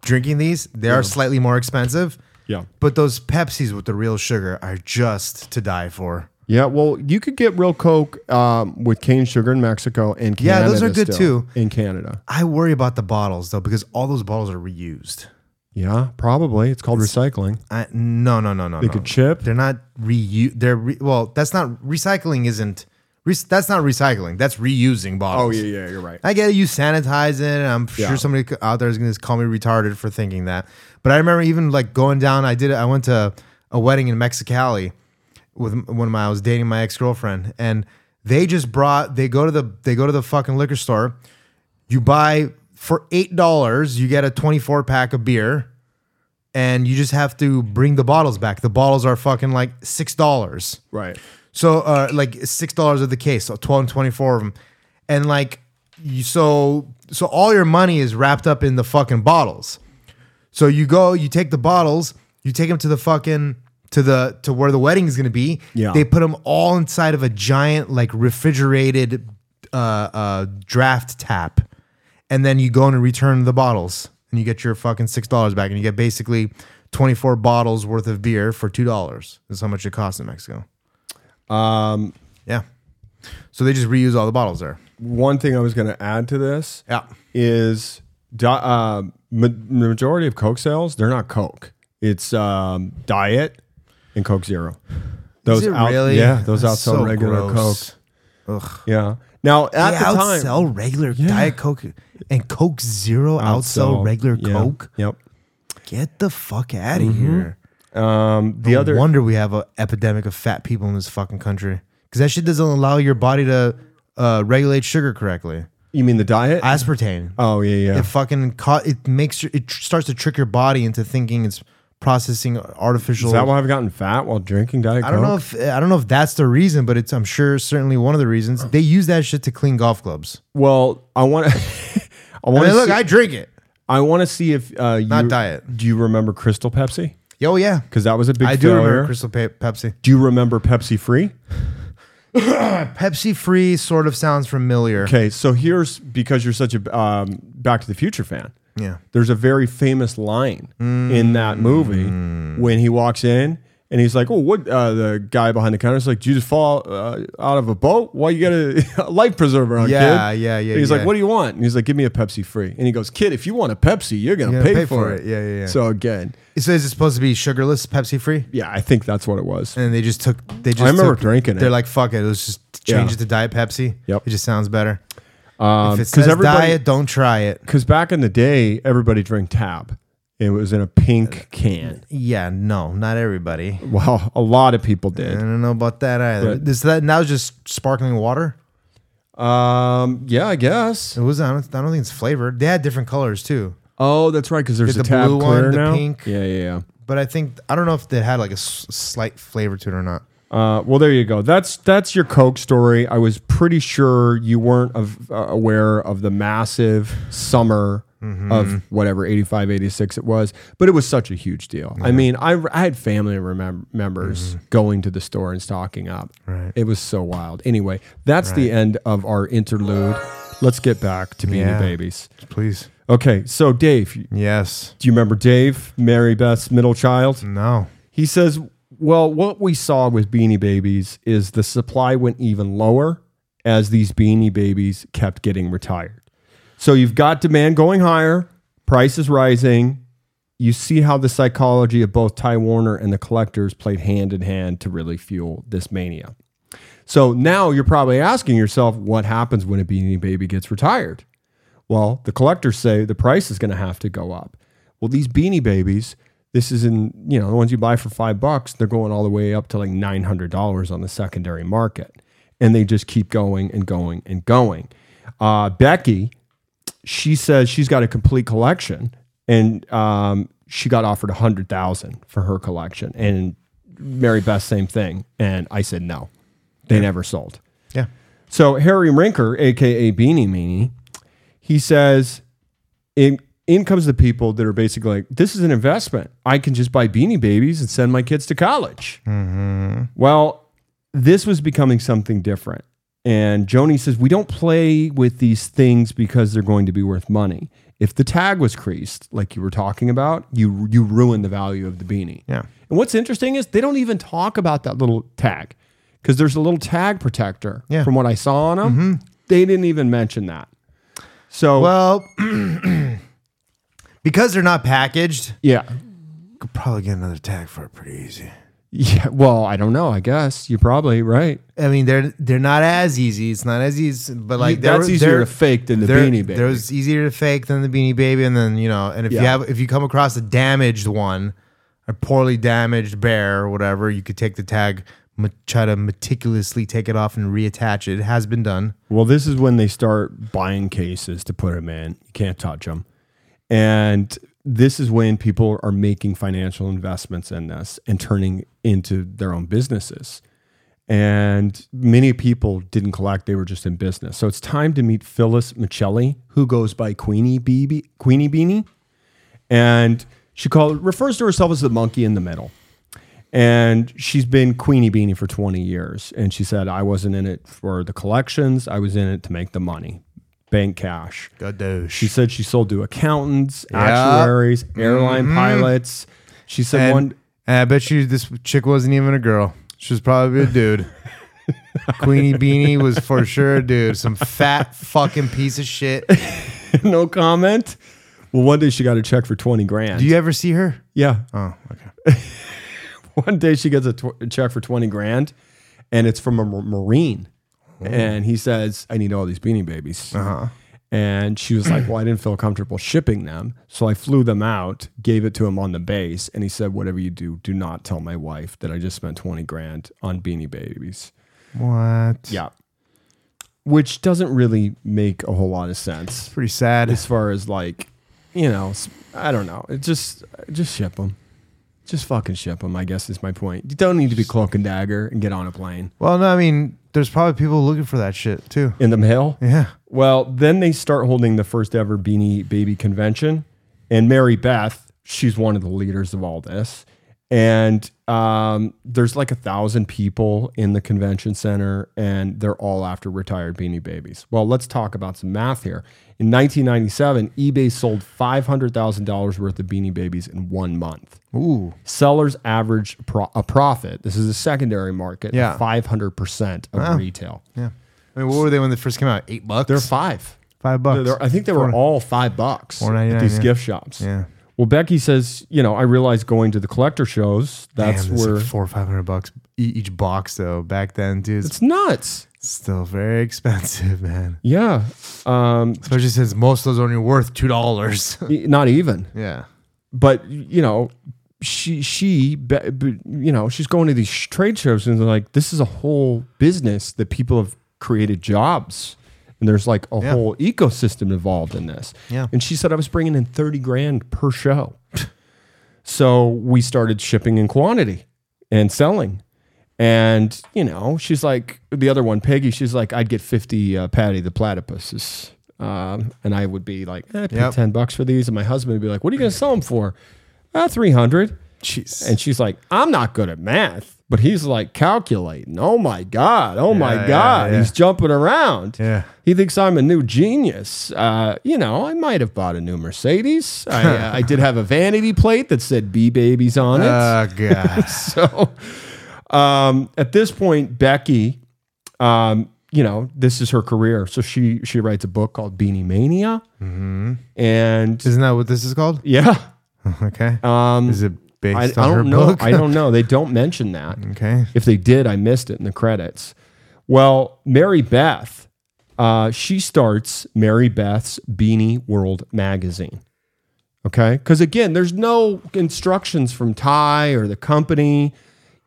S2: drinking these. They are slightly more expensive.
S1: Yeah.
S2: But those Pepsis with the real sugar are just to die for.
S1: Yeah. Well, you could get real Coke um, with cane sugar in Mexico and Canada.
S2: Yeah, those are good
S1: still,
S2: too.
S1: In Canada.
S2: I worry about the bottles though, because all those bottles are reused.
S1: Yeah, probably. It's called recycling.
S2: I, no, no, no, no.
S1: They
S2: no.
S1: could chip.
S2: They're not reuse. They're re- well. That's not recycling. Isn't re- that's not recycling. That's reusing bottles.
S1: Oh, yeah, you're right.
S2: I get it. You sanitize it. And I'm
S1: Yeah.
S2: sure somebody c- out there is going to call me retarded for thinking that. But I remember even like going down. I did. I went to a wedding in Mexicali with m- when my, I was dating my ex girlfriend, and they just brought. They go to the. They go to the fucking liquor store. You buy for eight dollars. You get a twenty four pack of beer, and you just have to bring the bottles back. The bottles are fucking like six dollars.
S1: Right.
S2: So uh, like six dollars of the case, so twelve and twenty four of them, and like you, so so all your money is wrapped up in the fucking bottles. So you go, you take the bottles, you take them to the fucking to the to where the wedding is gonna be.
S1: Yeah.
S2: they put them all inside of a giant like refrigerated uh, uh, draft tap, and then you go in and return the bottles, and you get your fucking six dollars back, and you get basically twenty four bottles worth of beer for two dollars. That's how much it costs in Mexico.
S1: Um,
S2: Yeah. So they just reuse all the bottles there.
S1: one thing I was going to add to this.
S2: Yeah.
S1: is di- uh, ma- majority of Coke sales they're not Coke. It's um, Diet and Coke Zero. Those
S2: it
S1: out-
S2: really?
S1: yeah, those outsell
S2: That's so
S1: regular
S2: gross.
S1: Coke. Yeah. Now at
S2: They
S1: the time,
S2: outsell regular Diet Coke and Coke Zero outsell, regular
S1: yeah,
S2: Coke.
S1: Yep.
S2: Get the fuck out of here.
S1: Um, the
S2: No
S1: other
S2: wonder we have an epidemic of fat people in this fucking country because that shit doesn't allow your body to uh, regulate sugar correctly.
S1: you mean the Diet?
S2: Aspartame.
S1: oh yeah, yeah.
S2: it fucking ca- it makes your, it tr- starts to trick your body into thinking it's processing artificial.
S1: Is that why I've gotten fat while drinking Diet
S2: I
S1: Coke?
S2: don't know if uh, I don't know if that's the reason, but it's I'm sure certainly one of the reasons they use that shit to clean golf clubs.
S1: Well, I want to. I
S2: I
S1: want
S2: mean,
S1: to
S2: look,
S1: see,
S2: I drink it.
S1: I, want to see if uh, you,
S2: Not diet.
S1: Do you remember Crystal Pepsi?
S2: Yo, yeah,
S1: Because that was a big
S2: I do
S1: failure.
S2: remember Crystal Pe- Pepsi.
S1: do you remember Pepsi Free?
S2: Pepsi Free sort of sounds familiar.
S1: Okay, so here's because you're such a um, Back to the Future fan.
S2: Yeah, Mm.
S1: There's a very famous line in that movie when he walks in and he's like, "Oh, what?" Uh, the guy behind the counter is like, "Did you just fall uh, out of a boat? Why you got a, a life preserver on,
S2: Yeah,
S1: kid?"
S2: yeah, yeah,
S1: And he's
S2: yeah.
S1: like, "What do you want?" And he's like, "Give me a Pepsi free." And he goes, "Kid, if you want a Pepsi, you're gonna, pay, for it."
S2: Yeah, yeah, yeah.
S1: So again,
S2: so is it supposed to be sugarless Pepsi Free?
S1: yeah, I think that's what it was.
S2: And they just took they just
S1: remember
S2: took-
S1: drinking it.
S2: They're like, fuck it, let's just change
S1: Yeah.
S2: it to Diet Pepsi.
S1: Yep. Um,
S2: it just sounds better. if it
S1: 'cause
S2: says
S1: everybody-
S2: diet, don't try it.
S1: Because back in the day, everybody drank Tab. It was in a pink can.
S2: Yeah, no, not everybody.
S1: Well, a lot of people
S2: I
S1: did.
S2: don't know about that either.
S1: But-
S2: Is that now just sparkling water?
S1: Um. Yeah, I guess.
S2: It was. I don't, I don't think it's flavored. They had different colors too,
S1: Oh, that's right. Because there's
S2: Did
S1: a
S2: the
S1: tab
S2: blue one,
S1: clear
S2: the
S1: now.
S2: pink?
S1: Yeah, yeah,
S2: but I think I don't know if they had like a s- slight flavor to it or not.
S1: yeah. Uh, well, there you go. That's that's your Coke story. I was pretty sure you weren't of, uh, aware of the massive summer
S2: Mm-hmm.
S1: of whatever 85, 86 it was, but it was such a huge deal. I mean, I, I had family remem- members going to the store and stocking up.
S2: Mm-hmm. Right.
S1: It was so wild. Anyway, that's the end of our interlude. Let's get back to being
S2: Yeah.
S1: babies.
S2: Please.
S1: Okay, so Dave, do
S2: Yes.
S1: you remember Dave, Mary Beth's middle child?
S2: No.
S1: He says, Well, what we saw with beanie babies is the supply went even lower as these beanie babies kept getting retired. So you've got demand going higher, prices rising, you see how the psychology of both Ty Warner and the collectors played hand in hand to really fuel this mania. So now you're probably asking yourself, what happens when a Beanie Baby gets retired? Well, the collectors say the price is going to have to go up. Well, these Beanie Babies, this is in, you know, the ones you buy for five bucks, they're going all the way up to like $900 on the secondary market. And they just keep going and going and going. Uh, Becky, she says she's got a complete collection and um, she got offered a hundred thousand for her collection and mary beth same thing and i said no they never sold
S2: Yeah.
S1: so harry rinker aka beanie meanie he says in, in comes the people that are basically like this is an investment i can just buy beanie babies and send my kids to college well this was becoming something different and Joni says, We don't play with these things because they're going to be worth money. If the tag was creased, like you were talking about, you you ruin the value of the beanie.
S2: Yeah.
S1: And what's interesting is they don't even talk about that little tag because there's a little tag protector.
S2: Yeah. Mm-hmm.
S1: From what I saw on them, they didn't even mention that. So
S2: Well, because they're not packaged,
S1: yeah,
S2: could probably get another tag for it pretty easy.
S1: yeah. Well, I don't know. I guess you're probably right.
S2: I mean, they're they're not as easy. It's not as easy, but like there
S1: That's
S2: were-
S1: easier
S2: there-
S1: to fake than the
S2: there-
S1: beanie baby.
S2: There was easier to fake than the beanie baby, and then you know, and if you
S1: Yeah.
S2: have if you come across a damaged one, a poorly damaged bear or whatever, you could take the tag, ma- try to meticulously take it off and reattach it. It has been done.
S1: Well, this is when they start buying cases to put them in. You can't touch them. And this is when people are making financial investments in this and turning into their own businesses. And many people didn't collect, they were just in business. So it's time to meet Phyllis Michelli, who goes by Queenie Beebe, Queenie Beanie. And she called refers to herself as the monkey in the middle and she's been Queenie Beanie for 20 years. And she said, I wasn't in it for the collections, I was in it to make the money, bank cash. She
S2: Gadoosh.
S1: said she sold to accountants,
S2: Yeah.
S1: actuaries, airline pilots. She said
S2: And,
S1: one,
S2: and I bet you this chick wasn't even a girl. She was probably a dude. Queenie Beanie was for sure a dude. Some fat fucking piece of shit.
S1: no comment. Well, one day she got a check for 20 grand.
S2: Do you ever see her?
S1: yeah.
S2: Oh, okay.
S1: one day she gets a, tw- a check for 20 grand and it's from a mar- marine
S2: Oh.
S1: and he says i need all these beanie babies
S2: Uh-huh.
S1: and she was like well i didn't feel comfortable shipping them so i flew them out gave it to him on the base and he said whatever you do do not tell my wife that i just spent 20 grand on beanie babies
S2: What?
S1: yeah which doesn't really make a whole lot of sense
S2: Pretty sad.
S1: as far as like you know s- i don't know it just just ship them just fucking ship them i guess is my point you don't need to be cloak and dagger and get on a plane
S2: Well, no, I mean, there's probably people looking for that shit too.
S1: in the mail
S2: Yeah.
S1: well then they start holding the first ever beanie baby convention and mary beth she's one of the leaders of all this and um, there's like a thousand people in the convention center and they're all after retired beanie babies well let's talk about some math here in 1997 ebay sold $500000 worth of beanie babies in one month
S2: Ooh.
S1: sellers average pro- a profit. This is a secondary market.
S2: Yeah.
S1: five hundred percent of retail.
S2: Yeah. I mean, what were they when they first came out? Eight bucks.
S1: They're five.
S2: five bucks.
S1: They're- they're- I think they were all five bucks at
S2: $4.99,
S1: these
S2: yeah.
S1: gift shops.
S2: Yeah.
S1: Well, Becky says, you know, I realized going to the collector shows. That's
S2: Damn, that's
S1: where
S2: like four or five hundred bucks e- each box though. Back then, dude, it's
S1: it's nuts.
S2: still very expensive, man.
S1: Yeah. Um,
S2: Especially since most of those are only worth two dollars.
S1: e- not even.
S2: yeah.
S1: but you know she she be- be- you know she's going to these sh- trade shows and they're like this is a whole business that people have created jobs and there's like a
S2: Yeah.
S1: whole ecosystem involved in this
S2: Yeah.
S1: and she said i was bringing in 30 grand per show so we started shipping in quantity and selling and you know she's like the other one peggy she's like i'd get 50 uh, patty the platypuses um, and i would be like eh, I paid
S2: Yep.
S1: 10 bucks for these and my husband would be like what are you going to sell them for uh, 300
S2: Jeez.
S1: and she's like i'm not good at math but he's like calculating oh my god oh
S2: Yeah,
S1: my
S2: yeah,
S1: god
S2: yeah.
S1: he's jumping around
S2: yeah.
S1: he thinks I'm a new genius. Uh, you know, I might have bought a new Mercedes. I, uh, I did have a vanity plate that said "B babies" on it.
S2: Oh god.
S1: so, um, at this point, Becky, um, you know, this is her career. So she
S2: Mm-hmm.
S1: she writes a book called Beanie Mania, and
S2: Isn't that what this is called?
S1: yeah,
S2: Okay.
S1: Um,
S2: Is it based
S1: I, I
S2: on her
S1: don't know.
S2: book? Mm.
S1: I don't know. They don't mention that.
S2: Okay.
S1: If they did, I missed it in the credits. Well, Mary Beth, uh, she starts Mary Beth's Beanie World magazine. Okay. Because again, there's no instructions from Ty or the company.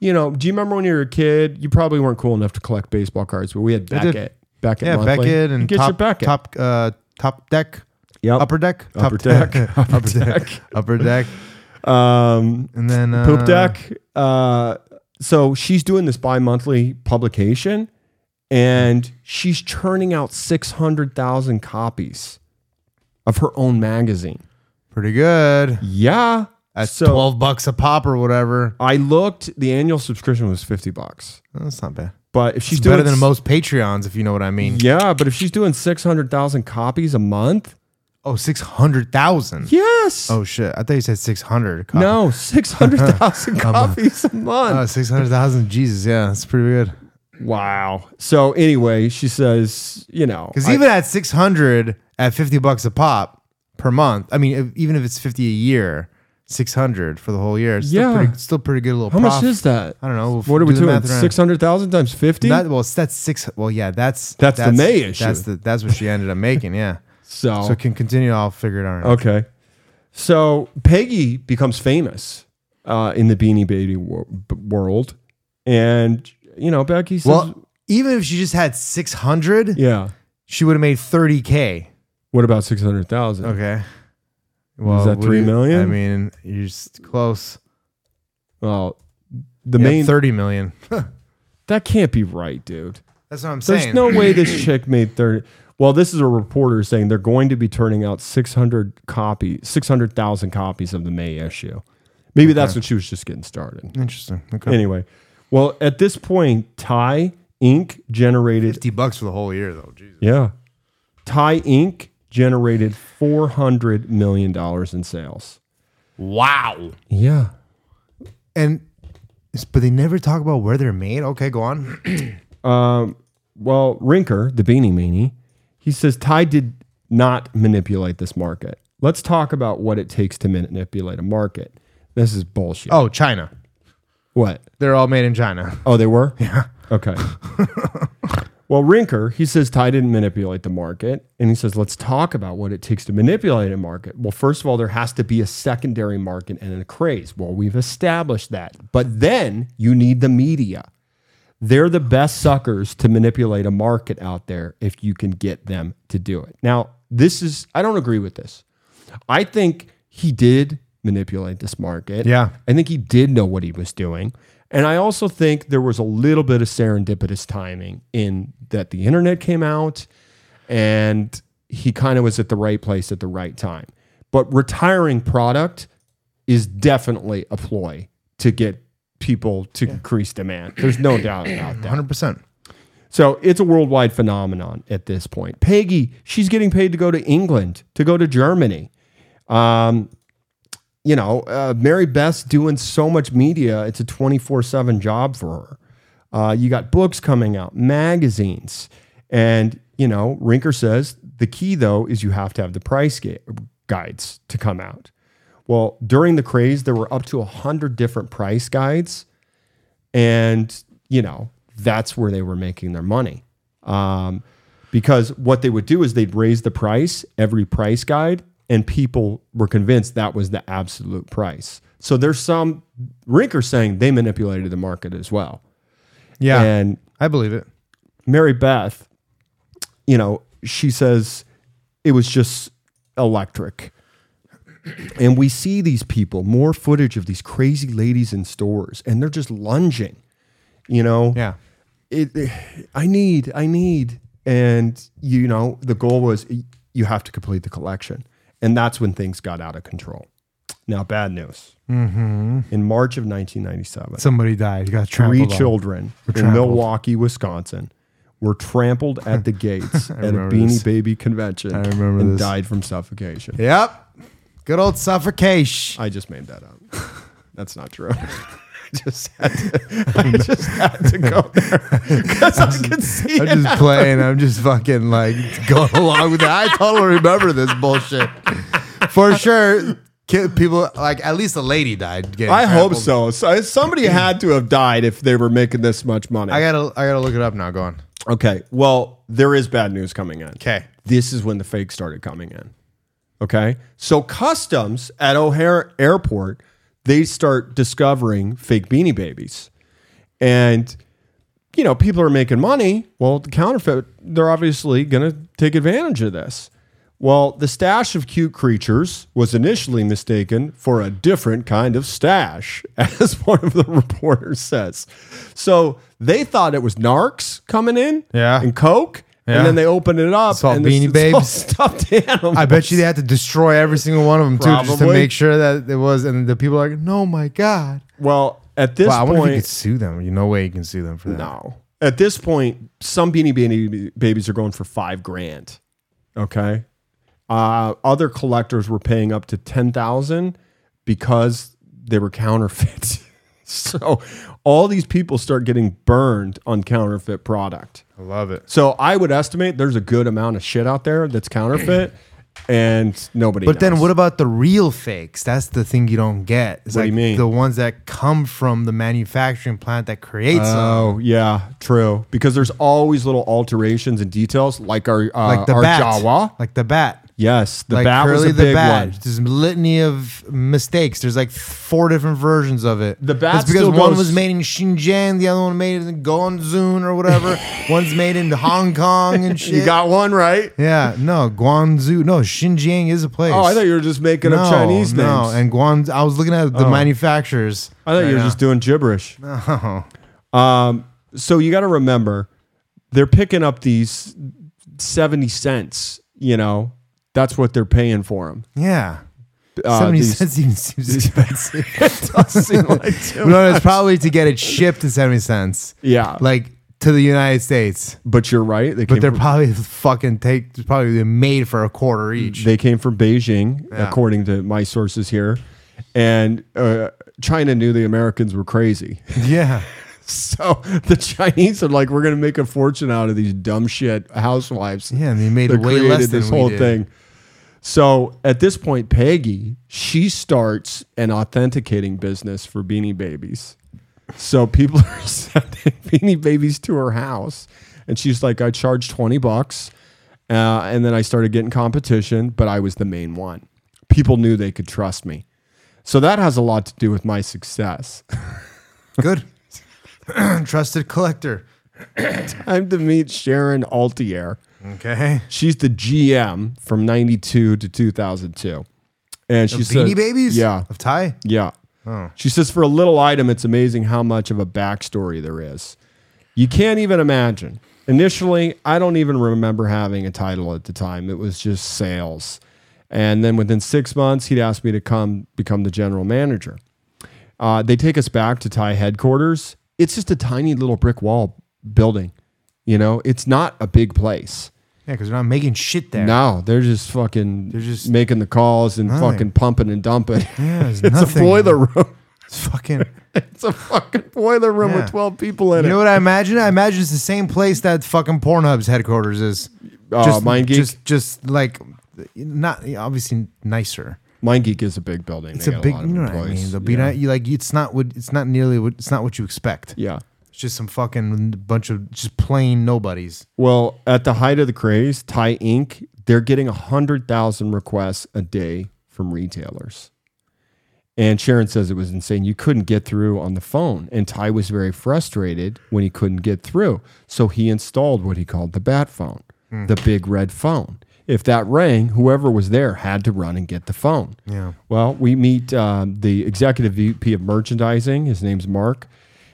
S1: You know, do you remember when you were a kid? You probably weren't cool enough to collect baseball cards, but we had
S2: did.
S1: Beckett. Beckett
S2: Yeah,
S1: monthly.
S2: Beckett and
S1: you get your
S2: top,
S1: Beckett.
S2: top, uh, top deck,
S1: Yep.
S2: upper deck,
S1: Upper
S2: top
S1: deck, upper
S2: upper deck,
S1: deck.
S2: upper deck,
S1: Um,
S2: and then uh,
S1: poop deck. Uh, so she's doing this bi-monthly publication, and she's churning out six hundred thousand copies of her own magazine.
S2: Pretty good.
S1: Yeah,
S2: That's
S1: so
S2: twelve bucks a pop or whatever.
S1: I looked. The annual subscription was fifty bucks,
S2: That's not bad.
S1: but if she's
S2: It's
S1: doing
S2: better than
S1: s-
S2: most Patreons, if you know what I mean.
S1: yeah, but if she's doing six hundred thousand copies a month,
S2: Oh, six hundred thousand.
S1: yes.
S2: Oh shit! I thought you said six hundred.
S1: No, six hundred thousand copies a month.
S2: Oh, 600,000. Jesus, yeah, that's pretty good.
S1: wow. So anyway, she says, you know,
S2: Because
S1: I-
S2: even at 600 at 50 bucks a pop per month, I mean, if, even if it's 50 a year, 600 for the whole year, it's still,
S1: Yeah.
S2: pretty, still pretty good little
S1: how
S2: prof.
S1: much is that?
S2: I don't know. We'll
S1: What are
S2: do
S1: we
S2: the
S1: doing?
S2: math around.
S1: Six hundred thousand times fifty.
S2: That, well, it's- that's six. Well, yeah, that's
S1: That's the May issue.
S2: That's the that's what she ended up making. Yeah,
S1: So,
S2: so can continue. I'll figure it out.
S1: okay, so Peggy becomes famous uh, in the Beanie Baby wor- b- world, and you know Becky says,
S2: Well, even if she just had six hundred,
S1: "Yeah,
S2: she would have made thirty k.
S1: what about six hundred thousand?
S2: Okay. Well,
S1: that
S2: we-
S1: three million?
S2: I mean, you're just close.
S1: Well, the
S2: Yeah,
S1: main
S2: thirty million.
S1: that can't be right, dude.
S2: That's what I'm
S1: There's
S2: saying.
S1: no way this chick made thirty. Well, this is a reporter saying they're going to be turning out six hundred copy, six hundred thousand copies of the May issue. Maybe that's when she was just getting started.
S2: Interesting. Okay.
S1: Anyway, well, at this point, Ty Inc. generated
S2: 50 bucks for the whole year, though. Jesus.
S1: yeah, Ty Inc. generated four hundred million dollars in sales.
S2: Wow.
S1: Yeah,
S2: And but they never talk about where they're made. Okay, go on.
S1: Well, Rinker, the beanie meanie, he says Ty did not manipulate this market. Let's talk about what it takes to manipulate a market. This is bullshit.
S2: Oh, China.
S1: What?
S2: They're all made in China.
S1: Oh, they were? Yeah. Okay. well, Rinker, he says Ty didn't manipulate the market. And he says, let's talk about what it takes to manipulate a market. Well, first of all, there has to be a secondary market and a craze. Well, we've established that. But then you need the media. They're the best suckers to manipulate a market out there if you can get them to do it. Now, this is, I don't agree with this. I think he did manipulate this market.
S2: Yeah.
S1: I think he did know what he was doing. And I also think there was a little bit of serendipitous timing in that the internet came out and he kind of was at the right place at the right time. But retiring product is definitely a ploy to get people to increase demand. There's no doubt about that.
S2: 100%.
S1: So it's a worldwide phenomenon at this point. Peggy, she's getting paid to go to England, to go to Germany. Um, you know, uh, Mary Beth's doing so much media, it's a 24 7 job for her. Uh, you got books coming out, magazines. And, you know, Rinker says the key, though, is you have to have the price ga- guides to come out. Well, during the craze, there were up to 100 different price guides and you know that's where they were making their money um, because what they would do is they'd raise the price every price guide and people were convinced that was the absolute price so there's some rinker saying they manipulated the market as well
S2: Yeah.
S1: and
S2: I believe it.
S1: mary beth you know she says it was just electric and we see these people more footage of these crazy ladies in stores and they're just lunging you know
S2: Yeah.
S1: it, it- I need, I need. And you know, the goal was y- you have to complete the collection. And that's when things got out of control. Now, bad news.
S2: Mm-hmm.
S1: In March of 1997,
S2: Somebody died. You got
S1: three
S2: trampled. on.
S1: children in
S2: trampled.
S1: Milwaukee, Wisconsin were trampled at the gates at a
S2: remember
S1: Beanie
S2: this.
S1: Baby convention I
S2: remember
S1: and
S2: this.
S1: died from suffocation.
S2: Yep. Good old suffocation.
S1: I just made that up. That's not true. I just had to, I just had to go there because I could see
S2: I'm
S1: it.
S2: just playing. I'm just fucking like going along with it. I totally remember this bullshit. For sure, Ki- People like at least a lady died. getting
S1: I hope
S2: trampled.
S1: so. so. Somebody had to have died if they were making this much money.
S2: I gotta I gotta look it up now. Go on.
S1: okay. Well, there is bad news coming in.
S2: Okay.
S1: This is when the fakes started coming in. Okay. So customs at O'Hare Airport, they start discovering fake beanie babies. And you know, people are making money. Well, the counterfeit, they're obviously going to take advantage of this. Well, the stash of cute creatures was initially mistaken for a different kind of stash, as one of the reporters says. So they thought it was narcs coming in
S2: Yeah.
S1: and coke.
S2: Yeah.
S1: And then they opened it up.
S2: all
S1: and this-
S2: Beanie
S1: it's all
S2: Babes.
S1: stuffed animals.
S2: I bet you they had to destroy every single one of them too, just to
S1: Probably.
S2: make sure that it was. And the people are like, "No, my God!"
S1: Well, at this
S2: Wow, I wonder if you
S1: point,
S2: could sue them. You no way you can sue them for that.
S1: No. At this point, some Beanie Baby babies are going for five grand. Okay. Uh, other collectors were paying up to ten thousand because they were counterfeit. so all these people start getting burned on counterfeit product.
S2: I love it.
S1: So I would estimate there's a good amount of shit out there that's counterfeit, and nobody.
S2: But then,
S1: knows.
S2: what about the real fakes? That's the thing you don't get. It's
S1: What do
S2: like
S1: you mean?
S2: the ones that come from the manufacturing plant that creates them.
S1: Oh yeah, true. Because there's always little alterations and details, like our uh,
S2: Like the
S1: our
S2: bat,
S1: Jawa.
S2: like the bat,
S1: Yes, the
S2: like
S1: bat was a
S2: Curly
S1: big
S2: the bat.
S1: one.
S2: There's a litany of mistakes. There's like four different versions of it.
S1: The bat
S2: That's because
S1: still
S2: one
S1: goes-
S2: was made in Xinjiang, the other one made in Guangzhou or whatever. One's made in Hong Kong and shit.
S1: You got one right.
S2: yeah, no Guangzhou. No Xinjiang is a place.
S1: Oh, I thought you were just making
S2: no,
S1: up Chinese names. Oh.
S2: No, and Guang. I was looking at the manufacturers.
S1: I thought you were just doing gibberish. Um, so you got to remember, they're picking up these seventy cents. You know, that's what they're paying for them.
S2: yeah.
S1: Uh,
S2: Seventy
S1: these-
S2: cents even seems expensive.
S1: does seem like too
S2: no, it's probably to get it shipped to seventy cents,
S1: Yeah,
S2: like to the United States.
S1: but you're right. They
S2: But
S1: came
S2: they're
S1: from-
S2: probably fucking take they're probably made for a quarter each.
S1: They came from Beijing,
S2: Yeah.
S1: according to my sources here, and uh, China knew the Americans were crazy.
S2: yeah,
S1: So the Chinese are like, we're gonna make a fortune out of these dumb shit housewives.
S2: yeah, and they made
S1: that
S2: way
S1: created
S2: less than
S1: this
S2: we
S1: whole
S2: did.
S1: thing. So at this point, Peggy she starts an authenticating business for Beanie Babies. So people are sending Beanie Babies to her house, and she's like, "I charged twenty bucks, uh, and then I started getting competition, but I was the main one. People knew they could trust me." So that has a lot to do with my success.
S2: Good, trusted collector.
S1: Time to meet Sharon Altier.
S2: Okay,
S1: She's the GM from 92 to 2002. And she said,
S2: Beanie Babies.
S1: Yeah.
S2: of Thai.
S1: Yeah. She says, for a little item, it's amazing how much of a backstory there is. You can't even imagine. Initially, I don't even remember having a title at the time. It was just sales. And then within six months, he'd asked me to come become the general manager. Uh, they take us back to Thai headquarters. It's just a tiny little brick wall building. You know, it's not a big place.
S2: Yeah, because they're not making shit there.
S1: No, they're just fucking. They're
S2: just-
S1: just making the calls and
S2: Nothing.
S1: fucking pumping and dumping.
S2: Yeah, it's
S1: it's a boiler room.
S2: It's fucking.
S1: It's a fucking boiler room
S2: Yeah.
S1: with twelve people in
S2: You know
S1: it.
S2: what I imagine? I imagine it's the same place that fucking Pornhub's headquarters is.
S1: Uh, MindGeek?
S2: Just, just like, not obviously nicer.
S1: Mine Geek is a big building.
S2: It's
S1: They
S2: a
S1: got
S2: big,
S1: lot
S2: you
S1: of
S2: know what I
S1: employees.
S2: mean? They'll be
S1: yeah.
S2: not, you like, it's not what, it's not nearly what, it's not what you expect.
S1: Yeah.
S2: It's just some fucking bunch of just plain nobodies.
S1: Well, at the height of the craze, Thai Inc. They're getting hundred thousand requests a day from retailers. And Sharon says it was insane. You couldn't get through on the phone. And Ty was very frustrated when he couldn't get through. So he installed what he called the bat phone,
S2: Hmm.
S1: the big red phone. If that rang, whoever was there had to run and get the phone.
S2: Yeah.
S1: Well, we meet um, the executive VP of merchandising. His name's Mark.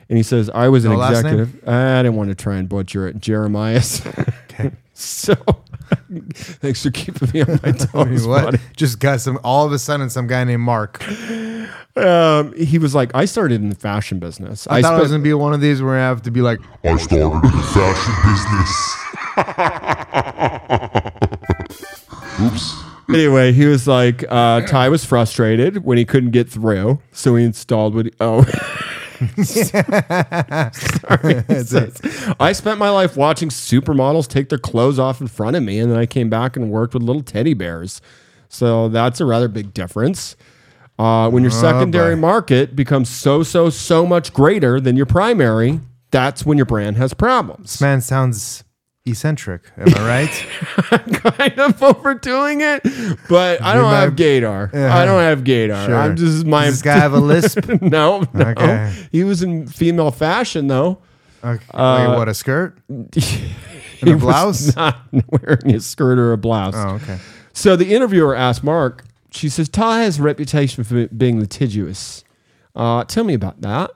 S1: And he says, I was an
S2: No last name?
S1: executive. "Ah, I didn't want to try and butcher it. Jeremiah's.
S2: Okay.
S1: so thanks for keeping me on my toes.
S2: I mean, what?
S1: buddy.
S2: Just got some, all of a sudden, some guy named Mark.
S1: Um, he was like, I started in the fashion business.
S2: I, thought it was
S1: spent-
S2: going to be one of these where I have to be like,
S3: I started in the fashion business. Oops.
S1: anyway. He was like, uh, Ty was frustrated when he couldn't get through, so he installed what. He, oh, sorry. He says, I spent my life watching supermodels take their clothes off in front of me, and then I came back and worked with little teddy bears. So that's a rather big difference. Uh, when your
S2: Ah,
S1: secondary
S2: boy.
S1: market becomes so, so, so much greater than your primary, that's when your brand has problems.
S2: Man sounds eccentric. Am I right?
S1: kind of overdoing it, but I don't
S2: might-
S1: have gaydar. I don't have gaydar.
S2: Sure.
S1: I'm just my
S2: Does this guy have a lisp?
S1: no, no.
S2: Okay.
S1: He was in female fashion though.
S2: Okay,
S1: Uh,
S2: like what a skirt? And
S1: He
S2: a
S1: was
S2: blouse?
S1: not wearing a skirt or a blouse.
S2: Oh, okay.
S1: So the interviewer asked Mark, she says, Ty has a reputation for being litigious. Uh, tell me about that.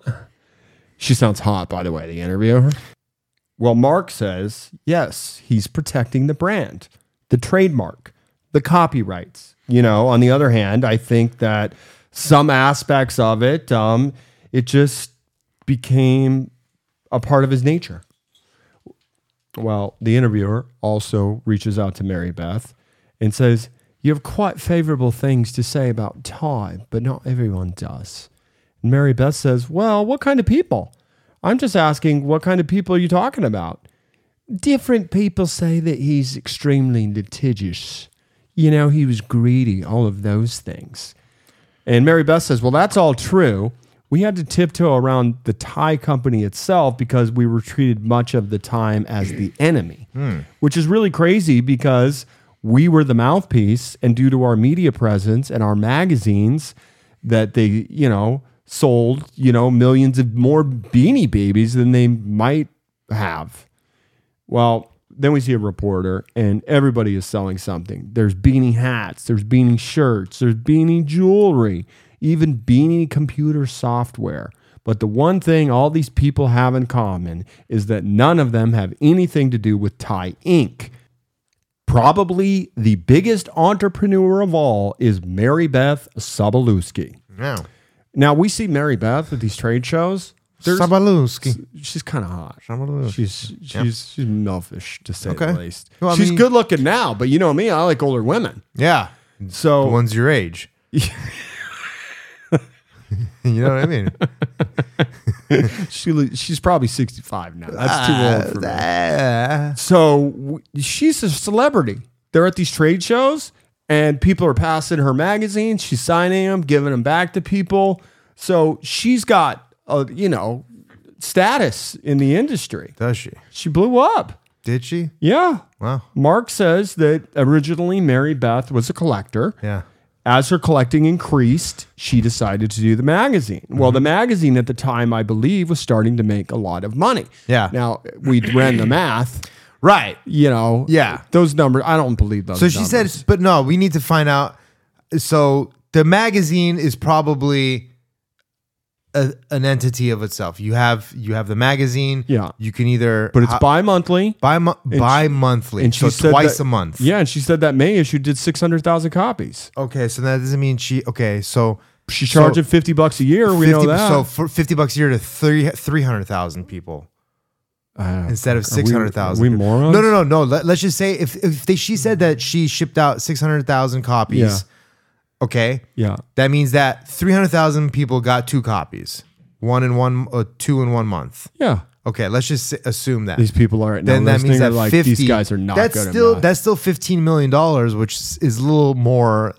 S1: She sounds hot, by the way, the interviewer. Well, Mark says, yes, he's protecting the brand, the trademark, the copyrights. You know, on the other hand, I think that some aspects of it, um, it just became a part of his nature. Well, the interviewer also reaches out to Mary Beth and says, You have quite favorable things to say about Ty, but not everyone does. And Mary Beth says, Well, what kind of people? I'm just asking, what kind of people are you talking about? Different people say that he's extremely litigious. You know, he was greedy, all of those things. And Mary Beth says, Well, that's all true. We had to tiptoe around the Thai company itself because we were treated much of the time as the enemy, which is really crazy because we were the mouthpiece. And due to our media presence and our magazines that they, you know, sold, you know, millions of more beanie babies than they might have. Well, then we see a reporter, and everybody is selling something. There's beanie hats, there's beanie shirts, there's beanie jewelry, even beanie computer software. But the one thing all these people have in common is that none of them have anything to do with Thai Inc. Probably the biggest entrepreneur of all is Mary Beth Sobolewski.
S2: No.
S1: Now we see Mary Beth at these trade shows. There's-
S2: Sabalowski.
S1: she's kind of hot.
S2: Sabalowski.
S1: She's she's she's milfish to say
S2: Okay.
S1: the least.
S2: Well, I
S1: she's
S2: mean-
S1: good looking now, but you know me, I like older women.
S2: Yeah.
S1: So
S2: One's your age. you know what I mean?
S1: she li- she's probably sixty five now. That's too old for me.
S2: Ah.
S1: So w- she's a celebrity. They're at these trade shows, and people are passing her magazines. She's signing them, giving them back to people. So she's got a you know status in the industry.
S2: Does she?
S1: She blew up.
S2: Did she?
S1: Yeah.
S2: Wow.
S1: Mark says that originally Mary Beth was a collector.
S2: Yeah.
S1: as her collecting increased, she decided to do the magazine. Well,
S2: Mm-hmm.
S1: the magazine at the time, I believe, was starting to make a lot of money.
S2: Yeah.
S1: Now we ran the math.
S2: Right.
S1: You know.
S2: Yeah.
S1: Those numbers, I don't believe those.
S2: So she
S1: numbers.
S2: said, but no, we need to find out. So the magazine is probably a, an entity of itself. You have you have the magazine.
S1: Yeah.
S2: You can either
S1: but it's
S2: ho-
S1: bi-monthly.
S2: bi mo- bi monthly.
S1: and she
S2: So
S1: said
S2: twice
S1: that-
S2: a month.
S1: Yeah, and she said that May issue did six hundred thousand copies.
S2: Okay. So that doesn't mean she. Okay. So
S1: She's charging fifty bucks a year. We know that.
S2: So for fifty bucks a year to three three hundred thousand people. instead of six hundred thousand.
S1: we morons?
S2: No, no, no, no. Let, us just say if if they, she said that she shipped out six hundred thousand copies,
S1: Yeah.
S2: okay,
S1: yeah.
S2: that means that three hundred thousand people got two copies, one in one, uh, two in one month.
S1: Yeah.
S2: Okay, let's just s- assume that.
S1: These people are now
S2: then that means
S1: listening are
S2: that
S1: like
S2: 50,
S1: these guys are not
S2: That's
S1: good
S2: still
S1: enough.
S2: that's still fifteen million dollars, which is is a little more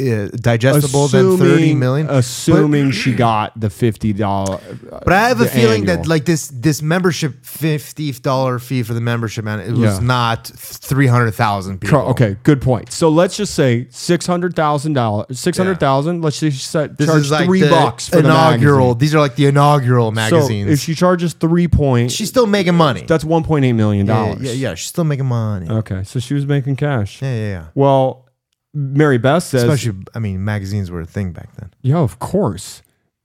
S2: uh, digestible than thirty million. But-
S1: Assuming she got the fifty uh, dollar.
S2: But I have a feeling that like this this membership fifty dollar fee for the membership man it was
S1: Yeah.
S2: not three hundred thousand people.
S1: okay, good point. So let's just say six hundred thousand dollars, six hundred thousand. Let's just say,
S2: this
S1: charge
S2: is like
S1: three
S2: the
S1: bucks for
S2: inaugural.
S1: the
S2: these are like the inaugural
S1: magazine. So if
S2: magazines.
S1: she charges three point,
S2: she's still making money.
S1: that's one point eight million
S2: yeah,
S1: dollars.
S2: yeah, yeah, she's still making money.
S1: Okay, so she was making cash.
S2: yeah, yeah, yeah.
S1: Well, Mary Beth says,
S2: Especially, I mean, magazines were a thing back then.
S1: Yeah, of course.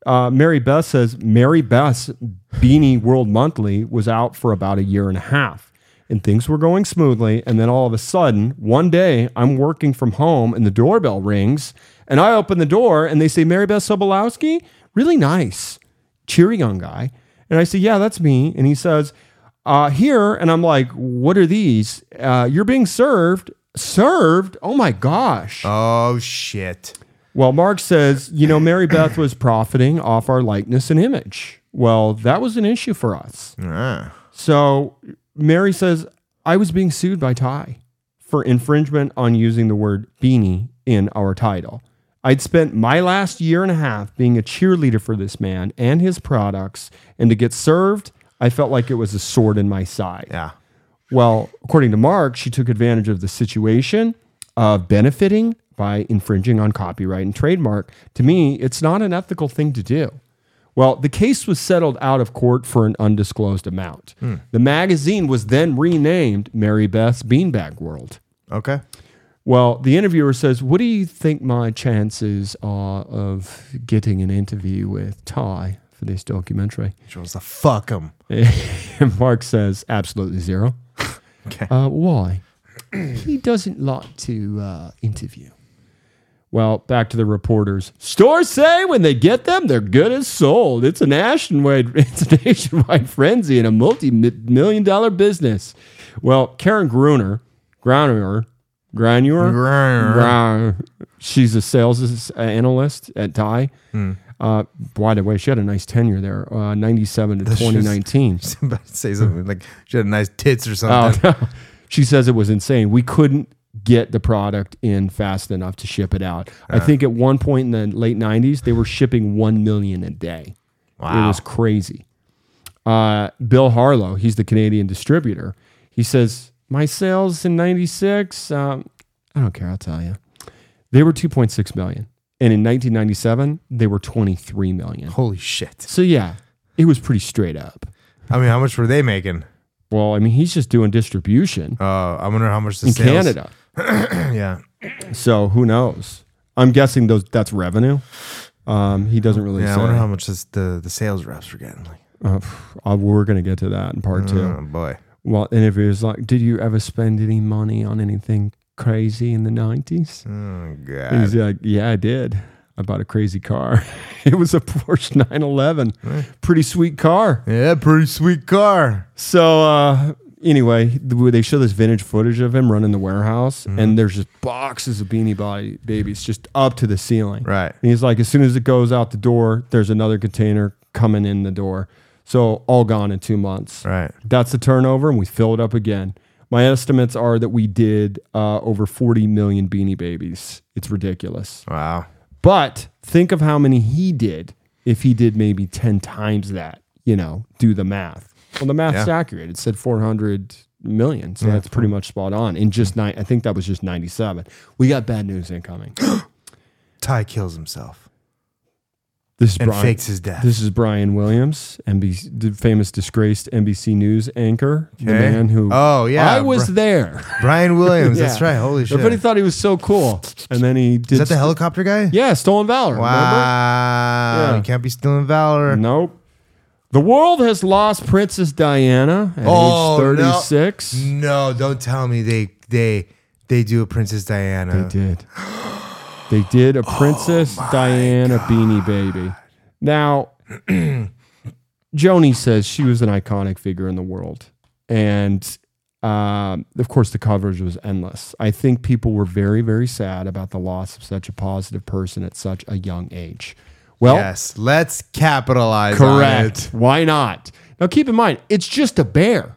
S1: Uh, Mary Beth says Mary Beth's Beanie World Monthly was out for about a year and a half, and things were going smoothly. And then all of a sudden, one day, I'm working from home, and the doorbell rings, and I open the door, and they say Mary Beth Sobolowski, really nice, cheery young guy, and I say, yeah, that's me, and he says, uh, here, and I'm like, what are these? Uh, you're being served, served. Oh my gosh.
S2: Oh shit!
S1: Well, Mark says, you know, Mary Beth was profiting off our likeness and image. Well, that was an issue for us.
S2: Ah.
S1: So Mary says, I was being sued by Ty for infringement on using the word beanie in our title. I'd spent my last year and a half being a cheerleader for this man and his products, and to get served, I felt like it was a sword in my side.
S2: Yeah.
S1: Well, according to Mark, she took advantage of the situation of benefiting by infringing on copyright and trademark. To me, it's not an ethical thing to do. Well, the case was settled out of court for an undisclosed amount. The magazine was then renamed Mary Beth's Beanbag World.
S2: Okay.
S1: Well, the interviewer says, What do you think my chances are of getting an interview with Ty for this documentary?
S2: She wants to fuck him.
S1: And Mark says, absolutely zero.
S2: Okay.
S1: Uh, why? he doesn't like to uh, interview. Well, back to the reporters. Stores say when they get them, they're good as sold. It's a nationwide, it's a nationwide frenzy and a multi-million dollar business. Well, Karen Gruner, Gruner, Granular, Grr. She's a sales uh, analyst at Ty. Uh, by the way, she had a nice tenure there, uh, 97 to 2019.
S2: She's about to say something like she had nice tits or
S1: Oh,
S2: something.
S1: no. She says it was insane. We couldn't get the product in fast enough to ship it out. I think at one point in the late 90s, they were shipping 1 million a day. Oh, It
S2: Wow.
S1: was crazy. Uh, Bill Harlow, he's the Canadian distributor. He says, My sales in 96, um, I don't care, I'll tell you. They were 2.6 million. And in 1997, they were 23 million.
S2: Holy shit.
S1: So, yeah, it was pretty straight up.
S2: I mean, how much were they making?
S1: Well, I mean, he's just doing distribution
S2: Uh, I wonder how much the
S1: in
S2: sales.
S1: Canada.
S2: Yeah.
S1: So who knows? I'm guessing those that's revenue. Um, he doesn't really
S2: Yeah. I
S1: say.
S2: wonder how much this, the the sales reps were getting. Like,
S1: Uh, uh, we're gonna get to that in part two.
S2: oh boy.
S1: Well, and if it was like, did you ever spend any money on anything crazy in the '90s?
S2: Oh
S1: And
S2: god.
S1: he's like, yeah, I did. I bought a crazy car. it was a Porsche 911. Pretty sweet car.
S2: Yeah, pretty sweet car.
S1: So uh, anyway, th- they show this vintage footage of him running the warehouse,
S2: Mm.
S1: and there's just boxes of Beanie Body Babies just up to the ceiling.
S2: Right.
S1: And he's like, as soon as it goes out the door, there's another container coming in the door. So all gone in two months.
S2: Right.
S1: That's the turnover, and we fill it up again. My estimates are that we did uh, over 40 million Beanie Babies. It's ridiculous.
S2: Wow.
S1: But think of how many he did if he did maybe 10 times that, you know, do the math. Well, the math's accurate. It said 400 million. So that's pretty much spot on. In just nine, I think that was just 97. We got bad news incoming.
S2: Ty kills himself
S1: This is
S2: and
S1: Brian.
S2: fakes his death.
S1: This is Brian Williams, NBC, the famous disgraced NBC News anchor, the
S2: Okay.
S1: man who
S2: Oh, yeah,
S1: I was there.
S2: Brian Williams. That's
S1: Yeah.
S2: right. Holy shit.
S1: Everybody thought he was so cool, and then he did.
S2: Is that the
S1: st-
S2: helicopter guy?
S1: yeah, stolen valor. remember?
S2: Wow.
S1: Yeah.
S2: You can't be stealing valor.
S1: Nope. The world has lost Princess Diana at
S2: Oh,
S1: age
S2: no.
S1: 36.
S2: No, don't tell me they they they do a Princess Diana.
S1: They did. They did a
S2: Oh
S1: Princess Diana beanie baby. Now, Joni says she was an iconic figure in the world. And um, of course, the coverage was endless. I think people were very, very sad about the loss of such a positive person at such a young age. Well,
S2: Yes, let's capitalize on it.
S1: Correct. Why not? Now keep in mind, it's just a bear.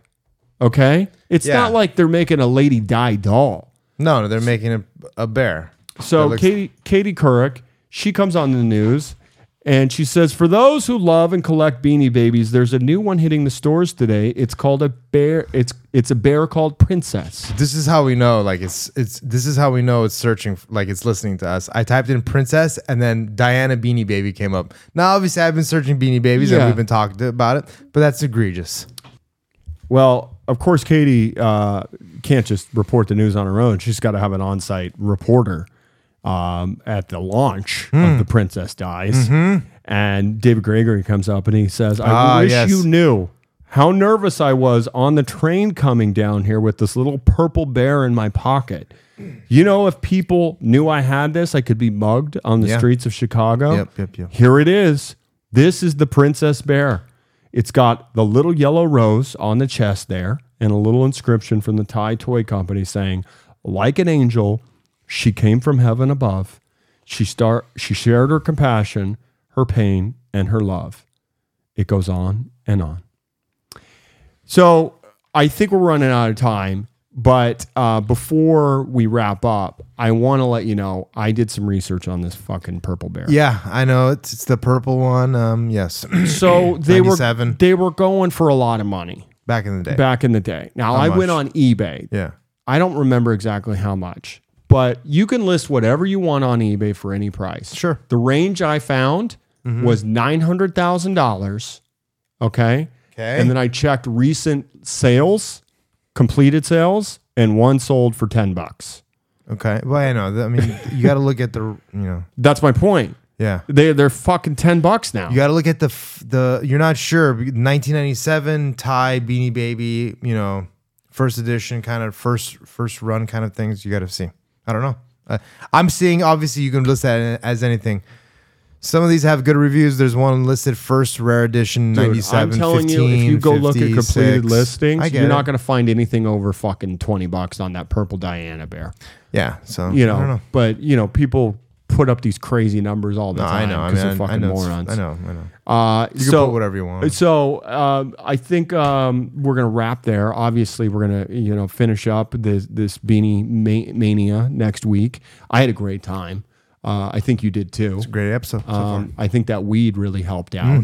S1: Okay? It's
S2: Yeah.
S1: not like they're making a Lady Di doll.
S2: No, no, they're making a, a bear.
S1: So
S2: That looks-
S1: Katie Katie Couric, she comes on the news and she says, For those who love and collect beanie babies, there's a new one hitting the stores today. It's called a bear, it's it's a bear called Princess.
S2: This is how we know, like it's it's. This is how we know it's searching, f- like it's listening to us. I typed in princess, and then Diana Beanie Baby came up. Now, obviously, I've been searching Beanie Babies,
S1: Yeah.
S2: and we've been talking to- about it, but that's egregious.
S1: Well, of course, Katie uh, can't just report the news on her own. She's got to have an on site reporter um, at the launch
S2: Hmm.
S1: of The Princess Dies. And David Gregory comes up and he says, I
S2: Mm-hmm. Ah,
S1: wish
S2: yes.
S1: you knew how nervous I was on the train coming down here with this little purple bear in my pocket. You know, if people knew I had this, I could be mugged on the
S2: Yeah.
S1: streets of Chicago.
S2: Yep, yep, yep.
S1: Here it is. This is the princess bear. It's got the little yellow rose on the chest there and a little inscription from the Thai toy company saying, like an angel, she came from heaven above. She star she shared her compassion, her pain, and her love. It goes on and on. So I think we're running out of time, But uh, before we wrap up, I want to let you know I did some research on this fucking purple bear.
S2: Yeah, I know. It's, it's the purple one. Um, yes.
S1: So they were
S2: 97.
S1: they were going for a lot of money
S2: Back in the day.
S1: back in the day. Now I
S2: much?
S1: went on eBay.
S2: Yeah.
S1: I don't remember exactly how much, but you can list whatever you want on eBay for any price.
S2: Sure. Mm-hmm.
S1: The range I found was nine hundred thousand dollars. Okay.
S2: Okay.
S1: And then I checked recent sales, completed sales, and one sold for ten bucks.
S2: Okay. Well, I know. I mean, you got to look at the, you know,
S1: That's my point.
S2: yeah.
S1: They they're fucking ten bucks now.
S2: You got to look at the f- the. You're not sure. 1997 tie Beanie Baby. You know, first edition kind of first first run kind of things. You got to see. I don't know. Uh, I'm seeing. Obviously, you can list that as anything. Some of these have good reviews. There's one listed first rare edition
S1: Dude,
S2: 97.
S1: I'm telling
S2: 15,
S1: you, if you go look at
S2: 50,
S1: completed
S2: 6.
S1: listings,
S2: I get
S1: you're
S2: it.
S1: not going to find anything over fucking twenty bucks on that purple Diana bear.
S2: Yeah. So
S1: You
S2: I
S1: know,
S2: don't know.
S1: but you know, people put up these crazy numbers all the
S2: No, I
S1: time
S2: know. I mean,
S1: because
S2: I,
S1: they're fucking
S2: I know. it's-
S1: morons.
S2: I know. I know.
S1: Uh,
S2: You
S1: so
S2: can put whatever you want.
S1: So um, I think um, we're gonna wrap there. Obviously, we're gonna you know finish up this this beanie ma- mania next week. I had a great time. Uh, I think you did too.
S2: Great episode. so far.
S1: Um, I think that weed really helped out.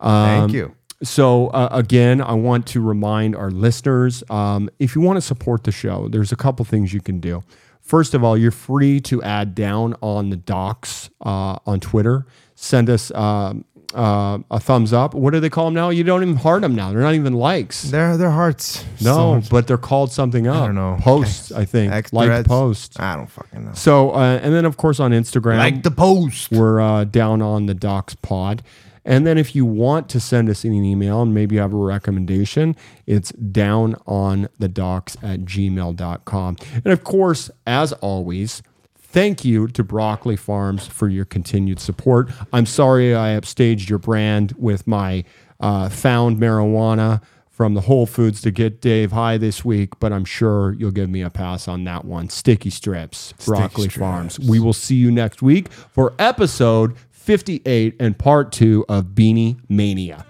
S2: Thank you.
S1: So uh, again, I want to remind our listeners: um, if you want to support the show, there's a couple things you can do. First of all, you're free to add down on the docs uh, on Twitter. Send us um uh, a thumbs up. What do they call them now? You don't even heart them now. They're not even likes.
S2: Their their hearts.
S1: no, but they're called something up.
S2: don't know.
S1: Posts, I think.
S2: X
S1: like
S2: threads.
S1: post.
S2: I don't fucking know.
S1: So uh, and then of course on Instagram,
S2: Like the post.
S1: we're uh, down on the docs pod and then if you want to send us an email and maybe have a recommendation it's down on the docs at gmail.com and of course as always thank you to broccoli farms for your continued support i'm sorry i upstaged your brand with my uh, found marijuana from the Whole Foods to get Dave high this week, but I'm sure you'll give me a pass on that one. Sticky strips, broccoli farms. We will see you next week for episode 58 and part two of Beanie Mania.